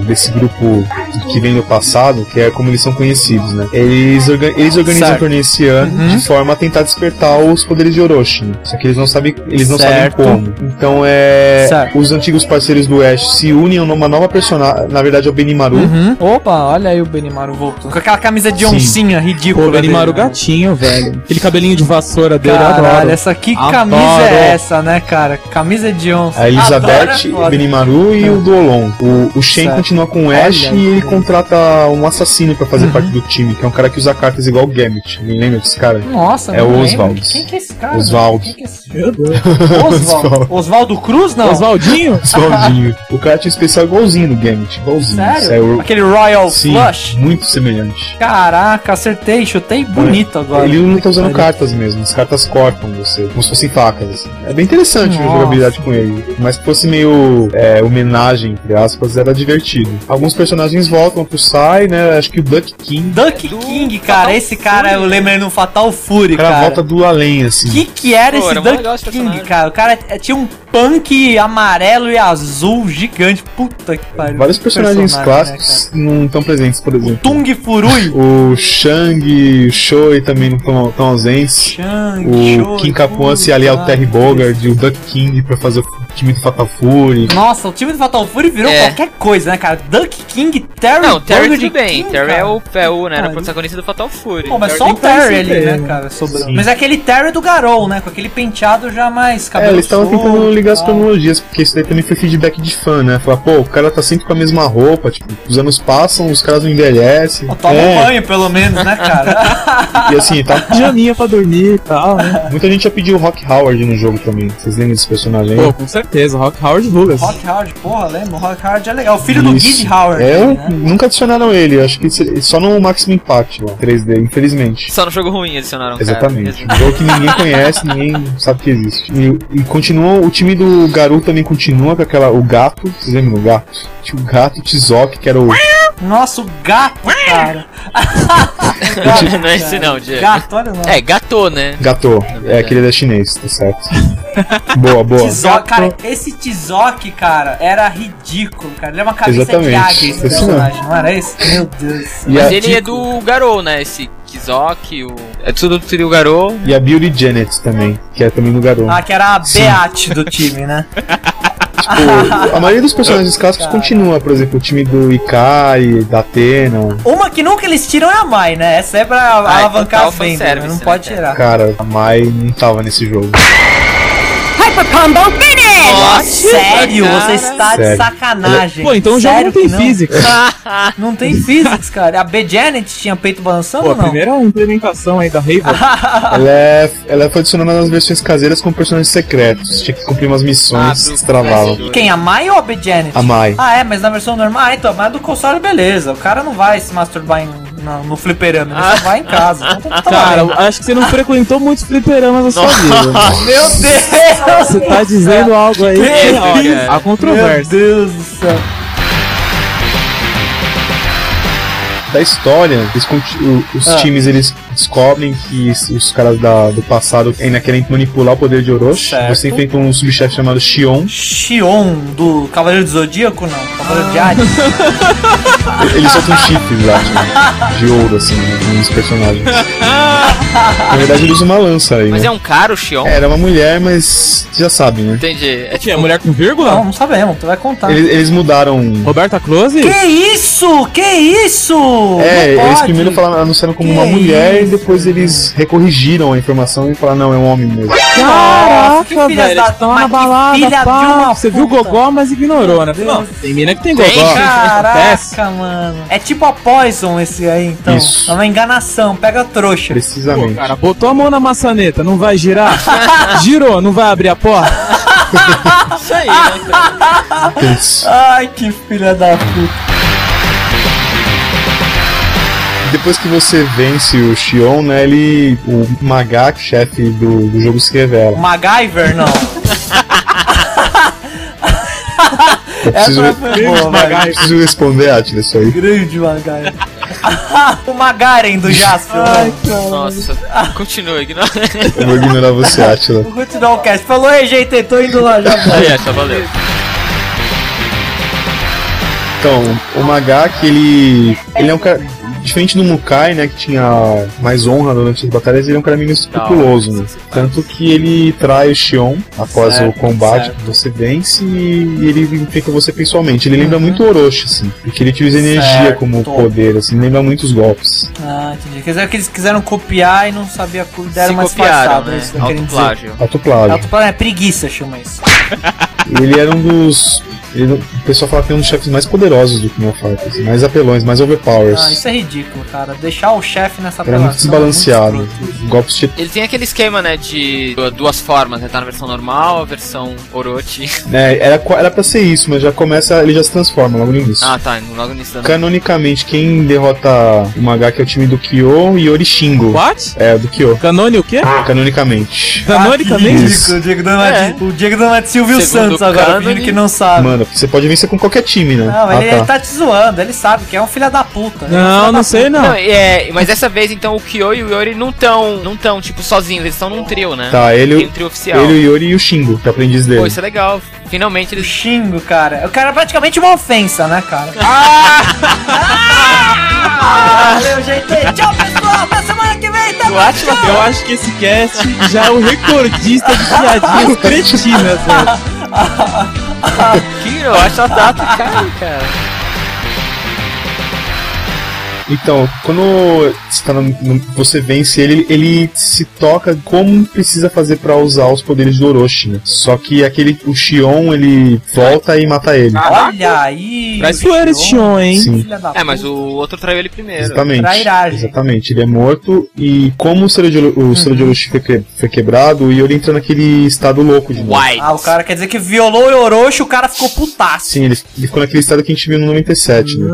[SPEAKER 4] do, desse grupo que vem do passado, que é como eles são conhecidos, né? Eles, orga- eles organizam
[SPEAKER 1] Certo.
[SPEAKER 4] o torneio esse ano
[SPEAKER 1] Uhum.
[SPEAKER 4] de forma a tentar despertar os poderes de Orochi. né? Só que eles não sabem, eles não sabem
[SPEAKER 1] Certo.
[SPEAKER 4] como. Então é.
[SPEAKER 1] Certo.
[SPEAKER 4] Os antigos parceiros do Ash se unem a uma nova personagem. Na verdade, é o Benimaru.
[SPEAKER 1] Uhum. Opa, olha aí o Benimaru voltando. Com aquela camisa de
[SPEAKER 4] Sim.
[SPEAKER 1] oncinha ridícula.
[SPEAKER 2] Pô, ele Maru
[SPEAKER 1] dele, né?
[SPEAKER 2] gatinho, velho. Aquele cabelinho de vassoura dele, eu
[SPEAKER 1] Caralho,
[SPEAKER 2] adoro.
[SPEAKER 1] essa que
[SPEAKER 2] Adoro.
[SPEAKER 1] camisa é essa, né, cara? Camisa de onça.
[SPEAKER 4] A Elizabeth,
[SPEAKER 1] Adoro, é adoro.
[SPEAKER 4] Benimaru e o Dolon. O, o Shen
[SPEAKER 1] Certo.
[SPEAKER 4] continua com o
[SPEAKER 1] Olha Uhum.
[SPEAKER 4] Ash
[SPEAKER 1] aí,
[SPEAKER 4] e ele
[SPEAKER 1] cara.
[SPEAKER 4] contrata um assassino pra fazer parte do time, que é um cara que usa cartas igual o Gambit. Nem lembra desse cara?
[SPEAKER 1] Nossa,
[SPEAKER 4] É
[SPEAKER 1] não
[SPEAKER 4] o
[SPEAKER 1] lembro.
[SPEAKER 4] Oswald.
[SPEAKER 1] Quem que é esse cara?
[SPEAKER 4] Oswald.
[SPEAKER 1] Quem que é esse... Oswald. Oswaldo Cruz, não?
[SPEAKER 2] Oswaldinho?
[SPEAKER 4] Oswaldinho. o cara tinha um especial igualzinho do Gambit, igualzinho.
[SPEAKER 1] Sério?
[SPEAKER 4] Sério,
[SPEAKER 1] Aquele Royal
[SPEAKER 4] É Sim,
[SPEAKER 1] Flush?
[SPEAKER 4] muito semelhante.
[SPEAKER 1] Caraca, acertei, chutei bonito agora.
[SPEAKER 4] Ele não tá usando
[SPEAKER 1] Puta que
[SPEAKER 4] cartas mesmo, as cartas cortam você, como se fossem facas. assim. É bem interessante a
[SPEAKER 1] Nossa.
[SPEAKER 4] jogabilidade com ele, mas se fosse meio é, homenagem, entre aspas, era divertido. Alguns personagens voltam, outros saem, né? Acho que o Duck King,
[SPEAKER 1] Duck
[SPEAKER 3] Do
[SPEAKER 1] King, cara, esse cara eu lembro ele no Fatal Fury,
[SPEAKER 4] o cara,
[SPEAKER 1] cara.
[SPEAKER 4] volta do além, assim.
[SPEAKER 1] O que que era
[SPEAKER 3] Pô,
[SPEAKER 1] esse
[SPEAKER 3] era mó legal esse
[SPEAKER 1] Duck King,
[SPEAKER 3] personagem.
[SPEAKER 1] cara? O cara eh, tinha um punk amarelo e azul gigante. Puta que pariu.
[SPEAKER 4] Vários personagens
[SPEAKER 1] Personagem,
[SPEAKER 4] clássicos não estão presentes, por
[SPEAKER 1] né, cara?
[SPEAKER 4] exemplo.
[SPEAKER 1] Tung Furui.
[SPEAKER 4] O Shang, o Shoei também não estão ausentes.
[SPEAKER 1] Shang,
[SPEAKER 4] O
[SPEAKER 1] Shoei,
[SPEAKER 4] Kim Kapuan se aliar ao
[SPEAKER 1] puta.
[SPEAKER 4] é Terry Bogard e o Duck King pra fazer o time do Fatal Fury.
[SPEAKER 1] Nossa, o time do Fatal Fury virou
[SPEAKER 3] É.
[SPEAKER 1] qualquer coisa, né, cara? Duck King, Terry
[SPEAKER 3] Não, Terry
[SPEAKER 1] Bogard
[SPEAKER 3] tudo bem.
[SPEAKER 1] King,
[SPEAKER 3] Terry
[SPEAKER 1] cara.
[SPEAKER 3] é o, é o né, era
[SPEAKER 1] Caralho.
[SPEAKER 3] protagonista do Fatal Fury.
[SPEAKER 1] Pô, mas
[SPEAKER 3] Terry-
[SPEAKER 1] só o Terry ali,
[SPEAKER 2] sempre,
[SPEAKER 1] né, cara? sobrando.
[SPEAKER 4] Sim.
[SPEAKER 1] Mas é aquele Terry do Garou, né? Com aquele penteado já mais
[SPEAKER 4] É,
[SPEAKER 1] cabelo
[SPEAKER 4] eles estavam
[SPEAKER 1] solto
[SPEAKER 4] tentando
[SPEAKER 1] e
[SPEAKER 4] ligar as
[SPEAKER 1] tal.
[SPEAKER 4] cronologias, porque isso daí também foi feedback de fã, né? Falar, pô, o cara tá sempre com a mesma roupa, tipo, os anos passam, os caras não envelhecem. É,
[SPEAKER 1] Pô, Toma um banho, pelo menos, né, cara?
[SPEAKER 4] e assim, tá.
[SPEAKER 2] Jaminha pra dormir e tal, né?
[SPEAKER 4] Muita gente já pediu o Rock Howard no jogo também. Vocês lembram desse personagem? aí?
[SPEAKER 2] Pô, com certeza, Rock Howard Rugas.
[SPEAKER 1] Rock Howard, porra, lembra? O Rock Howard é legal. O filho do Gid Howard.
[SPEAKER 4] É,
[SPEAKER 1] né?
[SPEAKER 4] nunca adicionaram ele. Acho que se- só no Maximum Impact, ó, 3D, infelizmente.
[SPEAKER 3] Só no jogo ruim adicionaram o cara.
[SPEAKER 4] Exatamente. Um jogo que ninguém conhece, ninguém sabe que existe. E, e continua, o time do Garou também continua com aquela. O gato, vocês lembram do gato? Tinha o gato, o Tizoc, que era o.
[SPEAKER 1] Nossa, o gato, cara.
[SPEAKER 3] não é esse não, Diego.
[SPEAKER 1] Gato, olha o nome.
[SPEAKER 3] É, gatô, né?
[SPEAKER 4] Gato. É aquele da chinês, tá certo. boa, boa.
[SPEAKER 1] Tizoc, cara, esse Tizoc, cara, era ridículo, cara. Ele é uma cabeça de
[SPEAKER 4] Exatamente,
[SPEAKER 1] águia esse
[SPEAKER 4] esse mesmo.
[SPEAKER 1] personagem, não era esse? Meu Deus. do céu.
[SPEAKER 4] E
[SPEAKER 3] Mas
[SPEAKER 4] a
[SPEAKER 3] ele é
[SPEAKER 4] Tico-
[SPEAKER 3] do Garou, né? Esse Kizok, o. É tudo do trio Garou.
[SPEAKER 4] E a Beauty Janet também, que é também do Garou.
[SPEAKER 1] Ah, que era a
[SPEAKER 4] Sim.
[SPEAKER 1] Beate do time, né?
[SPEAKER 4] Tipo, a maioria dos personagens clássicos continua, por exemplo, o time do Ikari, da Atena.
[SPEAKER 1] Uma que nunca eles tiram é a Mai, né? Essa é pra
[SPEAKER 2] Ah, então
[SPEAKER 1] alavancar
[SPEAKER 3] total
[SPEAKER 1] as vendas,
[SPEAKER 3] fanservice,
[SPEAKER 1] né? não
[SPEAKER 3] né,
[SPEAKER 1] pode
[SPEAKER 3] cara?
[SPEAKER 1] tirar.
[SPEAKER 4] Cara, a Mai não tava nesse jogo.
[SPEAKER 3] Nossa,
[SPEAKER 1] Sério?
[SPEAKER 3] cara.
[SPEAKER 1] Você está de
[SPEAKER 4] Sério.
[SPEAKER 1] sacanagem.
[SPEAKER 2] Pô, então o jogo
[SPEAKER 1] Sério
[SPEAKER 2] não tem
[SPEAKER 1] que Ah,
[SPEAKER 2] física.
[SPEAKER 1] Não tem physics, cara. A B Janet tinha peito balançando
[SPEAKER 2] Pô,
[SPEAKER 1] ou
[SPEAKER 2] a
[SPEAKER 1] não? Ah,
[SPEAKER 2] primeira implementação aí da Raven.
[SPEAKER 4] Ela, é, ela foi adicionada nas versões caseiras com personagens secretos. Tinha que cumprir umas
[SPEAKER 3] Ah,
[SPEAKER 4] missões
[SPEAKER 3] do-
[SPEAKER 4] que se travavam.
[SPEAKER 1] Quem? A Mai ou a B Janet?
[SPEAKER 4] A Mai.
[SPEAKER 1] Ah, é, mas na versão normal. Ah, então, mas do console, beleza. O cara não vai se masturbar em- na- no fliperama,
[SPEAKER 4] Ah.
[SPEAKER 1] ele só vai em casa. Então, tá
[SPEAKER 2] Cara,
[SPEAKER 1] bom.
[SPEAKER 2] acho que você não frequentou muitos fliperamas na sua vida.
[SPEAKER 1] meu Deus!
[SPEAKER 2] Você tá dizendo algo aí. que,
[SPEAKER 3] Olha.
[SPEAKER 2] ó, Há
[SPEAKER 1] Meu
[SPEAKER 2] controvérsia.
[SPEAKER 1] Deus do céu.
[SPEAKER 4] Da história, eles conti- o- os
[SPEAKER 1] Ah.
[SPEAKER 4] times eles descobrem que s- os caras da- do passado ainda querem manipular o poder de Orochi.
[SPEAKER 1] Certo.
[SPEAKER 4] Você enfrenta um subchefe chamado Shion.
[SPEAKER 1] Xion do Cavaleiro do Zodíaco, não. Cavaleiro de Hades.
[SPEAKER 4] Ele solta um chip lá, tipo, de ouro, assim, nos personagens. Na verdade, ele usa uma lança aí.
[SPEAKER 3] Mas
[SPEAKER 4] né?
[SPEAKER 3] é um cara o Xion?
[SPEAKER 4] Era uma mulher, mas já sabe, né?
[SPEAKER 3] Entendi. É
[SPEAKER 2] Que é
[SPEAKER 3] tipo.
[SPEAKER 2] mulher com
[SPEAKER 4] Ah.
[SPEAKER 2] vírgula?
[SPEAKER 1] Não, não sabemos, tu vai
[SPEAKER 3] Tá.
[SPEAKER 1] contar.
[SPEAKER 4] Eles, eles mudaram.
[SPEAKER 2] Roberta Close?
[SPEAKER 1] Que isso? Que isso?
[SPEAKER 4] É,
[SPEAKER 1] Não
[SPEAKER 4] eles
[SPEAKER 1] pode.
[SPEAKER 4] primeiro falaram, anunciaram como uma
[SPEAKER 1] Que
[SPEAKER 4] mulher
[SPEAKER 1] isso?
[SPEAKER 4] e depois eles recorrigiram a informação e falaram, não, é um homem mesmo.
[SPEAKER 1] Caraca,
[SPEAKER 2] Caraca,
[SPEAKER 1] filhas
[SPEAKER 2] velho.
[SPEAKER 1] da-
[SPEAKER 2] eles Tão lá na
[SPEAKER 1] mas que filha
[SPEAKER 2] balada,
[SPEAKER 1] de uma
[SPEAKER 2] pá. Você viu o
[SPEAKER 1] puta.
[SPEAKER 2] Gogó, mas ignorou, né?
[SPEAKER 1] Meu
[SPEAKER 2] Não,
[SPEAKER 1] Deus.
[SPEAKER 2] tem mina que tem
[SPEAKER 3] Tem,
[SPEAKER 2] Gogó. Acontece.
[SPEAKER 1] Caraca, mano. É tipo a Poison esse aí, então.
[SPEAKER 4] Isso.
[SPEAKER 1] É uma enganação, pega a trouxa.
[SPEAKER 2] Pô,
[SPEAKER 4] Precisamente.
[SPEAKER 2] cara, botou a mão na maçaneta, não vai girar? Girou, não vai abrir a porta?
[SPEAKER 3] Isso aí, né?
[SPEAKER 4] Putz.
[SPEAKER 1] Ai, que filha da puta.
[SPEAKER 4] Depois que você vence o Shion, né, ele. O Magak, chefe do, do jogo, se revela.
[SPEAKER 1] MacGyver, não.
[SPEAKER 4] Eu preciso,
[SPEAKER 1] Essa foi boa,
[SPEAKER 4] eu preciso responder, Atila, isso aí.
[SPEAKER 1] Grande MacGyver. o Magaren do Jasper. Ai,
[SPEAKER 3] Nossa. Continua, ignora.
[SPEAKER 4] Eu vou ignorar você, Atila.
[SPEAKER 1] Vou continuar o cast. Falou, ei, gente, tô indo lá já.
[SPEAKER 3] Aí, essa valeu.
[SPEAKER 4] Então, o Magak, ele. Ele é um cara. Diferente do Mukai, né, que tinha mais honra durante as batalhas, ele é um cara menos escrupuloso, né? Tanto que ele trai o Xion após
[SPEAKER 1] Certo,
[SPEAKER 4] o combate
[SPEAKER 1] certo.
[SPEAKER 4] que você vence e ele enfrenta você pessoalmente. Ele lembra muito Orochi, assim, porque ele utiliza energia
[SPEAKER 1] Uhum. Certo.
[SPEAKER 4] como poder, assim, ele lembra muitos golpes.
[SPEAKER 1] Ah, entendi. Quer dizer que eles quiseram copiar e não sabia como deram
[SPEAKER 3] Se
[SPEAKER 1] mais
[SPEAKER 3] copiaram,
[SPEAKER 1] passado.
[SPEAKER 3] né?
[SPEAKER 1] Isso que eu queria dizer.
[SPEAKER 3] Autoplágio.
[SPEAKER 4] Autoplágio.
[SPEAKER 1] Autoplan é preguiça, chama isso.
[SPEAKER 4] Ele era um dos. ele- o pessoal fala que é um dos chefes mais poderosos do Final Fantasy, mais apelões, mais overpowers.
[SPEAKER 1] Ah, isso é ridículo, cara. Deixar o chefe nessa apelação
[SPEAKER 4] Era muito
[SPEAKER 1] é muito
[SPEAKER 4] desbalanceado.
[SPEAKER 1] escroto.
[SPEAKER 4] Golpes de
[SPEAKER 3] Ele tem aquele esquema, né, de du- duas formas, né? Tá na versão normal, a versão Orochi.
[SPEAKER 4] É, era, qua- era pra ser isso, mas já começa, ele já se transforma logo no início.
[SPEAKER 3] Ah, tá, logo nisso da
[SPEAKER 4] Canonicamente, quem derrota o Magak é o time do Kyo e Orishingo.
[SPEAKER 2] What?
[SPEAKER 4] É, do Kyo,
[SPEAKER 2] Canone o quê?
[SPEAKER 3] Ah.
[SPEAKER 4] canonicamente.
[SPEAKER 2] Canone também?
[SPEAKER 1] Ridículo,
[SPEAKER 4] Isso.
[SPEAKER 1] O Diego Donati, o Diego Donati Silvio
[SPEAKER 3] Segundo
[SPEAKER 1] Santos agora,
[SPEAKER 3] cânone.
[SPEAKER 1] fingindo que não sabe.
[SPEAKER 4] Mano, você pode vencer com qualquer time, né?
[SPEAKER 1] Não, ele, ele
[SPEAKER 4] ah, tá.
[SPEAKER 1] tá te zoando, ele sabe que é um filho da puta. Ele é um filho
[SPEAKER 2] Não,
[SPEAKER 1] da
[SPEAKER 2] não sei
[SPEAKER 3] Não,
[SPEAKER 2] não.
[SPEAKER 3] é, mas dessa vez então o Kyo e o Yori não tão, não tão, tipo, sozinhos, eles estão num trio, né?
[SPEAKER 4] Tá,
[SPEAKER 3] Tem
[SPEAKER 4] ele,
[SPEAKER 3] um trio oficial.
[SPEAKER 4] ele, o Yori e o Shingo, que é o aprendiz dele.
[SPEAKER 3] Pô, isso é legal. Finalmente
[SPEAKER 1] puta. O
[SPEAKER 3] eles.
[SPEAKER 1] xingo, cara. O cara é praticamente uma ofensa, né, cara? Ah! Valeu, gente. Tchau, pessoal. Até semana que vem. Tamo
[SPEAKER 2] Eu acho que esse cast já é o recordista de
[SPEAKER 3] é.
[SPEAKER 2] piadinhas cretinas,
[SPEAKER 3] né?
[SPEAKER 2] velho.
[SPEAKER 3] Kyo, acho a data cai, cara.
[SPEAKER 4] Então, quando você, tá no- no- você vence ele, ele se toca como precisa fazer pra usar os poderes do Orochi, né? Só que aquele, o Shion, ele volta e mata ele.
[SPEAKER 3] Ah,
[SPEAKER 1] Olha aí.
[SPEAKER 2] Traz zoeira esse Xion, hein?
[SPEAKER 4] Sim.
[SPEAKER 1] Filha da
[SPEAKER 3] É, mas
[SPEAKER 1] puta.
[SPEAKER 3] o outro traiu ele primeiro.
[SPEAKER 4] Exatamente.
[SPEAKER 1] Trairagem.
[SPEAKER 4] Exatamente. Ele é morto e como o selo de, Oro- o selo de Orochi foi, que- foi quebrado, o Yori entra naquele estado louco de novo.
[SPEAKER 3] White.
[SPEAKER 1] Ah, o cara quer dizer que violou o Orochi, o cara ficou putaço.
[SPEAKER 4] Sim, ele, ele ficou naquele estado que a gente viu no 97, né?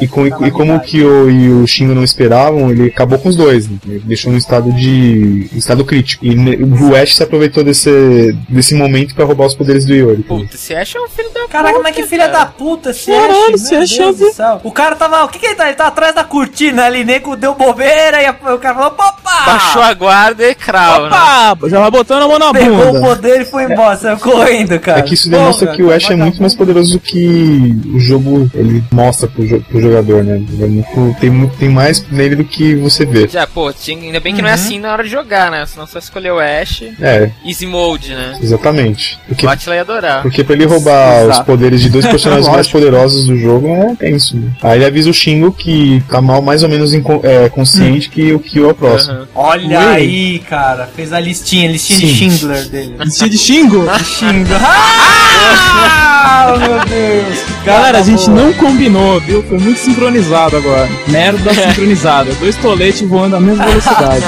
[SPEAKER 4] E, e, com- e, e como o Kyo e o Shingo não esperavam, ele acabou com os dois, né? Ele deixou num estado de. em estado crítico. E ne- o Ash se aproveitou desse, desse momento pra roubar os poderes do Yori.
[SPEAKER 3] Puta, esse Ash é um filho da
[SPEAKER 1] Caraca,
[SPEAKER 3] puta,
[SPEAKER 1] mas que filha
[SPEAKER 3] cara.
[SPEAKER 1] da puta esse
[SPEAKER 2] Caralho,
[SPEAKER 1] Ash,
[SPEAKER 2] esse
[SPEAKER 1] meu
[SPEAKER 2] Ash é
[SPEAKER 1] Deus do
[SPEAKER 2] vi-
[SPEAKER 1] céu. O cara tava. O que que ele tá? Ele tá atrás da cortina ali, nego deu bobeira e a- o cara falou: opa!
[SPEAKER 3] Baixou a guarda e crau, né?
[SPEAKER 2] Pá, Ah, já vai botando a mão na
[SPEAKER 1] Pegou o
[SPEAKER 2] bunda.
[SPEAKER 1] poder e foi embora, saiu correndo, cara.
[SPEAKER 4] É que isso demonstra
[SPEAKER 1] Porra,
[SPEAKER 4] que o
[SPEAKER 1] cara,
[SPEAKER 4] Ash é muito
[SPEAKER 1] vagabundo.
[SPEAKER 4] mais poderoso do que o jogo ele mostra pro, jo- pro jogador, né? Ele é muito- tem, muito- tem mais nele do que você vê.
[SPEAKER 3] né? Já, pô, tinha- ainda bem que
[SPEAKER 1] Uhum.
[SPEAKER 3] não é assim na hora de jogar, né? Senão só escolheu o Ash.
[SPEAKER 4] É,
[SPEAKER 3] Easy Mode, né?
[SPEAKER 4] exatamente. Porque,
[SPEAKER 3] O Atila ia adorar.
[SPEAKER 4] porque pra ele roubar
[SPEAKER 1] Exato.
[SPEAKER 4] os poderes de dois personagens mais poderosos do jogo é tenso. né? Aí ele avisa o Shingo que tá mal, mais ou menos inco- é,
[SPEAKER 1] Hum.
[SPEAKER 4] consciente que o Kyo é o próximo.
[SPEAKER 3] Aham.
[SPEAKER 1] Olha
[SPEAKER 2] Ui.
[SPEAKER 1] aí, cara. Fez a listinha, listinha de
[SPEAKER 4] Sim.
[SPEAKER 1] Schindler dele.
[SPEAKER 2] Cheio de xingo.
[SPEAKER 1] Xingo. Ah, meu Deus. que
[SPEAKER 2] Galera, a
[SPEAKER 1] piada
[SPEAKER 2] gente
[SPEAKER 1] boa.
[SPEAKER 2] não combinou, viu? Foi muito sincronizado agora. Merda sincronizada. Dois toletes voando à mesma velocidade.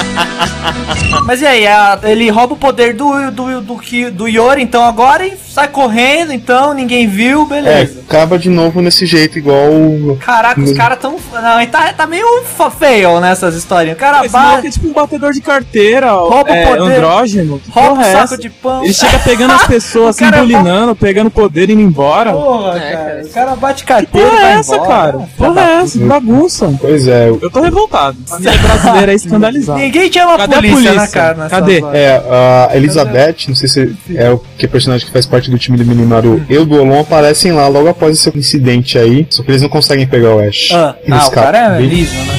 [SPEAKER 1] Mas e aí, a- ele rouba o poder do, do, do, Ki- do Yori, então agora e sai correndo, então ninguém viu,
[SPEAKER 4] É,
[SPEAKER 1] beleza.
[SPEAKER 4] acaba de novo nesse jeito, igual. o-
[SPEAKER 1] Caraca, os caras tão. Não, ele tá, tá meio fa- fail nessas historinhas. O cara
[SPEAKER 2] Esse maluco
[SPEAKER 1] bate,
[SPEAKER 2] é tipo um batedor de carteira,
[SPEAKER 1] Rouba o
[SPEAKER 2] é,
[SPEAKER 1] poder.
[SPEAKER 2] andrógeno. Que
[SPEAKER 1] rouba
[SPEAKER 2] porra
[SPEAKER 1] o
[SPEAKER 2] é
[SPEAKER 1] saco
[SPEAKER 2] essa?
[SPEAKER 1] de pão.
[SPEAKER 2] Ele chega pegando as pessoas,
[SPEAKER 1] O
[SPEAKER 2] se
[SPEAKER 1] cara é
[SPEAKER 2] embulinando, pegando poder e indo embora.
[SPEAKER 1] Porra,
[SPEAKER 3] É,
[SPEAKER 1] cara.
[SPEAKER 3] cara.
[SPEAKER 1] O cara bate
[SPEAKER 2] Que
[SPEAKER 1] carteira. e
[SPEAKER 2] porra é
[SPEAKER 1] vai
[SPEAKER 2] essa,
[SPEAKER 1] embora. né?
[SPEAKER 2] cara? Que Porra é essa? Que Bagunça.
[SPEAKER 4] Pois é,
[SPEAKER 2] Eu tô revoltado. A família brasileira é escandalizada.
[SPEAKER 1] Ninguém chama a
[SPEAKER 2] Cadê a
[SPEAKER 1] polícia, né,
[SPEAKER 2] polícia?
[SPEAKER 1] cara? nessas
[SPEAKER 2] Cadê?
[SPEAKER 1] horas.
[SPEAKER 4] É, a Elizabeth, não sei se é o que é personagem que faz parte do time do
[SPEAKER 1] Uhum.
[SPEAKER 4] Minimaru e o do Olon aparecem lá logo após esse incidente aí. Só que eles não conseguem pegar o Ash.
[SPEAKER 1] Ah,
[SPEAKER 4] Ele
[SPEAKER 1] ah, o
[SPEAKER 4] escapa.
[SPEAKER 1] cara é
[SPEAKER 4] Bem-
[SPEAKER 1] liso, né?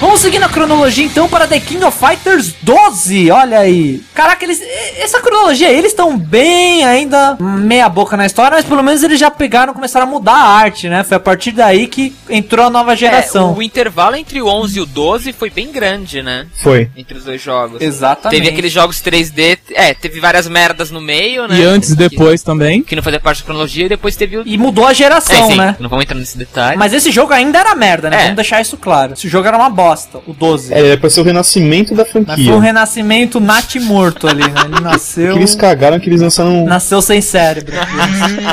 [SPEAKER 1] Vamos seguir na cronologia então para The King of Fighters 12, olha aí. Caraca, eles, e- essa cronologia, eles estão bem ainda meia boca na história, mas pelo menos eles já pegaram, começaram a mudar a arte, né? Foi a partir daí que entrou a nova
[SPEAKER 3] É,
[SPEAKER 1] geração.
[SPEAKER 3] o intervalo entre o 11 e o 12 foi bem grande, né?
[SPEAKER 4] Foi.
[SPEAKER 3] Entre os dois jogos.
[SPEAKER 1] Exatamente.
[SPEAKER 3] Teve aqueles jogos 3D. É, teve várias merdas no meio, né?
[SPEAKER 2] E antes e
[SPEAKER 3] Que-
[SPEAKER 2] depois também.
[SPEAKER 3] Que não fazia parte da cronologia e depois teve o.
[SPEAKER 1] E mudou a
[SPEAKER 3] é,
[SPEAKER 1] geração,
[SPEAKER 3] sim,
[SPEAKER 1] né?
[SPEAKER 3] Não vamos entrar nesse detalhe.
[SPEAKER 1] Mas esse jogo ainda era merda, né?
[SPEAKER 3] É.
[SPEAKER 1] Vamos deixar isso claro. Esse jogo era uma bosta, o 12.
[SPEAKER 4] É, era pra ser o renascimento da
[SPEAKER 1] Mas foi um
[SPEAKER 4] franquia.
[SPEAKER 1] renascimento nat morto ali, né? Ele nasceu.
[SPEAKER 4] Que eles cagaram que eles lançaram,
[SPEAKER 1] Nasceu sem cérebro.
[SPEAKER 3] Hum?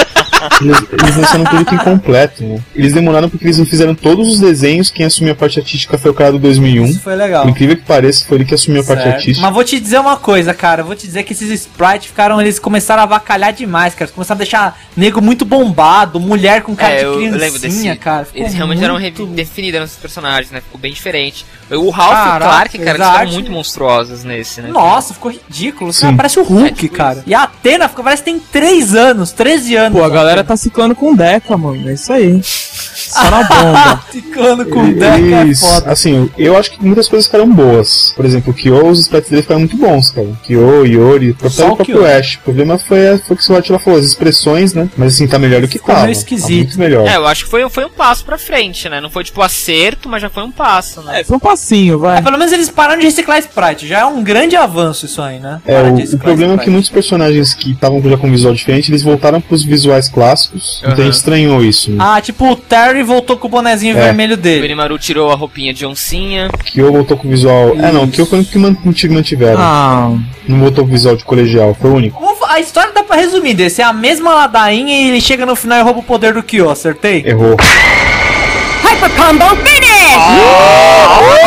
[SPEAKER 4] eles, eles lançaram um produto incompleto, né? Eles demoraram porque eles não fizeram todos os desenhos. Quem assumiu a parte artística foi o cara do 2001.
[SPEAKER 1] Isso foi legal.
[SPEAKER 4] Por incrível que pareça, foi ele que assumiu a parte
[SPEAKER 1] Certo.
[SPEAKER 4] artística.
[SPEAKER 1] Mas vou te dizer uma coisa, cara. Vou te dizer que esses sprites ficaram. Eles começaram a avacalhar demais, cara. Eles começaram a deixar nego muito bombado, mulher com cara
[SPEAKER 3] é,
[SPEAKER 1] de
[SPEAKER 3] eu, eu
[SPEAKER 1] criancinha,
[SPEAKER 3] lembro desse.
[SPEAKER 1] cara. Ficou
[SPEAKER 3] eles realmente
[SPEAKER 1] muito-
[SPEAKER 3] eram redefinidos nos personagens, né? Ficou bem diferente. O Ralph e
[SPEAKER 1] Caraca,
[SPEAKER 3] o Clark, cara, eles
[SPEAKER 1] exato.
[SPEAKER 3] ficaram muito monstruosos nesse, né?
[SPEAKER 1] Nossa, ficou ridículo. Cara,
[SPEAKER 4] Sim.
[SPEAKER 1] parece o
[SPEAKER 3] É,
[SPEAKER 1] Hulk,
[SPEAKER 3] tipo
[SPEAKER 1] cara.
[SPEAKER 3] isso.
[SPEAKER 1] E a Atena ficou, parece que tem 3 anos, 13 anos.
[SPEAKER 2] Pô, a galera tá ciclando com Deca, mano. É isso aí. Só na bomba.
[SPEAKER 1] ficando com o Deck é
[SPEAKER 4] Eles,
[SPEAKER 1] foda.
[SPEAKER 4] assim, eu acho que muitas coisas ficaram boas. Por exemplo, o Kyo, os sprites dele ficaram muito bons, cara. Kyo, Yori, até
[SPEAKER 1] Só o
[SPEAKER 4] o próprio
[SPEAKER 1] Kyo.
[SPEAKER 4] Ash. O problema foi, a- foi o que o Atila falou, as expressões, né? Mas assim, tá melhor do que
[SPEAKER 1] Ficou
[SPEAKER 4] tava.
[SPEAKER 1] meio esquisito.
[SPEAKER 4] Tá muito melhor.
[SPEAKER 3] É, eu acho que foi, foi um passo pra frente, né? Não foi tipo acerto, mas já foi um passo, né?
[SPEAKER 2] É, foi um passinho,
[SPEAKER 1] É,
[SPEAKER 2] vai.
[SPEAKER 1] pelo menos eles pararam de reciclar Sprite. Já é um grande avanço isso aí, né?
[SPEAKER 4] É,
[SPEAKER 1] Parar de
[SPEAKER 4] o, o
[SPEAKER 1] reciclar
[SPEAKER 4] problema é que
[SPEAKER 1] Sprite.
[SPEAKER 4] muitos personagens que estavam já com um visual diferente, eles voltaram pros visuais clássicos. Então a
[SPEAKER 3] Aham.
[SPEAKER 4] gente estranhou isso. Né?
[SPEAKER 1] Ah, tipo, o Terry voltou com o bonezinho
[SPEAKER 4] É.
[SPEAKER 1] vermelho
[SPEAKER 3] O
[SPEAKER 1] dele.
[SPEAKER 3] Benimaru tirou a roupinha de oncinha.
[SPEAKER 4] Kyo voltou com o visual. É, não, o Kyo foi o que man- mantiveram.
[SPEAKER 2] Ah,
[SPEAKER 4] Não voltou com o visual de colegial, foi o único.
[SPEAKER 1] Como fa- A história dá pra resumir desse. É a mesma ladainha e ele chega no final e rouba o poder do Kyo, acertei?
[SPEAKER 4] Errou.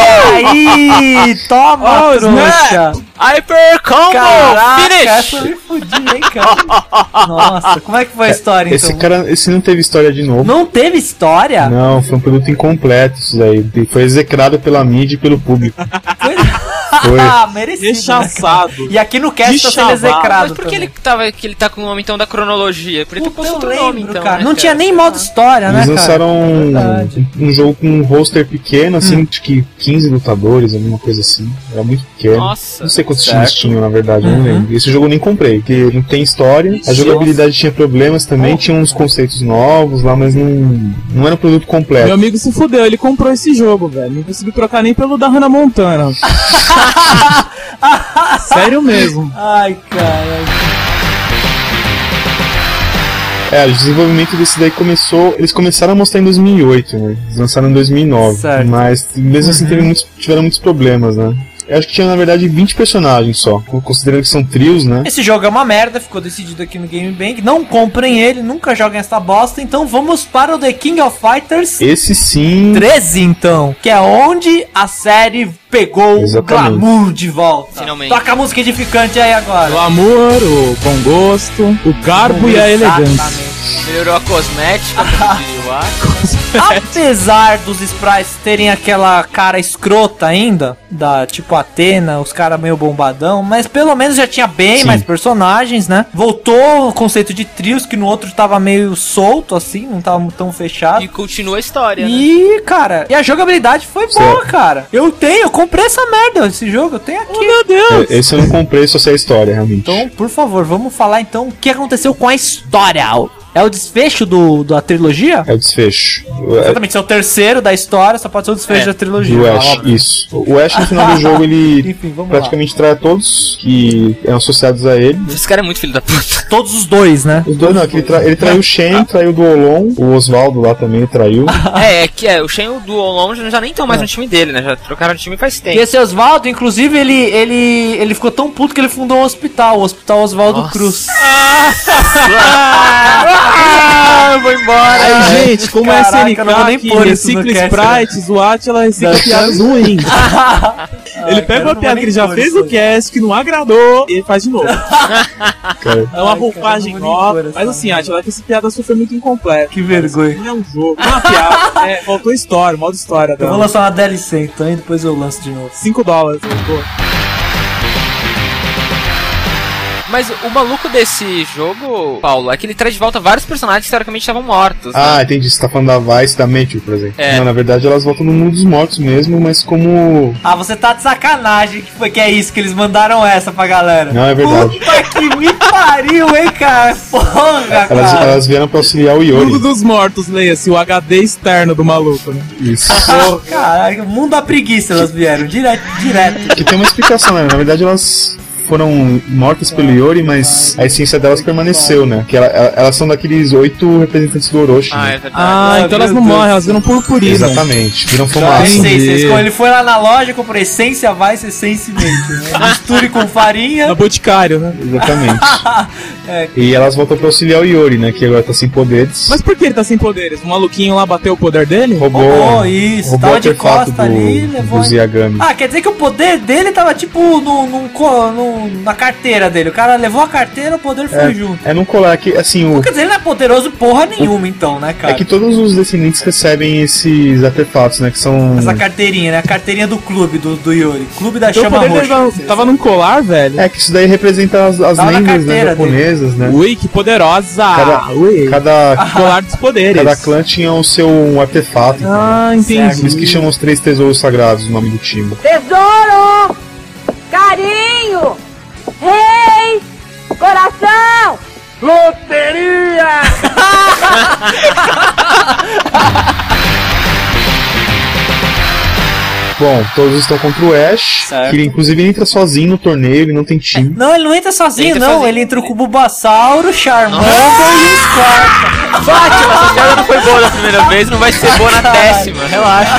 [SPEAKER 4] É.
[SPEAKER 1] Aí, toma,
[SPEAKER 2] Oh,
[SPEAKER 1] trouxa.
[SPEAKER 3] Hyper Combo!
[SPEAKER 1] Caraca, essa
[SPEAKER 2] é
[SPEAKER 1] eu
[SPEAKER 3] finish!
[SPEAKER 1] me fudi, hein, cara. Nossa, como é que foi a história,
[SPEAKER 4] Esse
[SPEAKER 1] então?
[SPEAKER 4] cara, é um esse não teve história de novo.
[SPEAKER 1] Não teve história?
[SPEAKER 4] Não, foi um produto incompleto isso daí. E Foi execrado pela mídia e pelo público.
[SPEAKER 1] Foi-
[SPEAKER 4] Foi.
[SPEAKER 1] merecido. né,
[SPEAKER 2] Rechaçado.
[SPEAKER 1] cara? E aqui no cast tá sendo
[SPEAKER 2] Dichavado.
[SPEAKER 1] execrado.
[SPEAKER 3] Mas por que ele, tava, que ele tá com o nome então da cronologia? Por ele ter
[SPEAKER 1] Puta,
[SPEAKER 3] posto
[SPEAKER 1] eu
[SPEAKER 3] outro
[SPEAKER 1] lembro,
[SPEAKER 3] nome, então.
[SPEAKER 1] cara.
[SPEAKER 3] né,
[SPEAKER 1] Não tinha nem
[SPEAKER 3] Sei
[SPEAKER 1] modo
[SPEAKER 3] lá.
[SPEAKER 1] história, né,
[SPEAKER 4] Eles
[SPEAKER 1] cara?
[SPEAKER 4] lançaram um,
[SPEAKER 1] Verdade. Hum.
[SPEAKER 4] um jogo com um roster pequeno, assim, acho que 15 lutadores, alguma coisa assim. Era muito pequeno.
[SPEAKER 3] É. Nossa.
[SPEAKER 4] Não sei quantos
[SPEAKER 3] Certo.
[SPEAKER 4] times tinham, na verdade,
[SPEAKER 1] Uhum.
[SPEAKER 4] eu não lembro. Esse jogo eu nem comprei, porque não tem história. A jogabilidade tinha problemas também, tinha uns conceitos novos lá, mas não, não era um produto
[SPEAKER 2] Meu
[SPEAKER 4] completo.
[SPEAKER 2] amigo se fudeu, ele comprou esse jogo, velho. Não consegui trocar nem pelo da Hannah Montana. Sério mesmo.
[SPEAKER 1] Ai, cara.
[SPEAKER 4] É, o desenvolvimento desse daí começou. Eles começaram a mostrar em 2008, né? Eles lançaram em 2009.
[SPEAKER 1] Certo. Uhum.
[SPEAKER 4] Mas mesmo assim teve muitos- tiveram muitos problemas, né? Eu acho que tinha, na verdade, 20 personagens só. Considerando que são trios, né?
[SPEAKER 1] Esse jogo é uma merda, ficou decidido aqui no Game Bank. Não comprem ele, nunca joguem essa bosta. Então vamos para o The King of Fighters
[SPEAKER 4] Esse sim.
[SPEAKER 1] 13, então. Que é onde a série pegou o
[SPEAKER 4] Exatamente.
[SPEAKER 1] glamour de volta.
[SPEAKER 3] Finalmente.
[SPEAKER 1] Toca a música edificante aí
[SPEAKER 2] O
[SPEAKER 1] agora.
[SPEAKER 2] amor, o bom gosto, o garbo e a elegância.
[SPEAKER 1] Exatamente.
[SPEAKER 3] Melhorou a cosmética, como diria o Arthur.
[SPEAKER 1] Apesar dos sprites terem aquela cara escrota ainda, da tipo Atena, os caras meio bombadão, mas pelo menos já tinha bem
[SPEAKER 4] Sim.
[SPEAKER 1] mais personagens, né? Voltou o conceito de trios, que no outro tava meio solto, assim, não tava tão fechado.
[SPEAKER 3] E continua a história, né?
[SPEAKER 1] E, cara, e a jogabilidade foi boa,
[SPEAKER 4] Certo.
[SPEAKER 1] cara. Eu tenho, eu comprei essa merda, esse jogo, eu tenho aqui. meu Deus!
[SPEAKER 4] É, Esse eu não comprei, só sei a história, realmente.
[SPEAKER 1] Então, por favor, vamos falar então o que aconteceu com a história. É o desfecho do, da trilogia?
[SPEAKER 4] É o desfecho.
[SPEAKER 1] Exatamente, esse é o terceiro da história, só pode ser o desfecho
[SPEAKER 3] É,
[SPEAKER 1] da trilogia.
[SPEAKER 4] Do Ash, isso. O Ash no final do jogo ele
[SPEAKER 1] Enfim, vamos lá.
[SPEAKER 4] praticamente traz todos que eram associados a ele.
[SPEAKER 3] Esse cara é muito filho da puta.
[SPEAKER 1] Todos os dois, né?
[SPEAKER 4] Os dois não, é que ele, tra- ele traiu o
[SPEAKER 1] Ah.
[SPEAKER 4] Shen, traiu o Duolon, o Osvaldo lá também traiu.
[SPEAKER 3] é, é que é, o Shen e o Duolon já nem estão mais no time dele, né? Já trocaram de time faz
[SPEAKER 1] E
[SPEAKER 3] tempo.
[SPEAKER 1] esse Oswaldo, inclusive, ele, ele, ele ficou tão puto que ele fundou um hospital, o Hospital Oswaldo
[SPEAKER 3] Nossa.
[SPEAKER 1] Cruz.
[SPEAKER 3] Ah, eu vou embora.
[SPEAKER 2] Aí, gente, como
[SPEAKER 1] Caraca,
[SPEAKER 2] é SNK
[SPEAKER 1] eu não vou nem
[SPEAKER 2] que
[SPEAKER 1] pôr isso no
[SPEAKER 2] recicla
[SPEAKER 1] cast, né?
[SPEAKER 2] sprites, o Atila é recicla piadas ruins. Ele pega uma piada que ele já fez no cast, que não agradou, e faz de novo.
[SPEAKER 4] Cara,
[SPEAKER 2] É uma
[SPEAKER 1] Ai,
[SPEAKER 2] roupagem
[SPEAKER 1] cara, eu não vou nem pôr
[SPEAKER 2] nova.
[SPEAKER 1] essa
[SPEAKER 2] Mas assim, Atila, que essa piada sua foi muito incompleta.
[SPEAKER 1] Que vergonha.
[SPEAKER 2] Não é um jogo, não é uma piada. É, faltou história, modo história
[SPEAKER 1] Eu vou
[SPEAKER 2] dela.
[SPEAKER 1] lançar uma DLC então e depois eu lanço de novo.
[SPEAKER 2] 5 dólares. pô.
[SPEAKER 3] Mas o maluco desse jogo, Paulo, é que ele traz de volta vários personagens que teoricamente estavam mortos. né?
[SPEAKER 4] Ah, entendi. Você tá falando da Vice e da Matthew, por exemplo.
[SPEAKER 3] É.
[SPEAKER 4] Não, na verdade elas voltam no mundo dos mortos mesmo, mas como.
[SPEAKER 1] Ah, você tá de sacanagem que, foi, que é isso, que eles mandaram essa pra galera.
[SPEAKER 4] Não, é verdade.
[SPEAKER 1] Puta que me pariu, hein, cara? Porra,
[SPEAKER 4] Elas,
[SPEAKER 1] cara.
[SPEAKER 4] elas vieram pra auxiliar o
[SPEAKER 2] Mundo
[SPEAKER 4] Yori.
[SPEAKER 2] dos Mortos, leia-se, o HD externo do maluco, né?
[SPEAKER 4] Isso.
[SPEAKER 1] Caraca, Ah, mundo da preguiça elas vieram, direto, direto.
[SPEAKER 4] Que tem uma explicação, né? Na verdade, elas foram mortas pelo Yori, mas a essência delas permaneceu, né? Que ela- ela- elas são daqueles oito representantes do Orochi.
[SPEAKER 3] Ah,
[SPEAKER 4] né?
[SPEAKER 3] é verdade.
[SPEAKER 2] Ah, é.
[SPEAKER 1] Ah,
[SPEAKER 2] então elas
[SPEAKER 1] meu
[SPEAKER 2] não
[SPEAKER 1] Deus.
[SPEAKER 2] morrem, elas viram purpurina.
[SPEAKER 4] Exatamente. Viram
[SPEAKER 1] Ah,
[SPEAKER 4] fumaça.
[SPEAKER 2] Entendi.
[SPEAKER 1] essência. Escolha, Ele foi lá na loja, comprou essência, vai, essência e mente, né? Misture com
[SPEAKER 2] Na
[SPEAKER 1] farinha.
[SPEAKER 2] É Boticário, né?
[SPEAKER 4] Exatamente.
[SPEAKER 1] É.
[SPEAKER 4] E elas voltam pra auxiliar o Yori, né? Que agora tá sem poderes.
[SPEAKER 2] Mas por que ele tá sem poderes? O maluquinho lá bateu o poder dele?
[SPEAKER 4] roubou. um,
[SPEAKER 1] Roubou oh, isso,
[SPEAKER 4] roubou o
[SPEAKER 1] tava de
[SPEAKER 4] artefato
[SPEAKER 1] costa
[SPEAKER 4] do,
[SPEAKER 1] ali, levou.
[SPEAKER 4] do Ziagami.
[SPEAKER 1] Ah, quer dizer que o poder dele tava tipo no, num co- num- na carteira dele. O cara levou a carteira, o poder foi junto.
[SPEAKER 4] É num colar que, assim, o.
[SPEAKER 1] Quer dizer, ele não é poderoso porra nenhuma, então, né,
[SPEAKER 4] É
[SPEAKER 1] cara?
[SPEAKER 4] que todos os descendentes recebem esses artefatos, né? Que são.
[SPEAKER 1] Essa carteirinha, né? A carteirinha do clube, do, do Yuri. Clube da
[SPEAKER 2] Então o
[SPEAKER 1] é Chama
[SPEAKER 2] poder
[SPEAKER 1] Roxa.
[SPEAKER 2] dele
[SPEAKER 3] um-
[SPEAKER 2] tava, tava num colar, velho.
[SPEAKER 4] É que isso daí representa as, as
[SPEAKER 1] Tava na
[SPEAKER 4] lendas né,
[SPEAKER 1] carteira dele.
[SPEAKER 4] japonesas, né?
[SPEAKER 2] Ui, que poderosa!
[SPEAKER 4] Cada-
[SPEAKER 2] Ui.
[SPEAKER 4] Cada
[SPEAKER 1] Ah,
[SPEAKER 2] Colar dos poderes.
[SPEAKER 4] Cada clã tinha o seu um artefato.
[SPEAKER 2] Ah,
[SPEAKER 4] Por isso que
[SPEAKER 2] entendi.
[SPEAKER 4] chamam os três tesouros sagrados o nome do time.
[SPEAKER 8] Tesouro! Carinho! Rei! Coração!
[SPEAKER 4] Bom, todos estão contra o Ash,
[SPEAKER 1] Certo.
[SPEAKER 4] que ele inclusive ele entra sozinho no torneio, ele não tem time.
[SPEAKER 1] Não, ele não entra sozinho,
[SPEAKER 3] Ele entra
[SPEAKER 1] não.
[SPEAKER 3] sozinho.
[SPEAKER 1] Ele entra com o Bulbasauro, Charmander e Squirtle.
[SPEAKER 3] Fátima, essa piada não foi boa na primeira vez, não vai ser boa na décima. Relaxa.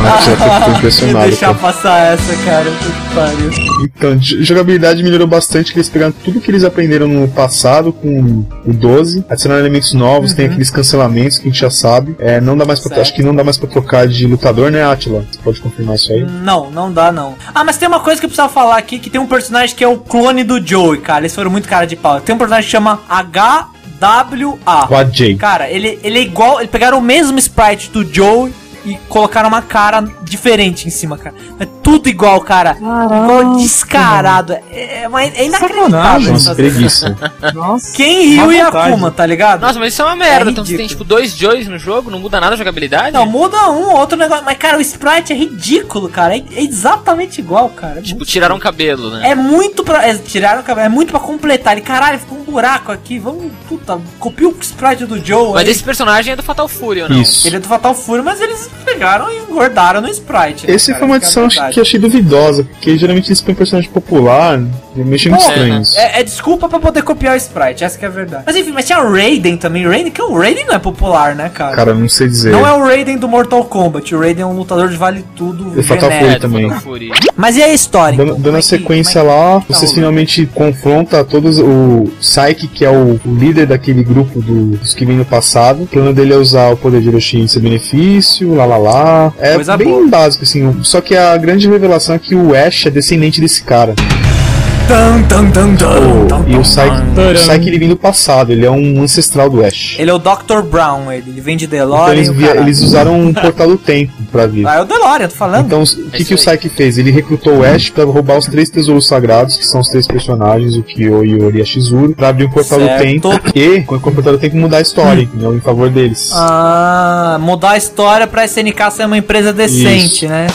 [SPEAKER 4] Ah, já tô, tô
[SPEAKER 1] Deixa
[SPEAKER 4] impressionado.
[SPEAKER 1] deixar
[SPEAKER 4] cara.
[SPEAKER 1] passar essa, cara. Puta que pariu.
[SPEAKER 4] Então, j- jogabilidade melhorou bastante, que eles pegaram tudo que eles aprenderam no passado com o 12, adicionaram elementos novos, tem aqueles cancelamentos que a gente já sabe. É, não dá mais pra,
[SPEAKER 1] Uhum. Certo.
[SPEAKER 4] acho que não dá mais pra trocar de lutador, né, Atila? Você pode confirmar isso aí?
[SPEAKER 1] Não, não dá, não. Ah, mas tem uma coisa que eu precisava falar aqui, que tem um personagem que é o clone do Joey, cara. Eles foram muito cara de pau. Tem um personagem que chama HWA.
[SPEAKER 4] O AJ.
[SPEAKER 1] Cara, ele, ele é igual. Ele pegaram o mesmo sprite do Joey e colocaram uma cara diferente em cima, cara. É tudo igual, cara. Igual descarado. É, é, mas é inacreditável.
[SPEAKER 2] Sacanagem.
[SPEAKER 1] essas-
[SPEAKER 4] Nossa, preguiça.
[SPEAKER 2] Nossa.
[SPEAKER 1] Quem riu
[SPEAKER 2] Má
[SPEAKER 1] e
[SPEAKER 2] vontade.
[SPEAKER 1] Akuma, tá ligado?
[SPEAKER 3] Nossa, mas isso é uma merda. então você tem
[SPEAKER 1] ridículo.
[SPEAKER 3] tipo dois Joys no jogo, não muda nada a jogabilidade?
[SPEAKER 1] Não, muda um outro negócio. Mas, cara, o sprite é ridículo, cara. É, é exatamente igual, cara. É
[SPEAKER 3] Tipo,
[SPEAKER 1] muito-
[SPEAKER 3] tiraram o cabelo, né?
[SPEAKER 1] É muito pra. É, tiraram o cabelo, é muito pra completar. Ele, caralho, ficou um buraco aqui. Vamos, puta, copia o sprite do Joe.
[SPEAKER 3] Mas
[SPEAKER 1] aí.
[SPEAKER 3] esse personagem é do Fatal Fury, ou não?
[SPEAKER 4] Isso.
[SPEAKER 1] Ele é do Fatal Fury, mas eles pegaram e engordaram no sprite. né,
[SPEAKER 4] Esse
[SPEAKER 1] cara?
[SPEAKER 4] foi uma
[SPEAKER 1] Essa é a
[SPEAKER 4] adição
[SPEAKER 1] verdade.
[SPEAKER 4] que eu achei duvidosa, porque geralmente eles põem personagem popular, mexe muito
[SPEAKER 1] Porra,
[SPEAKER 4] estranho isso.
[SPEAKER 1] É, é desculpa pra poder copiar o Sprite, essa que é a verdade. Mas enfim, mas tinha o Raiden também. Raiden, que o Raiden não é popular, né, cara?
[SPEAKER 4] Cara, não sei dizer.
[SPEAKER 1] não é o Raiden do Mortal Kombat. O Raiden é um lutador de vale tudo.
[SPEAKER 4] E Fatal
[SPEAKER 1] genérico.
[SPEAKER 4] Fury
[SPEAKER 3] É, do
[SPEAKER 4] também.
[SPEAKER 3] Fatal Fury.
[SPEAKER 1] Mas e a história?
[SPEAKER 4] Dando,
[SPEAKER 1] então?
[SPEAKER 4] dando
[SPEAKER 1] Como
[SPEAKER 4] a
[SPEAKER 1] é que-
[SPEAKER 4] sequência
[SPEAKER 1] como é que
[SPEAKER 4] lá,
[SPEAKER 1] tá
[SPEAKER 4] vocês
[SPEAKER 1] rolando?
[SPEAKER 4] finalmente confronta todos o Psyche, que é o, o líder daquele grupo do- dos que vêm no passado. O plano dele é usar o poder de Hiroshi em seu benefício, lá lá lá. É
[SPEAKER 1] Coisa
[SPEAKER 4] bem
[SPEAKER 1] boa.
[SPEAKER 4] básico, assim. Só que a grande revelação é que o Ash é descendente desse cara.
[SPEAKER 1] Tan, tan, tan, tan, tan,
[SPEAKER 4] Oh, e
[SPEAKER 1] tan,
[SPEAKER 4] o Psyche,
[SPEAKER 2] Taran.
[SPEAKER 4] o Psyche ele vem do passado, ele é um ancestral do Ash.
[SPEAKER 1] Ele é o Dr. Brown, ele, ele vem de
[SPEAKER 4] Então
[SPEAKER 1] DeLorean.
[SPEAKER 4] eles,
[SPEAKER 1] e o
[SPEAKER 4] via-
[SPEAKER 1] caralho.
[SPEAKER 4] eles usaram um portal do tempo pra vir.
[SPEAKER 1] Ah, é o DeLorean, tô falando.
[SPEAKER 4] Então, o que,
[SPEAKER 3] isso
[SPEAKER 4] que o
[SPEAKER 3] aí.
[SPEAKER 4] Psyche fez? Ele recrutou o Ash pra roubar os três tesouros sagrados, que são os três personagens, o Kyo, Yori e a Shizuru, pra abrir um portal
[SPEAKER 1] Certo. Hum.
[SPEAKER 4] do tempo e, com o portal do tempo, mudar a história, entendeu? Em favor deles.
[SPEAKER 1] Ah, mudar a história pra SNK ser uma empresa decente,
[SPEAKER 4] Isso.
[SPEAKER 1] né?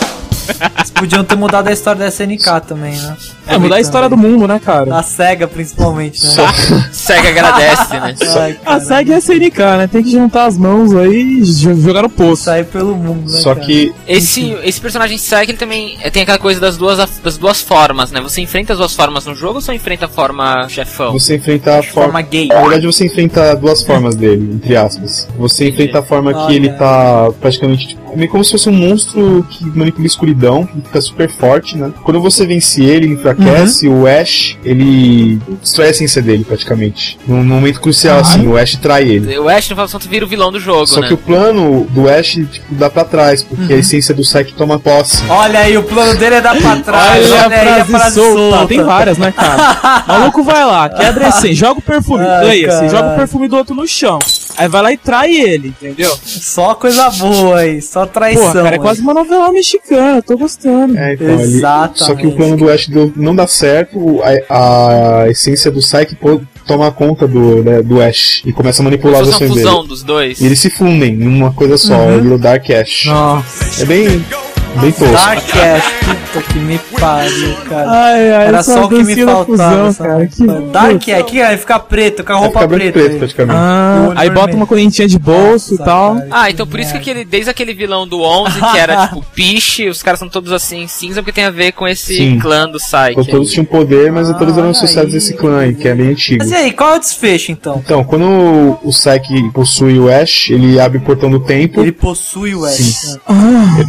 [SPEAKER 1] Eles podiam ter mudado a história da SNK também, né? então,
[SPEAKER 2] É, mudar a história do mundo, né, cara?
[SPEAKER 1] Da SEGA, principalmente, né?
[SPEAKER 3] Sega agradece, né?
[SPEAKER 1] Ai, cara,
[SPEAKER 2] A SEG é SNK, né? Tem que juntar as mãos aí e jo- jogar no poço.
[SPEAKER 1] sair pelo mundo, né,
[SPEAKER 4] Só
[SPEAKER 1] cara?
[SPEAKER 4] que
[SPEAKER 3] Esse, esse personagem Psyche, ele também é, tem aquela coisa das duas, das duas formas, né? Você enfrenta as duas formas no jogo ou só enfrenta a forma chefão?
[SPEAKER 4] você enfrenta a
[SPEAKER 1] Forma
[SPEAKER 4] forma.
[SPEAKER 1] gay.
[SPEAKER 4] Na verdade, você enfrenta duas formas dele, entre aspas. Você enfrenta a forma que
[SPEAKER 1] Olha.
[SPEAKER 4] ele tá praticamente tipo, meio como se fosse um monstro que manipula a escuridão, que fica super forte, né? Quando você vence ele, ele enfraquece,
[SPEAKER 3] Uhum.
[SPEAKER 4] o Ash, ele destrói a essência dele, praticamente. Num momento crucial, assim, o Ash trai ele.
[SPEAKER 3] O Ash, no Final Fantasy, vira o vilão do jogo, né?
[SPEAKER 4] Só
[SPEAKER 3] Uhum.
[SPEAKER 4] que o plano do Ash tipo, dá pra trás, porque a essência do Psyche toma posse.
[SPEAKER 1] Olha aí, o plano dele é dar pra trás.
[SPEAKER 2] Olha a
[SPEAKER 1] aí
[SPEAKER 2] frase, solta. Tem várias, né, cara? Maluco vai lá, quebra esse, joga o perfume,
[SPEAKER 1] Ai,
[SPEAKER 2] ganha esse,
[SPEAKER 1] caralho.
[SPEAKER 2] joga o perfume do outro no chão. Aí vai lá e trai ele, entendeu?
[SPEAKER 1] Só coisa boa aí, só traição.
[SPEAKER 2] Porra, cara, é
[SPEAKER 1] aí.
[SPEAKER 2] quase uma novela mexicana, tô gostando.
[SPEAKER 4] É, então, ele-
[SPEAKER 1] Exatamente.
[SPEAKER 4] Só que o plano do Ash deu- não dá certo, o- a, a essência do Psyche pô- toma conta do, né, do Ash e começa a manipular as
[SPEAKER 3] Como se fosse
[SPEAKER 4] ações
[SPEAKER 3] uma
[SPEAKER 4] dele.
[SPEAKER 3] fusão dos dois.
[SPEAKER 4] E eles se fundem em uma coisa só,
[SPEAKER 1] Uhum.
[SPEAKER 4] ele é o Dark Ash.
[SPEAKER 2] Nossa.
[SPEAKER 4] É bem, bem tosco.
[SPEAKER 1] Dark Ash, puta que me pariu, cara.
[SPEAKER 2] Ai, ai,
[SPEAKER 1] Era só o que me
[SPEAKER 2] dancinha da
[SPEAKER 1] faltava.
[SPEAKER 2] fusão,
[SPEAKER 1] sabe?
[SPEAKER 2] cara. Que
[SPEAKER 1] Dark é aqui, aí fica preto, com a
[SPEAKER 4] É
[SPEAKER 1] roupa
[SPEAKER 4] ficar branco e
[SPEAKER 1] preta.
[SPEAKER 4] preto,
[SPEAKER 1] aí.
[SPEAKER 4] praticamente.
[SPEAKER 2] Ah, aí bota uma correntinha de bolso e
[SPEAKER 1] Nossa,
[SPEAKER 2] tal.
[SPEAKER 1] cara,
[SPEAKER 3] Ah, então por isso que aquele, desde aquele vilão do 11, que era tipo piche, os caras são todos assim cinza, porque tem a ver com esse
[SPEAKER 4] Sim.
[SPEAKER 3] clã do
[SPEAKER 4] Então,
[SPEAKER 3] Psyche.
[SPEAKER 4] todos tinham poder, mas todos eram
[SPEAKER 1] Ah, olha
[SPEAKER 4] associados a esse
[SPEAKER 1] aí.
[SPEAKER 4] clã aí, que é bem antigo.
[SPEAKER 1] Mas e aí, qual é o desfecho então?
[SPEAKER 4] Então, quando o Psyche possui o Ash, ele abre o portão do tempo.
[SPEAKER 1] Ele possui o Ash.
[SPEAKER 4] Sim.
[SPEAKER 2] Ah,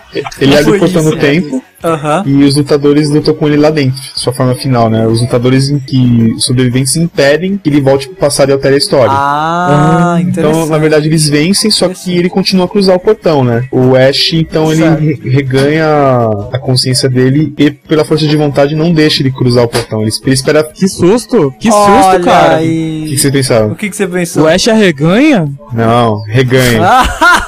[SPEAKER 4] Ele abre
[SPEAKER 1] Foi
[SPEAKER 4] o portão
[SPEAKER 1] isso,
[SPEAKER 4] do
[SPEAKER 1] né?
[SPEAKER 4] tempo
[SPEAKER 1] Ah. Aham.
[SPEAKER 4] e os lutadores lutam com ele lá dentro. Sua forma final, né? Os lutadores em que os sobreviventes impedem que ele volte pro passado e altere a história.
[SPEAKER 1] Ah,
[SPEAKER 4] Então,
[SPEAKER 1] interessante.
[SPEAKER 4] na verdade, eles vencem, só que ele continua a cruzar o portão, né? O Ash, então, ele
[SPEAKER 1] Certo.
[SPEAKER 4] re- reganha a consciência dele e, pela força de vontade, não deixa ele cruzar o portão. Ele, ele espera. O
[SPEAKER 2] que susto, que
[SPEAKER 1] Olha
[SPEAKER 2] susto, cara.
[SPEAKER 1] aí.
[SPEAKER 4] que, que você
[SPEAKER 1] O
[SPEAKER 4] pensaram?
[SPEAKER 1] que, que você
[SPEAKER 2] O
[SPEAKER 1] pensou?
[SPEAKER 2] Ash arreganha?
[SPEAKER 4] Não,
[SPEAKER 1] Ah,
[SPEAKER 4] reganha.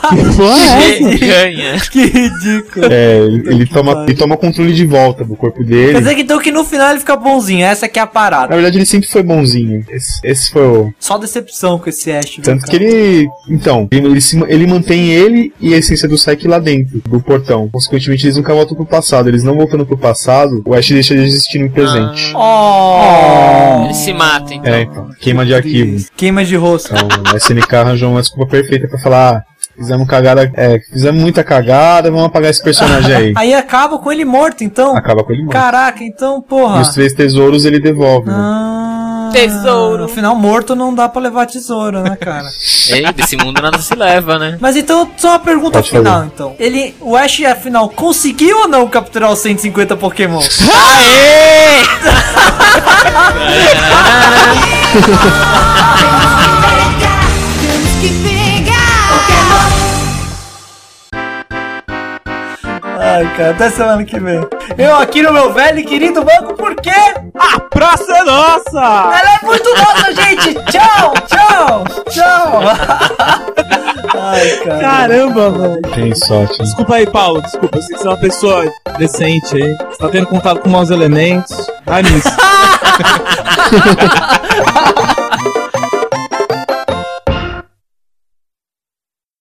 [SPEAKER 2] Que porra é essa?
[SPEAKER 3] Ele ganha.
[SPEAKER 1] que ridículo.
[SPEAKER 4] É, ele, ele
[SPEAKER 1] que
[SPEAKER 4] toma,
[SPEAKER 1] pariu.
[SPEAKER 4] ele toma o controle de volta do corpo dele.
[SPEAKER 1] Quer dizer que então que no final ele fica bonzinho, essa que é a
[SPEAKER 4] Na
[SPEAKER 1] parada.
[SPEAKER 4] verdade, ele sempre foi bonzinho. Esse, esse foi o.
[SPEAKER 1] Só decepção com esse Ash. viu,
[SPEAKER 4] Tanto
[SPEAKER 1] cara?
[SPEAKER 4] que ele. Então, ele, ele se ma- ele mantém ele e a essência do Psyche lá dentro, do portão. Consequentemente, eles nunca voltam pro passado. Eles não voltando pro passado, o Ash deixa de existir no presente.
[SPEAKER 1] Ah. Oh,
[SPEAKER 3] Ele se mata, então.
[SPEAKER 4] É, então, queima de arquivo.
[SPEAKER 1] Queima de rosto.
[SPEAKER 4] Então, a SNK arranjou uma desculpa perfeita pra falar. "Ah, Fizemos cagada, é, fizemos muita cagada, vamos apagar esse personagem aí.
[SPEAKER 1] Aí acaba com ele morto, então.
[SPEAKER 4] Acaba com ele morto.
[SPEAKER 1] Caraca, então,
[SPEAKER 4] E
[SPEAKER 1] porra.
[SPEAKER 4] os três tesouros ele devolve. né?
[SPEAKER 1] Ah,
[SPEAKER 3] Tesouro.
[SPEAKER 1] Afinal, morto não dá pra levar tesouro, né, cara?
[SPEAKER 3] Ei, desse mundo nada se leva, né?
[SPEAKER 1] Mas então, só uma pergunta
[SPEAKER 4] Pode
[SPEAKER 1] final,
[SPEAKER 4] fazer.
[SPEAKER 1] então. Ele, o Ash, afinal, conseguiu ou não capturar os 150 Pokémon?
[SPEAKER 7] Temos que pegar.
[SPEAKER 1] Ai, cara, até semana que vem. Eu aqui no meu velho e querido banco, por quê?
[SPEAKER 2] A praça é nossa!
[SPEAKER 1] Ela é muito nossa, gente! Tchau, tchau, tchau! Ai, cara.
[SPEAKER 2] Caramba, mano.
[SPEAKER 4] Tem sorte. né?
[SPEAKER 2] Desculpa aí, Paulo. Desculpa. Eu sei que você é uma pessoa decente aí. Você tá tendo contato com maus elementos. Vai nisso.